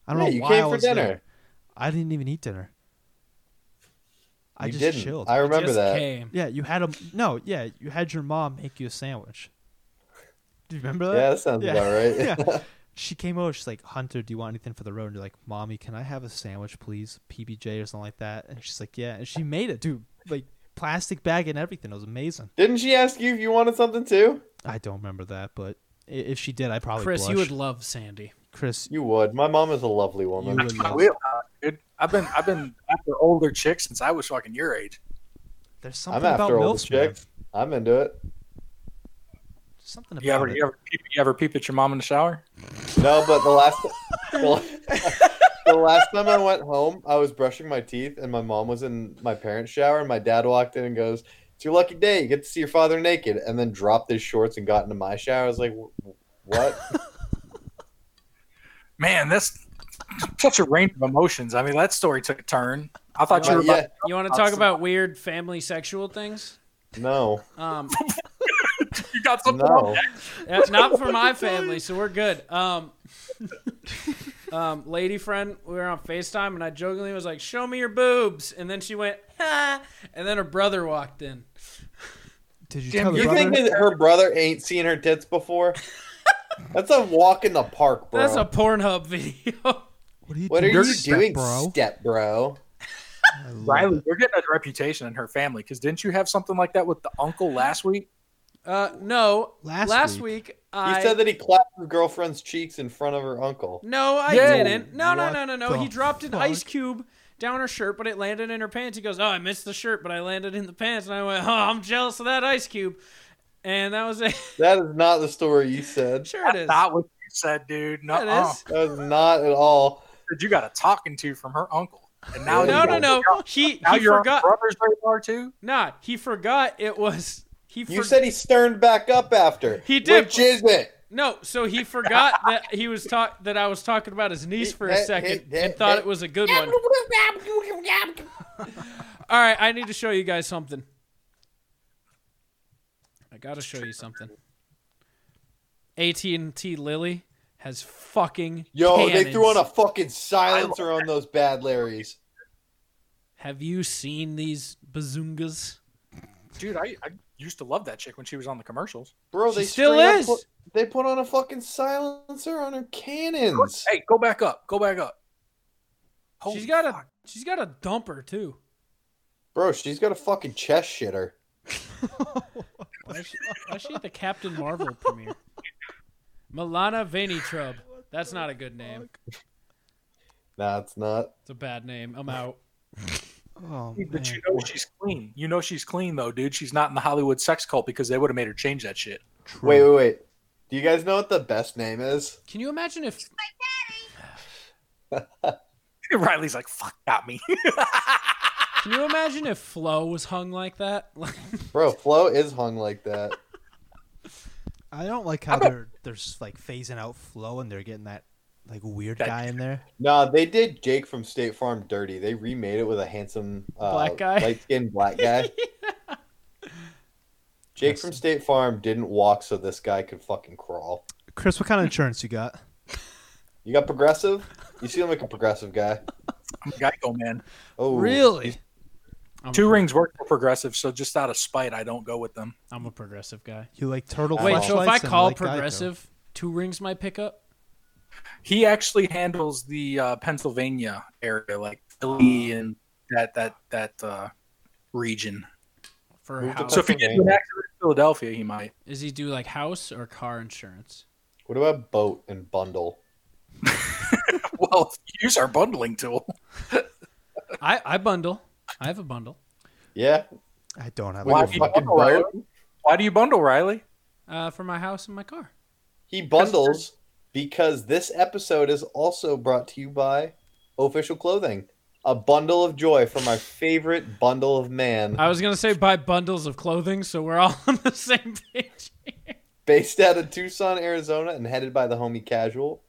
Speaker 5: i don't
Speaker 4: Yeah,
Speaker 5: know
Speaker 4: you
Speaker 5: why
Speaker 4: came
Speaker 5: I
Speaker 4: for
Speaker 5: was
Speaker 4: dinner.
Speaker 5: there. i didn't even eat dinner i
Speaker 4: You
Speaker 5: just
Speaker 4: didn't.
Speaker 5: chilled
Speaker 4: I remember
Speaker 1: just
Speaker 4: that.
Speaker 1: came.
Speaker 5: yeah you had a no yeah you had your mom make you a sandwich do you remember that
Speaker 4: Yeah, that sounds about right.
Speaker 5: yeah. She came over. She's like, "Hunter, do you want anything for the road?" And you're like, "Mommy, can I have a sandwich, please? PBJ or something like that." And she's like, "Yeah." And she made it, dude. Like plastic bag and everything. It was amazing.
Speaker 4: Didn't she ask you if you wanted something too?
Speaker 5: I don't remember that, but i- if she did, I probably
Speaker 1: Chris, you
Speaker 5: blushed.
Speaker 1: would love Sandy.
Speaker 5: Chris, you
Speaker 4: You would. My mom is a lovely woman.
Speaker 5: would
Speaker 6: I
Speaker 5: love.
Speaker 6: will, uh, dude. I've been I've been after older chicks since I was fucking your age.
Speaker 5: There's something
Speaker 4: I'm
Speaker 5: about
Speaker 4: after all the
Speaker 5: milfs, man.
Speaker 4: chicks. I'm into it.
Speaker 5: Something about
Speaker 6: You ever
Speaker 5: it.
Speaker 6: you ever peep, you ever peep at your mom in the shower?
Speaker 4: No, but the last the, the last time I went home, I was brushing my teeth and my mom was in my parents' shower and my dad walked in and goes, "It's your lucky day. You get to see your father naked." And then dropped his shorts and got into my shower. I was like, "Wh- "What?"
Speaker 6: Man, that's such a range of emotions. I mean, that story took a turn. I thought you were
Speaker 4: But Uh, yeah,
Speaker 6: about
Speaker 1: You want to talk about weird family sexual things?
Speaker 4: no,
Speaker 1: Um,
Speaker 6: you got something.
Speaker 4: no.
Speaker 1: Uh, not for my family, so we're good. Um, um, lady friend, we were on FaceTime, and I jokingly was like, "Show me your boobs," and then she went, "Ha!" and then her brother walked in.
Speaker 5: Did you
Speaker 6: Damn,
Speaker 5: tell the
Speaker 4: You
Speaker 5: brother?
Speaker 4: think that her brother ain't seen her tits before? That's a walk in the park, bro.
Speaker 1: That's a Pornhub video.
Speaker 5: what are you
Speaker 4: what are
Speaker 5: doing,
Speaker 4: you
Speaker 5: step
Speaker 4: doing,
Speaker 5: bro?
Speaker 4: step bro?
Speaker 5: I love
Speaker 6: Riley,
Speaker 5: it.
Speaker 6: you're getting a reputation in her family because didn't you have something like that with the uncle last week?
Speaker 1: Uh, no,
Speaker 5: Last
Speaker 1: last,
Speaker 5: week.
Speaker 1: week,
Speaker 4: He
Speaker 1: I
Speaker 4: said that he clapped her girlfriend's cheeks in front of her uncle.
Speaker 1: no, I
Speaker 6: Yeah.
Speaker 1: didn't. No, no,
Speaker 5: What
Speaker 1: no, no, no. He
Speaker 5: the
Speaker 1: dropped an
Speaker 5: fuck?
Speaker 1: ice cube down her shirt, but it landed in her pants. He goes, "Oh, I missed the shirt, but I landed in the pants," and I went, "Oh, I'm jealous of that ice cube." And that was it.
Speaker 4: That is not the story you said.
Speaker 1: sure it is.
Speaker 6: Not what you said, dude. No,
Speaker 1: It is.
Speaker 4: That is not at all.
Speaker 6: you got a talking to from her uncle, and now
Speaker 1: No,
Speaker 6: you-
Speaker 1: no, no. He
Speaker 6: Now
Speaker 1: he
Speaker 6: you're
Speaker 1: forgot.
Speaker 6: on brother's radar too.
Speaker 1: Nah, he forgot it was he.
Speaker 4: You
Speaker 1: for-
Speaker 4: said he sterned back up after.
Speaker 1: He did.
Speaker 4: Which is it?
Speaker 1: no. So he forgot that he was talk that I was talking about his niece for a
Speaker 4: Hey, hey,
Speaker 1: second
Speaker 4: hey,
Speaker 1: and thought
Speaker 4: hey.
Speaker 1: it was a good one. All right, I need to show you guys something. I gotta show you something. AT and T Lily has fucking
Speaker 4: Yo, they threw on
Speaker 1: cannons.
Speaker 4: a fucking silencer on those bad Larrys.
Speaker 1: Have you seen these bazoongas?
Speaker 6: Dude, I, I used to love that chick when she was on the commercials.
Speaker 4: Bro,
Speaker 1: She
Speaker 4: they
Speaker 1: still
Speaker 4: straight up
Speaker 1: is.
Speaker 4: Put, they put on a fucking silencer on her cannons.
Speaker 6: Hey, go back up. Go back up. Holy
Speaker 1: she's got a
Speaker 6: fuck.
Speaker 1: she's got a dumper too.
Speaker 4: Bro, she's got a fucking chest shitter.
Speaker 1: Why is she, why is she at the Captain Marvel premiere? Milana Vanitrub. That's not a good name.
Speaker 4: Nah, it's not.
Speaker 1: It's a bad name. I'm out.
Speaker 5: Oh,
Speaker 6: But you
Speaker 5: man.
Speaker 6: know she's clean. You know she's clean though, dude. She's not in the Hollywood sex cult because they would have made her change that shit.
Speaker 5: True.
Speaker 4: Wait, wait, wait. Do you guys know what the best name is?
Speaker 1: Can you imagine if
Speaker 6: Riley's like, "Fuck, got me."
Speaker 1: can you imagine if Flo was hung like that? Like,
Speaker 4: Bro, Flo is hung like that.
Speaker 5: I don't like how they're they're just, like phasing out flow and they're getting that like weird
Speaker 6: That-
Speaker 5: guy in there.
Speaker 4: nah, they did Jake from State Farm dirty. They remade it with a handsome uh,
Speaker 1: Black guy?
Speaker 4: light skinned black guy. Jake from State Farm didn't walk so this guy could fucking crawl.
Speaker 5: Chris, what kind of insurance you got?
Speaker 4: You got progressive? You seem like a progressive guy.
Speaker 6: I'm a Geico man.
Speaker 4: Oh,
Speaker 6: Two rings work for Progressive, so just out of spite, I don't go with them.
Speaker 1: I'm a progressive guy.
Speaker 5: You like turtle
Speaker 1: Wait, so if I
Speaker 5: fleshlights and
Speaker 1: call
Speaker 5: like Geico.
Speaker 1: progressive, two rings might pick up?
Speaker 6: He actually handles the uh, Pennsylvania area, like Philly and that that that uh, region.
Speaker 1: For
Speaker 4: Move the
Speaker 1: house.
Speaker 6: So if he gets in an
Speaker 4: Pennsylvania.
Speaker 6: accident in Philadelphia, he might.
Speaker 1: Is he do like house or car insurance?
Speaker 4: What about boat and bundle?
Speaker 6: Well, if you use our bundling tool.
Speaker 1: I, I bundle. I have a bundle.
Speaker 4: Yeah,
Speaker 5: I don't have.
Speaker 4: with
Speaker 6: Why
Speaker 4: your
Speaker 6: do you
Speaker 4: fucking
Speaker 6: bundle, Riley?
Speaker 4: boat.
Speaker 6: Why do you bundle, Riley?
Speaker 1: Uh, for my house and my car.
Speaker 4: He bundles because this episode is also brought to you by Official Clothing, a bundle of joy from our favorite bundle of man,
Speaker 1: I was gonna say buy bundles of clothing, so we're all on the same page.
Speaker 4: based out of Tucson, Arizona, and headed by the homie Casual.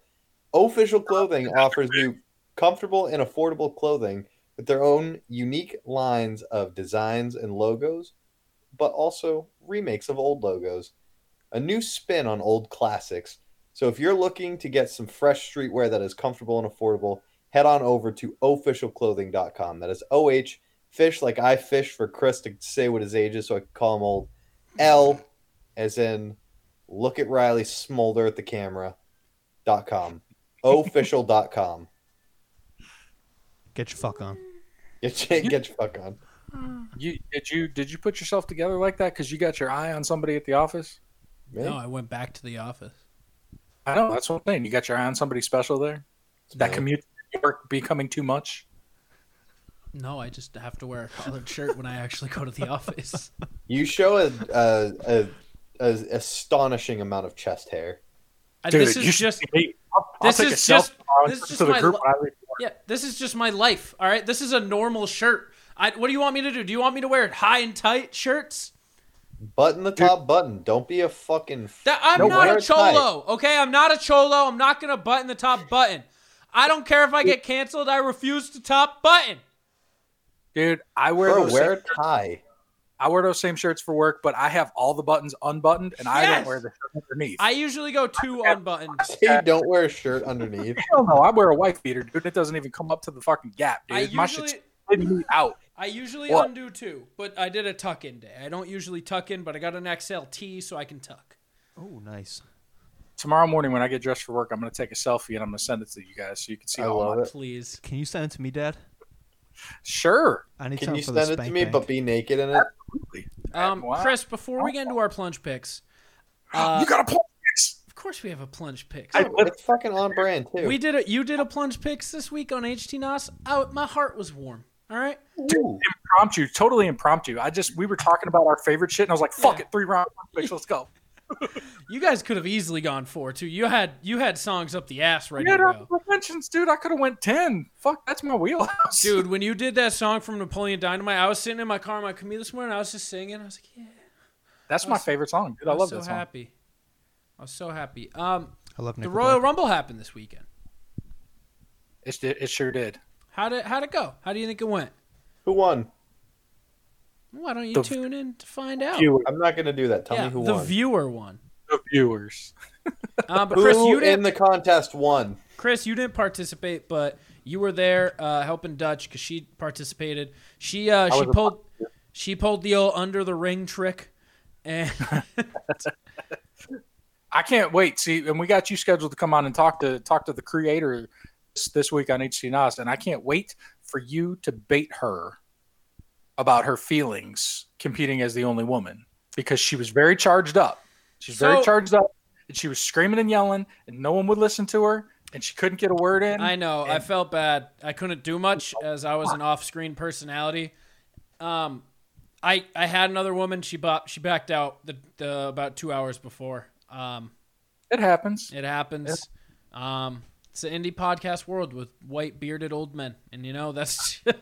Speaker 4: Official Clothing offers you comfortable and affordable clothing with their own unique lines of designs and logos, but also remakes of old logos, a new spin on old classics. So if you're looking to get some fresh streetwear that is comfortable and affordable, head on over to officialclothing.com. That is O H fish like I fish for Chris to say what his age is so I can call him old. L as in look at Riley smolder at the camera dot com. Official dot com.
Speaker 5: Get your fuck on.
Speaker 4: Get your, get your fuck on.
Speaker 6: You did you did you put yourself together like that because you got your eye on somebody at the office?
Speaker 4: Man,
Speaker 1: No, I went back to the office.
Speaker 6: I know that's one thing. You got your eye on somebody special there. That
Speaker 4: man.
Speaker 6: commute to work becoming too much.
Speaker 1: No, I just have to wear a collared shirt when I actually go to the office.
Speaker 4: You show a, a, a, a astonishing amount of chest hair.
Speaker 1: Uh,
Speaker 6: Dude,
Speaker 1: this
Speaker 6: you
Speaker 1: is
Speaker 6: should
Speaker 1: just
Speaker 6: see me. I'll, I'll
Speaker 1: this
Speaker 6: take
Speaker 1: is
Speaker 6: a selfie
Speaker 1: just-
Speaker 6: tomorrow and
Speaker 1: this is
Speaker 6: send
Speaker 1: just
Speaker 6: it to the
Speaker 1: my
Speaker 6: group.
Speaker 1: li-
Speaker 6: Riley.
Speaker 1: yeah. This is just my life. All right, this is a normal shirt. I, what do you want me to do? Do you want me to wear high and tight shirts?
Speaker 4: Button the top button. Don't be a fucking.
Speaker 1: That I'm
Speaker 4: No,
Speaker 1: not
Speaker 4: wear
Speaker 1: a
Speaker 4: it tight.
Speaker 1: cholo. Okay, I'm not a cholo. I'm not gonna button the top button. I don't care if I get canceled. I refuse to top button.
Speaker 6: Dude, I wear
Speaker 4: Bro,
Speaker 6: those
Speaker 4: wear
Speaker 6: same,
Speaker 4: a tie.
Speaker 6: I wear those same shirts for work, but I have all the buttons unbuttoned and I don't
Speaker 1: Yes.
Speaker 6: wear the shirt underneath.
Speaker 1: I usually go two unbuttoned.
Speaker 4: Say you don't wear a shirt underneath.
Speaker 6: don't know. I wear a wife beater, dude. It doesn't even come up to the fucking gap, dude.
Speaker 1: I
Speaker 6: My shit's
Speaker 1: usually
Speaker 6: hidden out.
Speaker 1: I usually
Speaker 6: What?
Speaker 1: undo two, but I did a tuck in day. I don't usually tuck in, but I got an XLT so I can tuck.
Speaker 5: Oh, nice.
Speaker 6: Tomorrow morning when I get dressed for work, I'm gonna take a selfie and I'm gonna send it to you guys so you can see
Speaker 4: I
Speaker 6: all
Speaker 4: love
Speaker 6: my
Speaker 4: it.
Speaker 1: Please.
Speaker 5: Can you send it to me, Dad?
Speaker 6: Sure.
Speaker 5: I need
Speaker 4: Can
Speaker 5: something
Speaker 4: you
Speaker 5: for the
Speaker 4: send it to
Speaker 5: spank
Speaker 4: me,
Speaker 5: bank.
Speaker 4: but be naked in it?
Speaker 1: Um,
Speaker 6: Wow.
Speaker 1: Chris, before we get into our plunge picks,
Speaker 6: you got a plunge picks.
Speaker 1: of course we have a plunge picks.
Speaker 6: Uh, I-
Speaker 4: It's fucking on brand too.
Speaker 1: we did a you did a plunge picks this week on HT NOS. Oh, my heart was warm. All right.
Speaker 4: Ooh.
Speaker 6: Impromptu, totally impromptu. I just we were talking about our favorite shit, and I was like, "Fuck it, three round plunge picks, let's go."
Speaker 1: You guys could have easily gone four too. You had you had songs up the ass ready
Speaker 6: Yeah,
Speaker 1: to
Speaker 6: no,
Speaker 1: go.
Speaker 6: mentions, dude. I could have went ten. Fuck, that's my wheelhouse,
Speaker 1: Dude, when you did that song from Napoleon Dynamite, I was sitting in my car in my commute this morning. I was just singing. I was like, yeah,
Speaker 6: That's my favorite song, dude.
Speaker 1: I
Speaker 6: I
Speaker 1: was
Speaker 6: love
Speaker 1: so
Speaker 6: that song.
Speaker 1: happy. I was so happy. Um,
Speaker 5: I love
Speaker 1: the
Speaker 5: Nickelback.
Speaker 1: Royal Rumble happened this weekend.
Speaker 6: It, it sure did.
Speaker 1: How did how'd it go? How do you think it went?
Speaker 4: Who won?
Speaker 1: Why don't you
Speaker 6: The-
Speaker 1: tune in to find out?
Speaker 6: Viewers,
Speaker 4: I'm not gonna do that. Tell
Speaker 1: yeah,
Speaker 4: me who
Speaker 1: the
Speaker 4: won.
Speaker 1: viewer won.
Speaker 6: the viewers.
Speaker 1: Uh, but
Speaker 4: who
Speaker 1: Chris, you
Speaker 4: in
Speaker 1: didn't.
Speaker 4: the contest won?
Speaker 1: Chris, you didn't participate, but you were there uh, helping Dutch because she participated. She uh, she
Speaker 6: was a-
Speaker 1: pulled she pulled the old under the ring trick, and
Speaker 6: I can't wait. See, and we got you scheduled to come on and talk to talk to the creator this, this week on HC Nas, and I can't wait for you to bait her about her feelings competing as the only woman because she was very charged up. She's
Speaker 1: So-
Speaker 6: very charged up, and she was screaming and yelling, and no one would listen to her, and she couldn't get a word in.
Speaker 1: I know I felt bad. I couldn't do much as I was an off screen personality. Um, I I had another woman. She bop, she backed out the, the about two hours before. Um,
Speaker 6: it happens.
Speaker 1: It happens. Um, it's an indie podcast world with white bearded old men, and you know that's
Speaker 4: That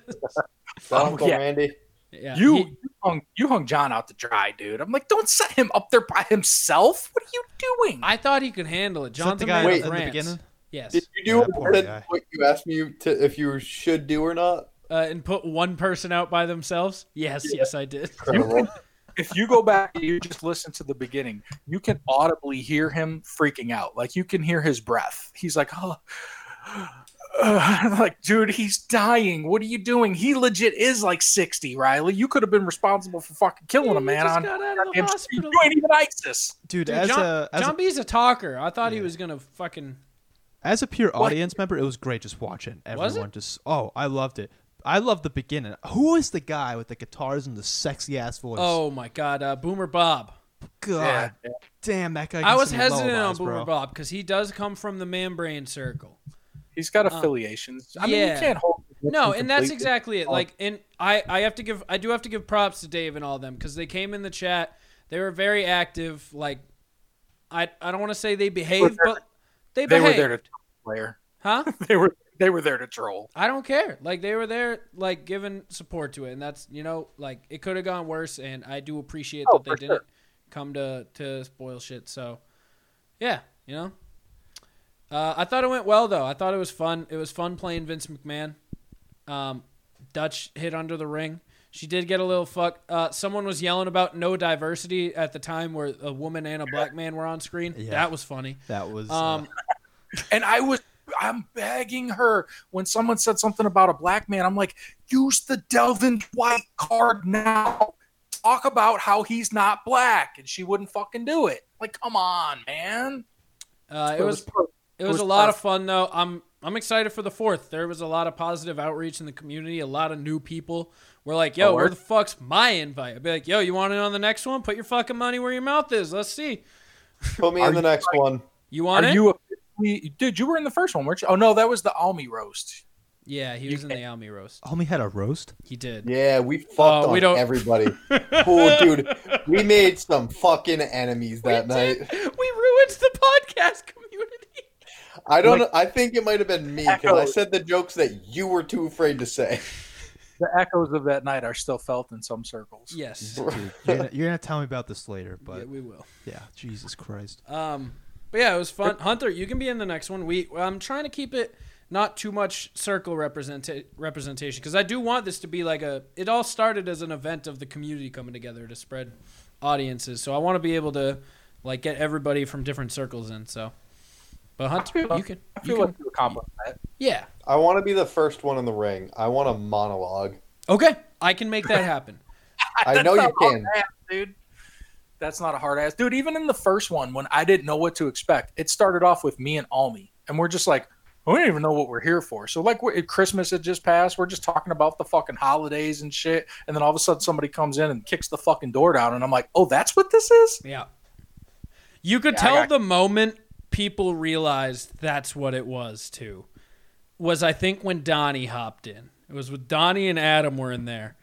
Speaker 6: Oh,
Speaker 4: Uncle
Speaker 6: yeah.
Speaker 4: Randy.
Speaker 1: yeah.
Speaker 6: You,
Speaker 1: He-
Speaker 6: you hung you hung John out to dry, dude. I'm like, don't set him up there by himself. What are you doing?
Speaker 1: I thought he could handle it.
Speaker 5: Is that
Speaker 1: John's
Speaker 5: the
Speaker 1: a
Speaker 5: guy
Speaker 1: man
Speaker 5: in
Speaker 1: of
Speaker 5: the
Speaker 1: rants.
Speaker 5: beginning?
Speaker 1: Yes,
Speaker 4: Did you do
Speaker 5: Yeah, poor
Speaker 4: what-
Speaker 5: guy.
Speaker 4: what you asked me to if you should do or not?
Speaker 1: uh, and put one person out by themselves. Yes, yes, I did.
Speaker 4: Incredible.
Speaker 6: if you go back and you just listen to the beginning, you can audibly hear him freaking out. Like you can hear his breath. He's like, oh. like, dude, he's dying. What are you doing? He legit is like 60, Riley. You could have been responsible for fucking killing a
Speaker 1: He
Speaker 6: man
Speaker 1: just
Speaker 6: on
Speaker 1: got out of the
Speaker 6: goddamn
Speaker 1: hospital.
Speaker 6: street. You ain't even ISIS.
Speaker 5: Dude,
Speaker 1: Dude,
Speaker 5: as
Speaker 1: John,
Speaker 5: a as,
Speaker 1: John
Speaker 5: a
Speaker 1: B's a talker. I thought he was gonna fucking.
Speaker 5: as a pure audience member, it was great just watching everyone
Speaker 1: Was it?
Speaker 5: just. Oh, I loved it. I loved the beginning. Who is the guy with the guitars and the sexy ass voice?
Speaker 1: Oh my god, uh, Boomer Bob.
Speaker 5: god, damn that guy.
Speaker 1: I
Speaker 5: can
Speaker 1: was
Speaker 5: sing
Speaker 1: hesitant on
Speaker 5: lullabies,
Speaker 1: Boomer
Speaker 5: bro.
Speaker 1: Bob because he does come from the man brain circle.
Speaker 6: He's got affiliations. I mean,
Speaker 1: Uh, yeah.
Speaker 6: you can't hold.
Speaker 1: No, and that's
Speaker 6: completely.
Speaker 1: exactly it. Like, and I, I have to give, I do have to give props to Dave and all them because they came in the chat. They were very active. Like, I, I don't want to say they behaved,
Speaker 6: there-
Speaker 1: but they,
Speaker 6: They
Speaker 1: behaved.
Speaker 6: were there to player.
Speaker 1: huh?
Speaker 6: They were they were there to troll.
Speaker 1: I don't care. Like they were there, like giving support to it, and that's you know, like it could have gone worse. And I do appreciate
Speaker 6: Oh,
Speaker 1: that
Speaker 6: for
Speaker 1: they didn't come to to spoil shit. So, yeah, you know, uh, I thought it went well though. I thought it was fun. It was fun playing Vince McMahon. Um, Dutch hit under the ring. She did get a little fuck. Uh, someone was yelling about no diversity at the time where a woman and a black man were on screen.
Speaker 5: Yeah.
Speaker 1: That was funny.
Speaker 5: That was
Speaker 1: Um,
Speaker 6: And I was I'm begging her when someone said something about a black man. I'm like, use the Delvin White card now. Talk about how he's not black, and she wouldn't fucking do it. Like, come on, man.
Speaker 1: uh, it was
Speaker 6: perfect.
Speaker 1: It was,
Speaker 6: was
Speaker 1: a lot
Speaker 6: tough.
Speaker 1: of fun though. I'm I'm excited for the fourth. There was a lot of positive outreach in the community. A lot of new people were like, "Yo,
Speaker 6: Oh,
Speaker 1: where
Speaker 6: word?
Speaker 1: the fuck's my invite?" I'd be like, "Yo, you want in on the next one? Put your fucking money where your mouth is. Let's see.
Speaker 4: Put me
Speaker 6: Are
Speaker 4: in the
Speaker 6: you
Speaker 4: next one.
Speaker 1: You want
Speaker 6: Are
Speaker 1: it?
Speaker 6: you a dude? You were in the first one, weren't you? Oh no, that was the Almi roast.
Speaker 1: yeah, he
Speaker 6: you
Speaker 1: was in the Almy roast.
Speaker 5: homie had a roast.
Speaker 1: He did.
Speaker 4: Yeah, we fucked
Speaker 1: Oh,
Speaker 4: on
Speaker 1: we don't-
Speaker 4: everybody. cool, dude. We made some fucking enemies that night.
Speaker 1: we ruined the podcast community.
Speaker 4: I don't. know I think it might have been me because I
Speaker 6: Echoes.
Speaker 4: said the jokes that you were too afraid to say.
Speaker 6: The echoes of that night are still felt in some circles.
Speaker 1: Yes,
Speaker 5: Dude, you're, gonna, you're gonna tell me about this later, but
Speaker 1: yeah, we will.
Speaker 5: yeah, Jesus Christ.
Speaker 1: Um, but yeah, it was fun. Hunter, you can be in the next one. We I'm trying to keep it not too much circle represent representation because I do want this to be like a. It all started as an event of the community coming together to spread audiences. So I want to be able to like get everybody from different circles in. So, but Hunter,
Speaker 6: feel-
Speaker 1: you can.
Speaker 6: I
Speaker 1: You
Speaker 6: feel
Speaker 1: can
Speaker 6: like you accomplished that.
Speaker 1: yeah.
Speaker 4: I want to be the first one in the ring. I want a monologue.
Speaker 1: Okay, I can make that happen.
Speaker 4: I know you can.
Speaker 6: ass, dude. That's not a hard ass, dude. Even in the first one, when I didn't know what to expect, it started off with me and Almy, and we're just like, We don't even know what we're here for. So, like, we- Christmas had just passed. We're just talking about the fucking holidays and shit. And then all of a sudden, somebody comes in and kicks the fucking door down. And I'm like, oh, that's what this is?
Speaker 1: Yeah. You could
Speaker 6: Yeah, I
Speaker 1: tell
Speaker 6: got-
Speaker 1: the moment people realized that's what it was too. Was I think when Donnie hopped in. It was when Donnie and Adam were in there.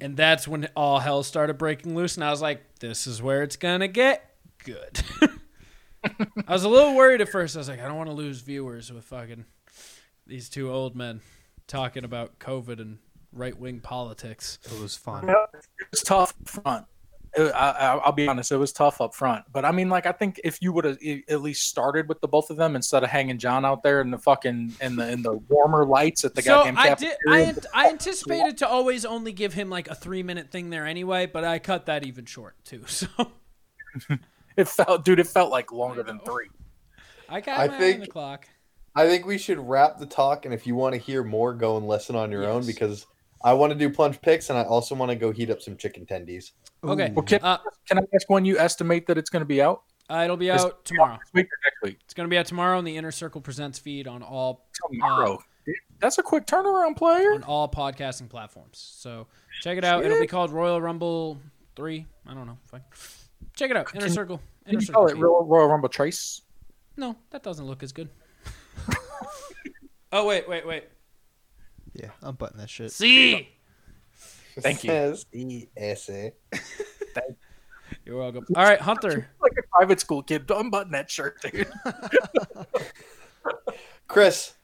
Speaker 1: And that's when all hell started breaking loose and I was like, this is where it's gonna get good. I was a little worried at first. I was like, I don't want to lose viewers with fucking these two old men talking about COVID and right wing politics.
Speaker 5: It was fun.
Speaker 6: Yeah, it was tough up front. It- I, I, I'll be honest, it was tough up front. But I mean, like, I think if you would have at least started with the both of them instead of hanging John out there in the fucking in the in the warmer lights at the
Speaker 1: so
Speaker 6: goddamn
Speaker 1: I did. I,
Speaker 6: cafeteria.
Speaker 1: ant- I anticipated to always only give him like a three minute thing there anyway, but I cut that even short too. So
Speaker 6: it felt, dude, it felt like longer than three.
Speaker 1: I got
Speaker 4: I
Speaker 1: my eye on
Speaker 4: think-
Speaker 1: the clock.
Speaker 4: I think we should wrap the talk, and if you want to hear more, go and listen on your own because I want to do plunge picks, and I also want to go heat up some chicken tendies.
Speaker 1: Okay,
Speaker 6: Well, can,
Speaker 1: Uh,
Speaker 6: can I ask when you estimate that it's going to be out?
Speaker 1: uh, it'll be
Speaker 6: Is-
Speaker 1: out tomorrow.
Speaker 6: This week or next week?
Speaker 1: It's gonna be out tomorrow on the Inner Circle Presents feed on all
Speaker 6: Tomorrow. That's a quick turnaround, player.
Speaker 1: on all podcasting platforms. So check it out. It'll be called Royal Rumble Three. I don't know. Fuck. Check it out. Inner
Speaker 6: Can-
Speaker 1: Circle. Inner
Speaker 6: Did you
Speaker 1: Circle.
Speaker 6: call it
Speaker 1: feed.
Speaker 6: Royal, Royal Rumble Trace?
Speaker 1: No, that doesn't look as good. oh wait, wait, wait.
Speaker 5: Yeah, I'm butting that shit.
Speaker 1: See.
Speaker 6: Thank you.
Speaker 4: Says the essay.
Speaker 1: You're welcome. All right, Hunter.
Speaker 6: Like a private school kid, don't unbutton that shirt, dude.
Speaker 4: Chris,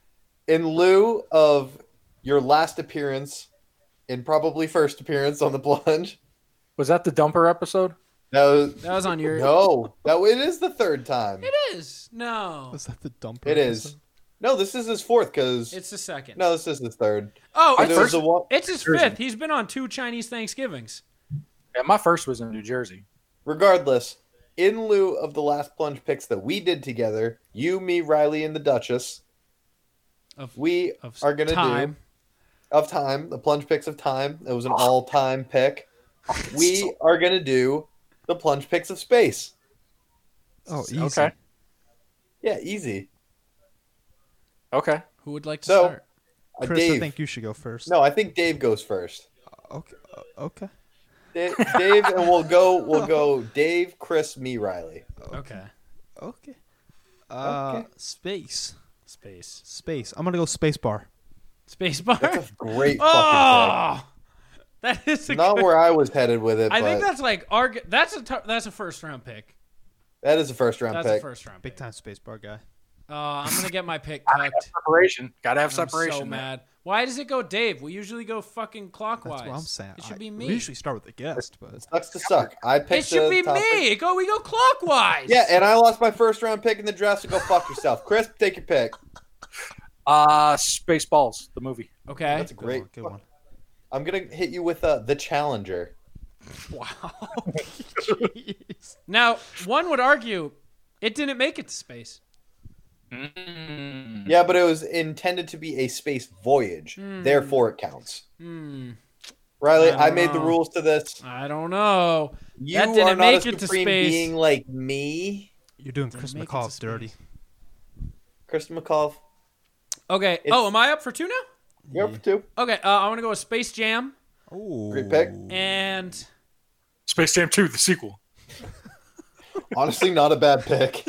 Speaker 4: in lieu of your last appearance and probably first appearance on the plunge,
Speaker 6: Was that the dumper episode?
Speaker 4: that was,
Speaker 1: That was on your.
Speaker 4: no, that it is the third time.
Speaker 1: It is. No.
Speaker 5: Was that the dumper?
Speaker 4: It is. No, this is his fourth because
Speaker 1: It's the second.
Speaker 4: no, this is his third.
Speaker 1: Oh,
Speaker 4: There
Speaker 1: it's,
Speaker 4: was the one.
Speaker 1: it's his
Speaker 6: Jersey.
Speaker 1: fifth. He's been on two Chinese Thanksgivings.
Speaker 6: Yeah, my first was in New Jersey.
Speaker 4: Regardless, in lieu of the last plunge picks that we did together, you, me, Riley, and the Duchess,
Speaker 1: Of-
Speaker 4: we
Speaker 1: Of
Speaker 4: are going to do
Speaker 1: time.
Speaker 4: of time the plunge picks of time. It was an all-time pick. We are going to do the plunge picks of space.
Speaker 5: Oh, easy.
Speaker 6: Okay.
Speaker 4: Yeah, easy.
Speaker 6: Okay.
Speaker 1: Who would like to
Speaker 4: So-
Speaker 1: start?
Speaker 4: Uh,
Speaker 5: Chris, I
Speaker 4: Dave.
Speaker 5: think you should go first.
Speaker 4: No, I think Dave goes first.
Speaker 5: Okay. uh, Okay.
Speaker 4: Da- Dave, and we'll go. We'll go. Dave, Chris, me, Riley.
Speaker 1: Okay.
Speaker 5: Okay. Uh,
Speaker 4: Okay.
Speaker 5: space.
Speaker 1: Space.
Speaker 5: Space. I'm gonna go space bar.
Speaker 1: Space bar.
Speaker 4: That's a great fucking
Speaker 1: oh, that is a
Speaker 4: pick. Not
Speaker 1: good-
Speaker 4: where I was headed with it,
Speaker 1: I
Speaker 4: but
Speaker 1: think that's like arg. That's a tou- that's a first round pick.
Speaker 4: that is a first round
Speaker 1: That's
Speaker 4: pick.
Speaker 1: a first round
Speaker 5: Big
Speaker 1: pick.
Speaker 5: time space bar guy.
Speaker 1: Uh, I'm gonna get my pick tucked.
Speaker 6: Separation. Gotta have
Speaker 1: I'm
Speaker 6: separation.
Speaker 1: so
Speaker 6: man.
Speaker 1: mad. Why does it go Dave? We usually go fucking clockwise.
Speaker 5: That's what I'm saying.
Speaker 1: It should
Speaker 5: I-
Speaker 1: be me.
Speaker 5: We usually start with the guest, but
Speaker 4: Sucks to suck. I picked.
Speaker 1: it should
Speaker 4: the
Speaker 1: be
Speaker 4: topic.
Speaker 1: me. It go. We go clockwise.
Speaker 4: Yeah, and I lost my first round pick in the draft, so go fuck yourself. Chris, take your pick.
Speaker 6: Uh Spaceballs, the movie.
Speaker 1: okay.
Speaker 4: That's a great.
Speaker 5: Good one.
Speaker 4: I'm gonna hit you with uh, the challenger.
Speaker 1: Wow. Now, one would argue it didn't make it to space.
Speaker 4: Yeah, but it was intended to be a space voyage, therefore it counts.
Speaker 1: Hmm.
Speaker 4: Riley,
Speaker 1: I
Speaker 4: I,
Speaker 1: don't
Speaker 4: made the
Speaker 1: know.
Speaker 4: rules to this.
Speaker 1: I don't know.
Speaker 4: You
Speaker 1: That didn't
Speaker 4: are not
Speaker 1: make
Speaker 4: a
Speaker 1: it to
Speaker 4: supreme
Speaker 1: space.
Speaker 4: being like me,
Speaker 5: You're doing Chris
Speaker 1: make it to
Speaker 5: McCall
Speaker 1: space.
Speaker 5: dirty.
Speaker 4: Kristen McCall.
Speaker 1: Okay. oh, am I up for two now?
Speaker 4: You're up for two.
Speaker 1: Okay. Uh, I want to go with Space Jam
Speaker 5: Oh.
Speaker 4: Great pick.
Speaker 1: and
Speaker 6: Space Jam 2, the sequel.
Speaker 4: Honestly, not a bad pick.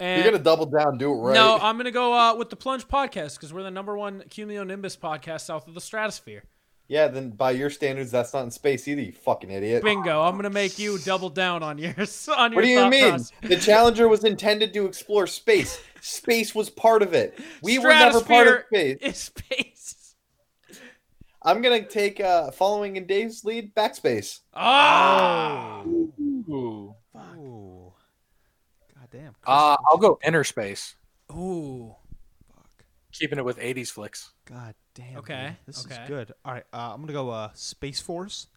Speaker 1: and
Speaker 4: You're gonna double down, do it right.
Speaker 1: no, I'm gonna go uh, with the Plunge podcast because we're the number one cumulonimbus podcast south of the stratosphere.
Speaker 4: yeah, then by your standards, that's not in space either. You fucking idiot.
Speaker 1: Bingo! I'm gonna make you double down on yours. On your
Speaker 4: What do you
Speaker 1: thought
Speaker 4: mean?
Speaker 1: process.
Speaker 4: The Challenger was intended to explore space. Space was part of it. We were never part of
Speaker 1: Stratosphere
Speaker 4: space.
Speaker 1: is space.
Speaker 4: I'm gonna take uh, following in Dave's lead, backspace.
Speaker 1: Oh.
Speaker 6: Ooh.
Speaker 5: Ooh. God damn.
Speaker 6: Uh I'll go Inner Space.
Speaker 1: Ooh.
Speaker 6: Keeping it with 80s flicks.
Speaker 5: God damn.
Speaker 1: Okay,
Speaker 5: man. This
Speaker 1: okay.
Speaker 5: is good. All right. Uh, I'm gonna go. Uh, Space Force.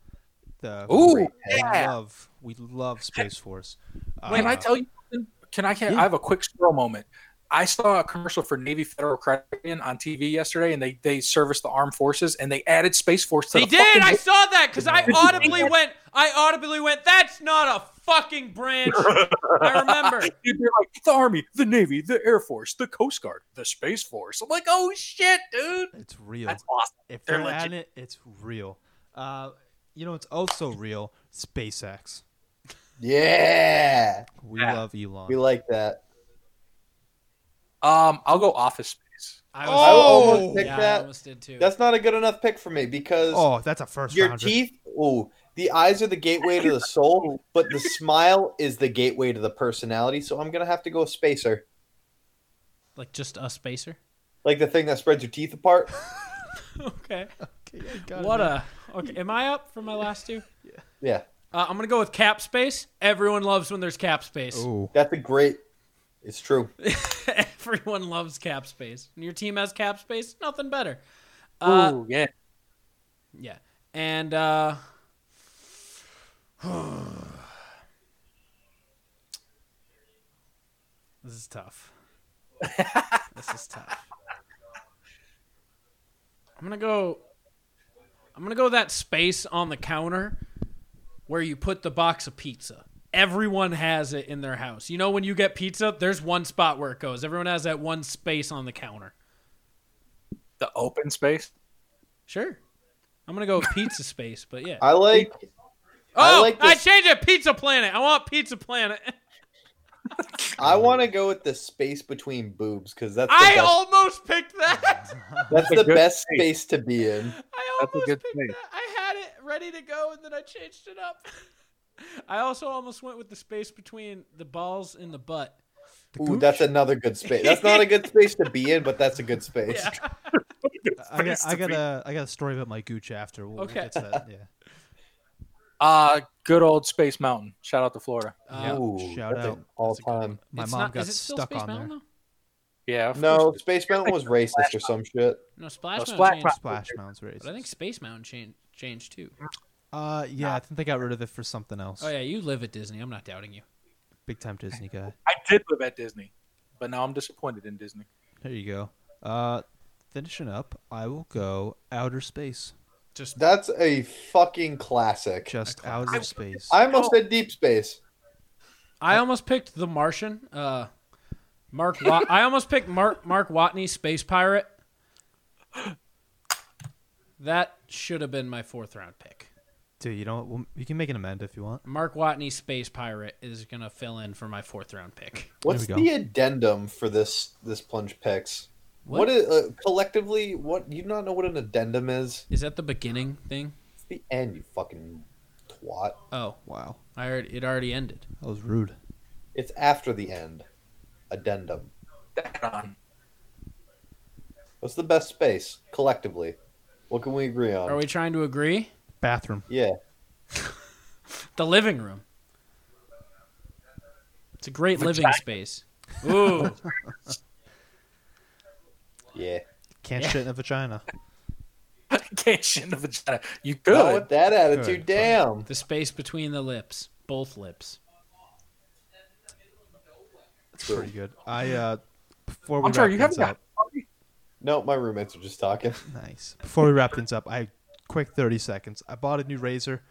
Speaker 5: The
Speaker 6: Ooh.
Speaker 5: we
Speaker 6: Yeah.
Speaker 5: love we love Space Force.
Speaker 6: Wait, Can
Speaker 5: Uh,
Speaker 6: I tell you something? Can I can
Speaker 5: Yeah.
Speaker 6: I have a quick squirrel moment? I saw a commercial for Navy Federal Credit Union on TV yesterday, and they they service the armed forces, and they added Space Force to
Speaker 1: They
Speaker 6: the
Speaker 1: did.
Speaker 6: fucking-
Speaker 1: I saw that because I audibly went. I audibly went. That's not a fucking branch. I remember.
Speaker 6: Dude, they're like the Army, the Navy, the Air Force, the Coast Guard, the Space Force. I'm like, oh shit, dude,
Speaker 5: It's real.
Speaker 6: that's awesome.
Speaker 5: if
Speaker 6: they're
Speaker 5: they're at
Speaker 6: legit.
Speaker 5: it, it's real. Uh, you know, it's also real. SpaceX.
Speaker 4: Yeah.
Speaker 5: We
Speaker 6: Yeah.
Speaker 5: love Elon.
Speaker 4: We like that.
Speaker 6: Um, I'll go Office Space.
Speaker 1: I
Speaker 4: I
Speaker 1: was-
Speaker 4: almost picked
Speaker 1: yeah, I
Speaker 4: that.
Speaker 1: almost did too.
Speaker 4: That's not a good enough pick for me because
Speaker 5: oh, that's a first
Speaker 4: your
Speaker 5: rounder.
Speaker 4: teeth, ooh, the eyes are the gateway to the soul, but the smile is the gateway to the personality. So I'm going to have to go spacer.
Speaker 1: like just a spacer.
Speaker 4: Like the thing that spreads your teeth apart.
Speaker 1: Okay.
Speaker 4: Oh,
Speaker 5: Okay, I got it,
Speaker 1: What
Speaker 5: man.
Speaker 1: a. Okay. Am I up for my last two?
Speaker 4: Yeah.
Speaker 1: Uh, I'm gonna go with cap space. Everyone loves when there's cap space.
Speaker 5: Ooh.
Speaker 4: That's a great. It's true.
Speaker 1: Everyone loves cap space. And your team has cap space. Nothing better. Uh,
Speaker 6: Oh yeah.
Speaker 1: Yeah. And uh This is tough. this is tough. I'm going to go I'm going to go that space on the counter where you put the box of pizza. Everyone has it in their house. You know when you get pizza, there's one spot where it goes. Everyone has that one space on the counter.
Speaker 6: The open space.
Speaker 1: Sure. I'm going to go with pizza space, but yeah.
Speaker 4: I like. I
Speaker 1: Oh, I,
Speaker 4: like this-
Speaker 1: changed it. Pizza Planet. I want Pizza Planet.
Speaker 4: I want to go with the space between boobs because that's the
Speaker 1: I
Speaker 4: best,
Speaker 1: almost picked that.
Speaker 4: that's
Speaker 6: a
Speaker 4: the
Speaker 6: good
Speaker 4: best
Speaker 6: space.
Speaker 4: space to be in.
Speaker 1: I
Speaker 6: That's a
Speaker 1: almost
Speaker 6: good
Speaker 1: picked
Speaker 6: thing.
Speaker 1: that. I had it ready to go, and then I changed it up. I also almost went with the space between the balls and the butt.
Speaker 4: Ooh, that's another good space. That's not a good space to be in, but that's a good space.
Speaker 1: Yeah.
Speaker 5: I got,
Speaker 6: Space
Speaker 5: I
Speaker 6: to
Speaker 5: got
Speaker 6: be-
Speaker 5: a I got a story about my gooch after. We'll,
Speaker 1: Okay.
Speaker 5: okay. We'll get to that. Yeah.
Speaker 6: Uh, good old Space Mountain. Shout out to Florida.
Speaker 1: Uh,
Speaker 5: Yeah.
Speaker 4: Ooh,
Speaker 5: Shout
Speaker 4: that's an
Speaker 5: out. That's
Speaker 4: all
Speaker 5: a good one.
Speaker 4: time.
Speaker 5: My
Speaker 1: it's
Speaker 5: mom
Speaker 1: not,
Speaker 5: got
Speaker 1: is it still
Speaker 5: stuck
Speaker 1: space
Speaker 5: on
Speaker 1: Mountain,
Speaker 5: there.
Speaker 6: Yeah. of
Speaker 4: No,
Speaker 6: course it
Speaker 4: Space Mountain was racist or some shit.
Speaker 1: Though? No, Splash Mountain
Speaker 6: No, Splat-
Speaker 1: changed,
Speaker 5: Splash Mountain's race.
Speaker 1: but I think Space Mountain changed, changed too.
Speaker 5: Uh, yeah, I think they got rid of it for something else.
Speaker 1: Oh yeah, you live at Disney. I'm not doubting you.
Speaker 5: Big time Disney guy.
Speaker 6: is. I did live at Disney, but now I'm disappointed in Disney.
Speaker 5: There you go. Uh, finishing up, I will go outer space.
Speaker 1: Just
Speaker 4: That's a fucking classic.
Speaker 5: Just outer space.
Speaker 4: I almost said deep space.
Speaker 1: I almost picked The Martian. Uh, Mark. Wa- I almost picked Mark Mark Watney, Space Pirate. That should have been my fourth round pick.
Speaker 5: Dude, you know what? We'll, you can make an amend if you want.
Speaker 1: Mark Watney, Space Pirate is gonna fill in for my fourth round pick.
Speaker 4: What's
Speaker 5: go.
Speaker 4: the addendum for this this plunge picks? what is uh, collectively? What you do not know what an addendum is?
Speaker 1: Is that the beginning thing?
Speaker 4: It's the end. You fucking twat.
Speaker 1: Oh,
Speaker 5: Wow,
Speaker 1: I already, it already ended.
Speaker 5: that was rude.
Speaker 4: It's after the end. Addendum.
Speaker 6: That on.
Speaker 4: What's the best space collectively? What can we agree on?
Speaker 1: Are we trying to agree?
Speaker 5: Bathroom.
Speaker 4: yeah.
Speaker 1: The living room. It's a great living space. Ooh,
Speaker 4: Yeah.
Speaker 5: Can't
Speaker 1: Yeah.
Speaker 5: shit in a vagina.
Speaker 6: Can't shit in the vagina. You
Speaker 4: Not
Speaker 6: could.
Speaker 4: with that attitude.
Speaker 5: Good.
Speaker 4: Damn.
Speaker 1: the space between the lips, both lips.
Speaker 5: That's pretty good. I uh, before we
Speaker 6: I'm sorry,
Speaker 5: wrap
Speaker 6: you
Speaker 5: things
Speaker 6: haven't
Speaker 5: up.
Speaker 6: got.
Speaker 4: No, my roommates are just talking.
Speaker 5: Nice. Before we wrap things up, I quick thirty seconds. I bought a new razor.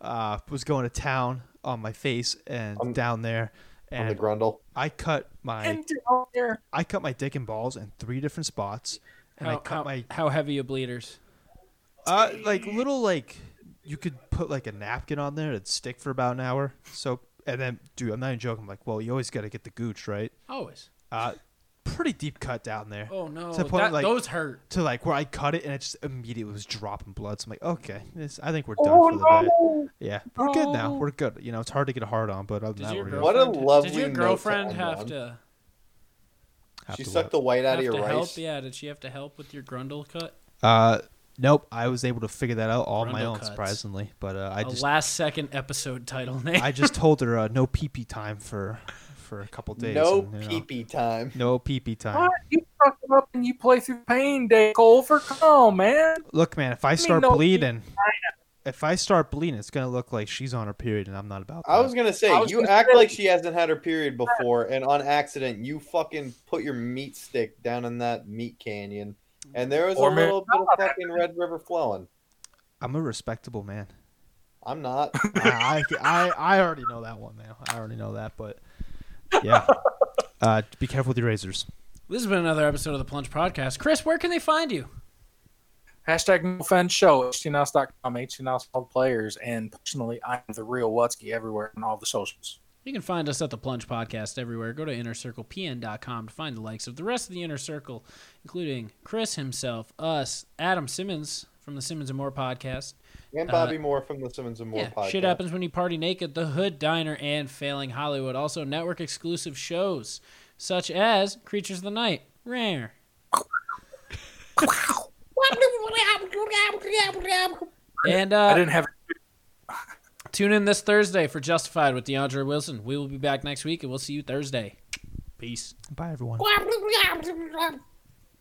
Speaker 5: Uh, was going to town on my face and
Speaker 4: On-
Speaker 5: down there,
Speaker 4: On the
Speaker 5: and
Speaker 4: grundle.
Speaker 5: I cut my
Speaker 6: And down there.
Speaker 5: I cut my dick and balls in three different spots, and I
Speaker 1: How,
Speaker 5: cut
Speaker 1: how,
Speaker 5: my
Speaker 1: how heavy are bleeders?
Speaker 5: uh like little like you could put like a napkin on there it'd stick for about an hour. So and then dude, I'm not even joking. I'm like, well, you always got to get the gooch right.
Speaker 1: Always.
Speaker 5: Uh, pretty deep cut down there.
Speaker 1: Oh no,
Speaker 5: To the point,
Speaker 1: that-
Speaker 5: like-
Speaker 1: those hurt.
Speaker 5: To like where I cut it and it just immediately was dropping blood. So I'm like, okay, this I think we're done
Speaker 6: Oh
Speaker 5: for the day.
Speaker 6: no!
Speaker 5: Yeah, we're good now.
Speaker 1: Oh.
Speaker 5: We're good. You know, it's hard to get a hard on, but other than
Speaker 1: Does
Speaker 5: that,
Speaker 1: your
Speaker 5: we're good.
Speaker 4: What a
Speaker 1: girlfriend,
Speaker 4: lovely
Speaker 1: Did your
Speaker 4: note to
Speaker 1: girlfriend
Speaker 4: end
Speaker 1: have
Speaker 4: on.
Speaker 1: to
Speaker 5: Have
Speaker 4: She
Speaker 5: to
Speaker 4: sucked the white
Speaker 1: have
Speaker 4: out of your
Speaker 1: to help?
Speaker 4: rice.
Speaker 1: Yeah, did she have to help with your grundle cut?
Speaker 5: look. Uh, nope. I was able to figure that out all on my
Speaker 1: Grundle
Speaker 5: own,
Speaker 1: cuts.
Speaker 5: surprisingly. But uh, I
Speaker 1: A
Speaker 5: just,
Speaker 1: last second episode title name.
Speaker 5: I just told her uh, no pee pee time for for a couple days.
Speaker 4: No
Speaker 5: and, you know,
Speaker 4: pee pee time.
Speaker 5: No pee pee time.
Speaker 6: What? You fuck up and you play through pain, Dave Colfer. Come on, man.
Speaker 5: Look, man, if I start
Speaker 6: no pee
Speaker 5: bleeding, if I start bleeding, it's gonna look like she's on her period, and I'm not about. That.
Speaker 4: I was gonna say
Speaker 6: I was
Speaker 4: you
Speaker 6: gonna
Speaker 4: act
Speaker 6: say-
Speaker 4: like she hasn't had her period before, and on accident you fucking put your meat stick down in that meat canyon, and there was
Speaker 6: Or
Speaker 4: a
Speaker 6: mar-
Speaker 4: little bit of fucking red river flowing.
Speaker 5: I'm a respectable man.
Speaker 4: I'm not.
Speaker 5: I, I I already know that one now. I already know that, but yeah. Uh, be careful with your razors.
Speaker 1: This has been another episode of the Plunge Podcast. Chris, where can they find you?
Speaker 6: Hashtag no offense show, htnouse.com, htnouse all the players, and personally, I'm the real Wutzky everywhere on all the socials.
Speaker 1: You can find us at the Plunge Podcast everywhere. Go to innercirclepn.com to find the likes of the rest of the inner circle, including Chris himself, us, Adam Simmons from the Simmons and More podcast.
Speaker 6: Uh,
Speaker 4: And Bobby Moore from the Simmons and Moore
Speaker 1: yeah,
Speaker 4: podcast.
Speaker 1: shit happens when you party naked. The Hood Diner and Failing Hollywood also network exclusive shows such as Creatures of the Night, Rare, and
Speaker 6: I
Speaker 1: uh,
Speaker 6: didn't have
Speaker 1: tune in this Thursday for Justified with DeAndre Wilson. We will be back next week, and we'll see you Thursday. Peace.
Speaker 5: Bye, everyone.
Speaker 7: Wow.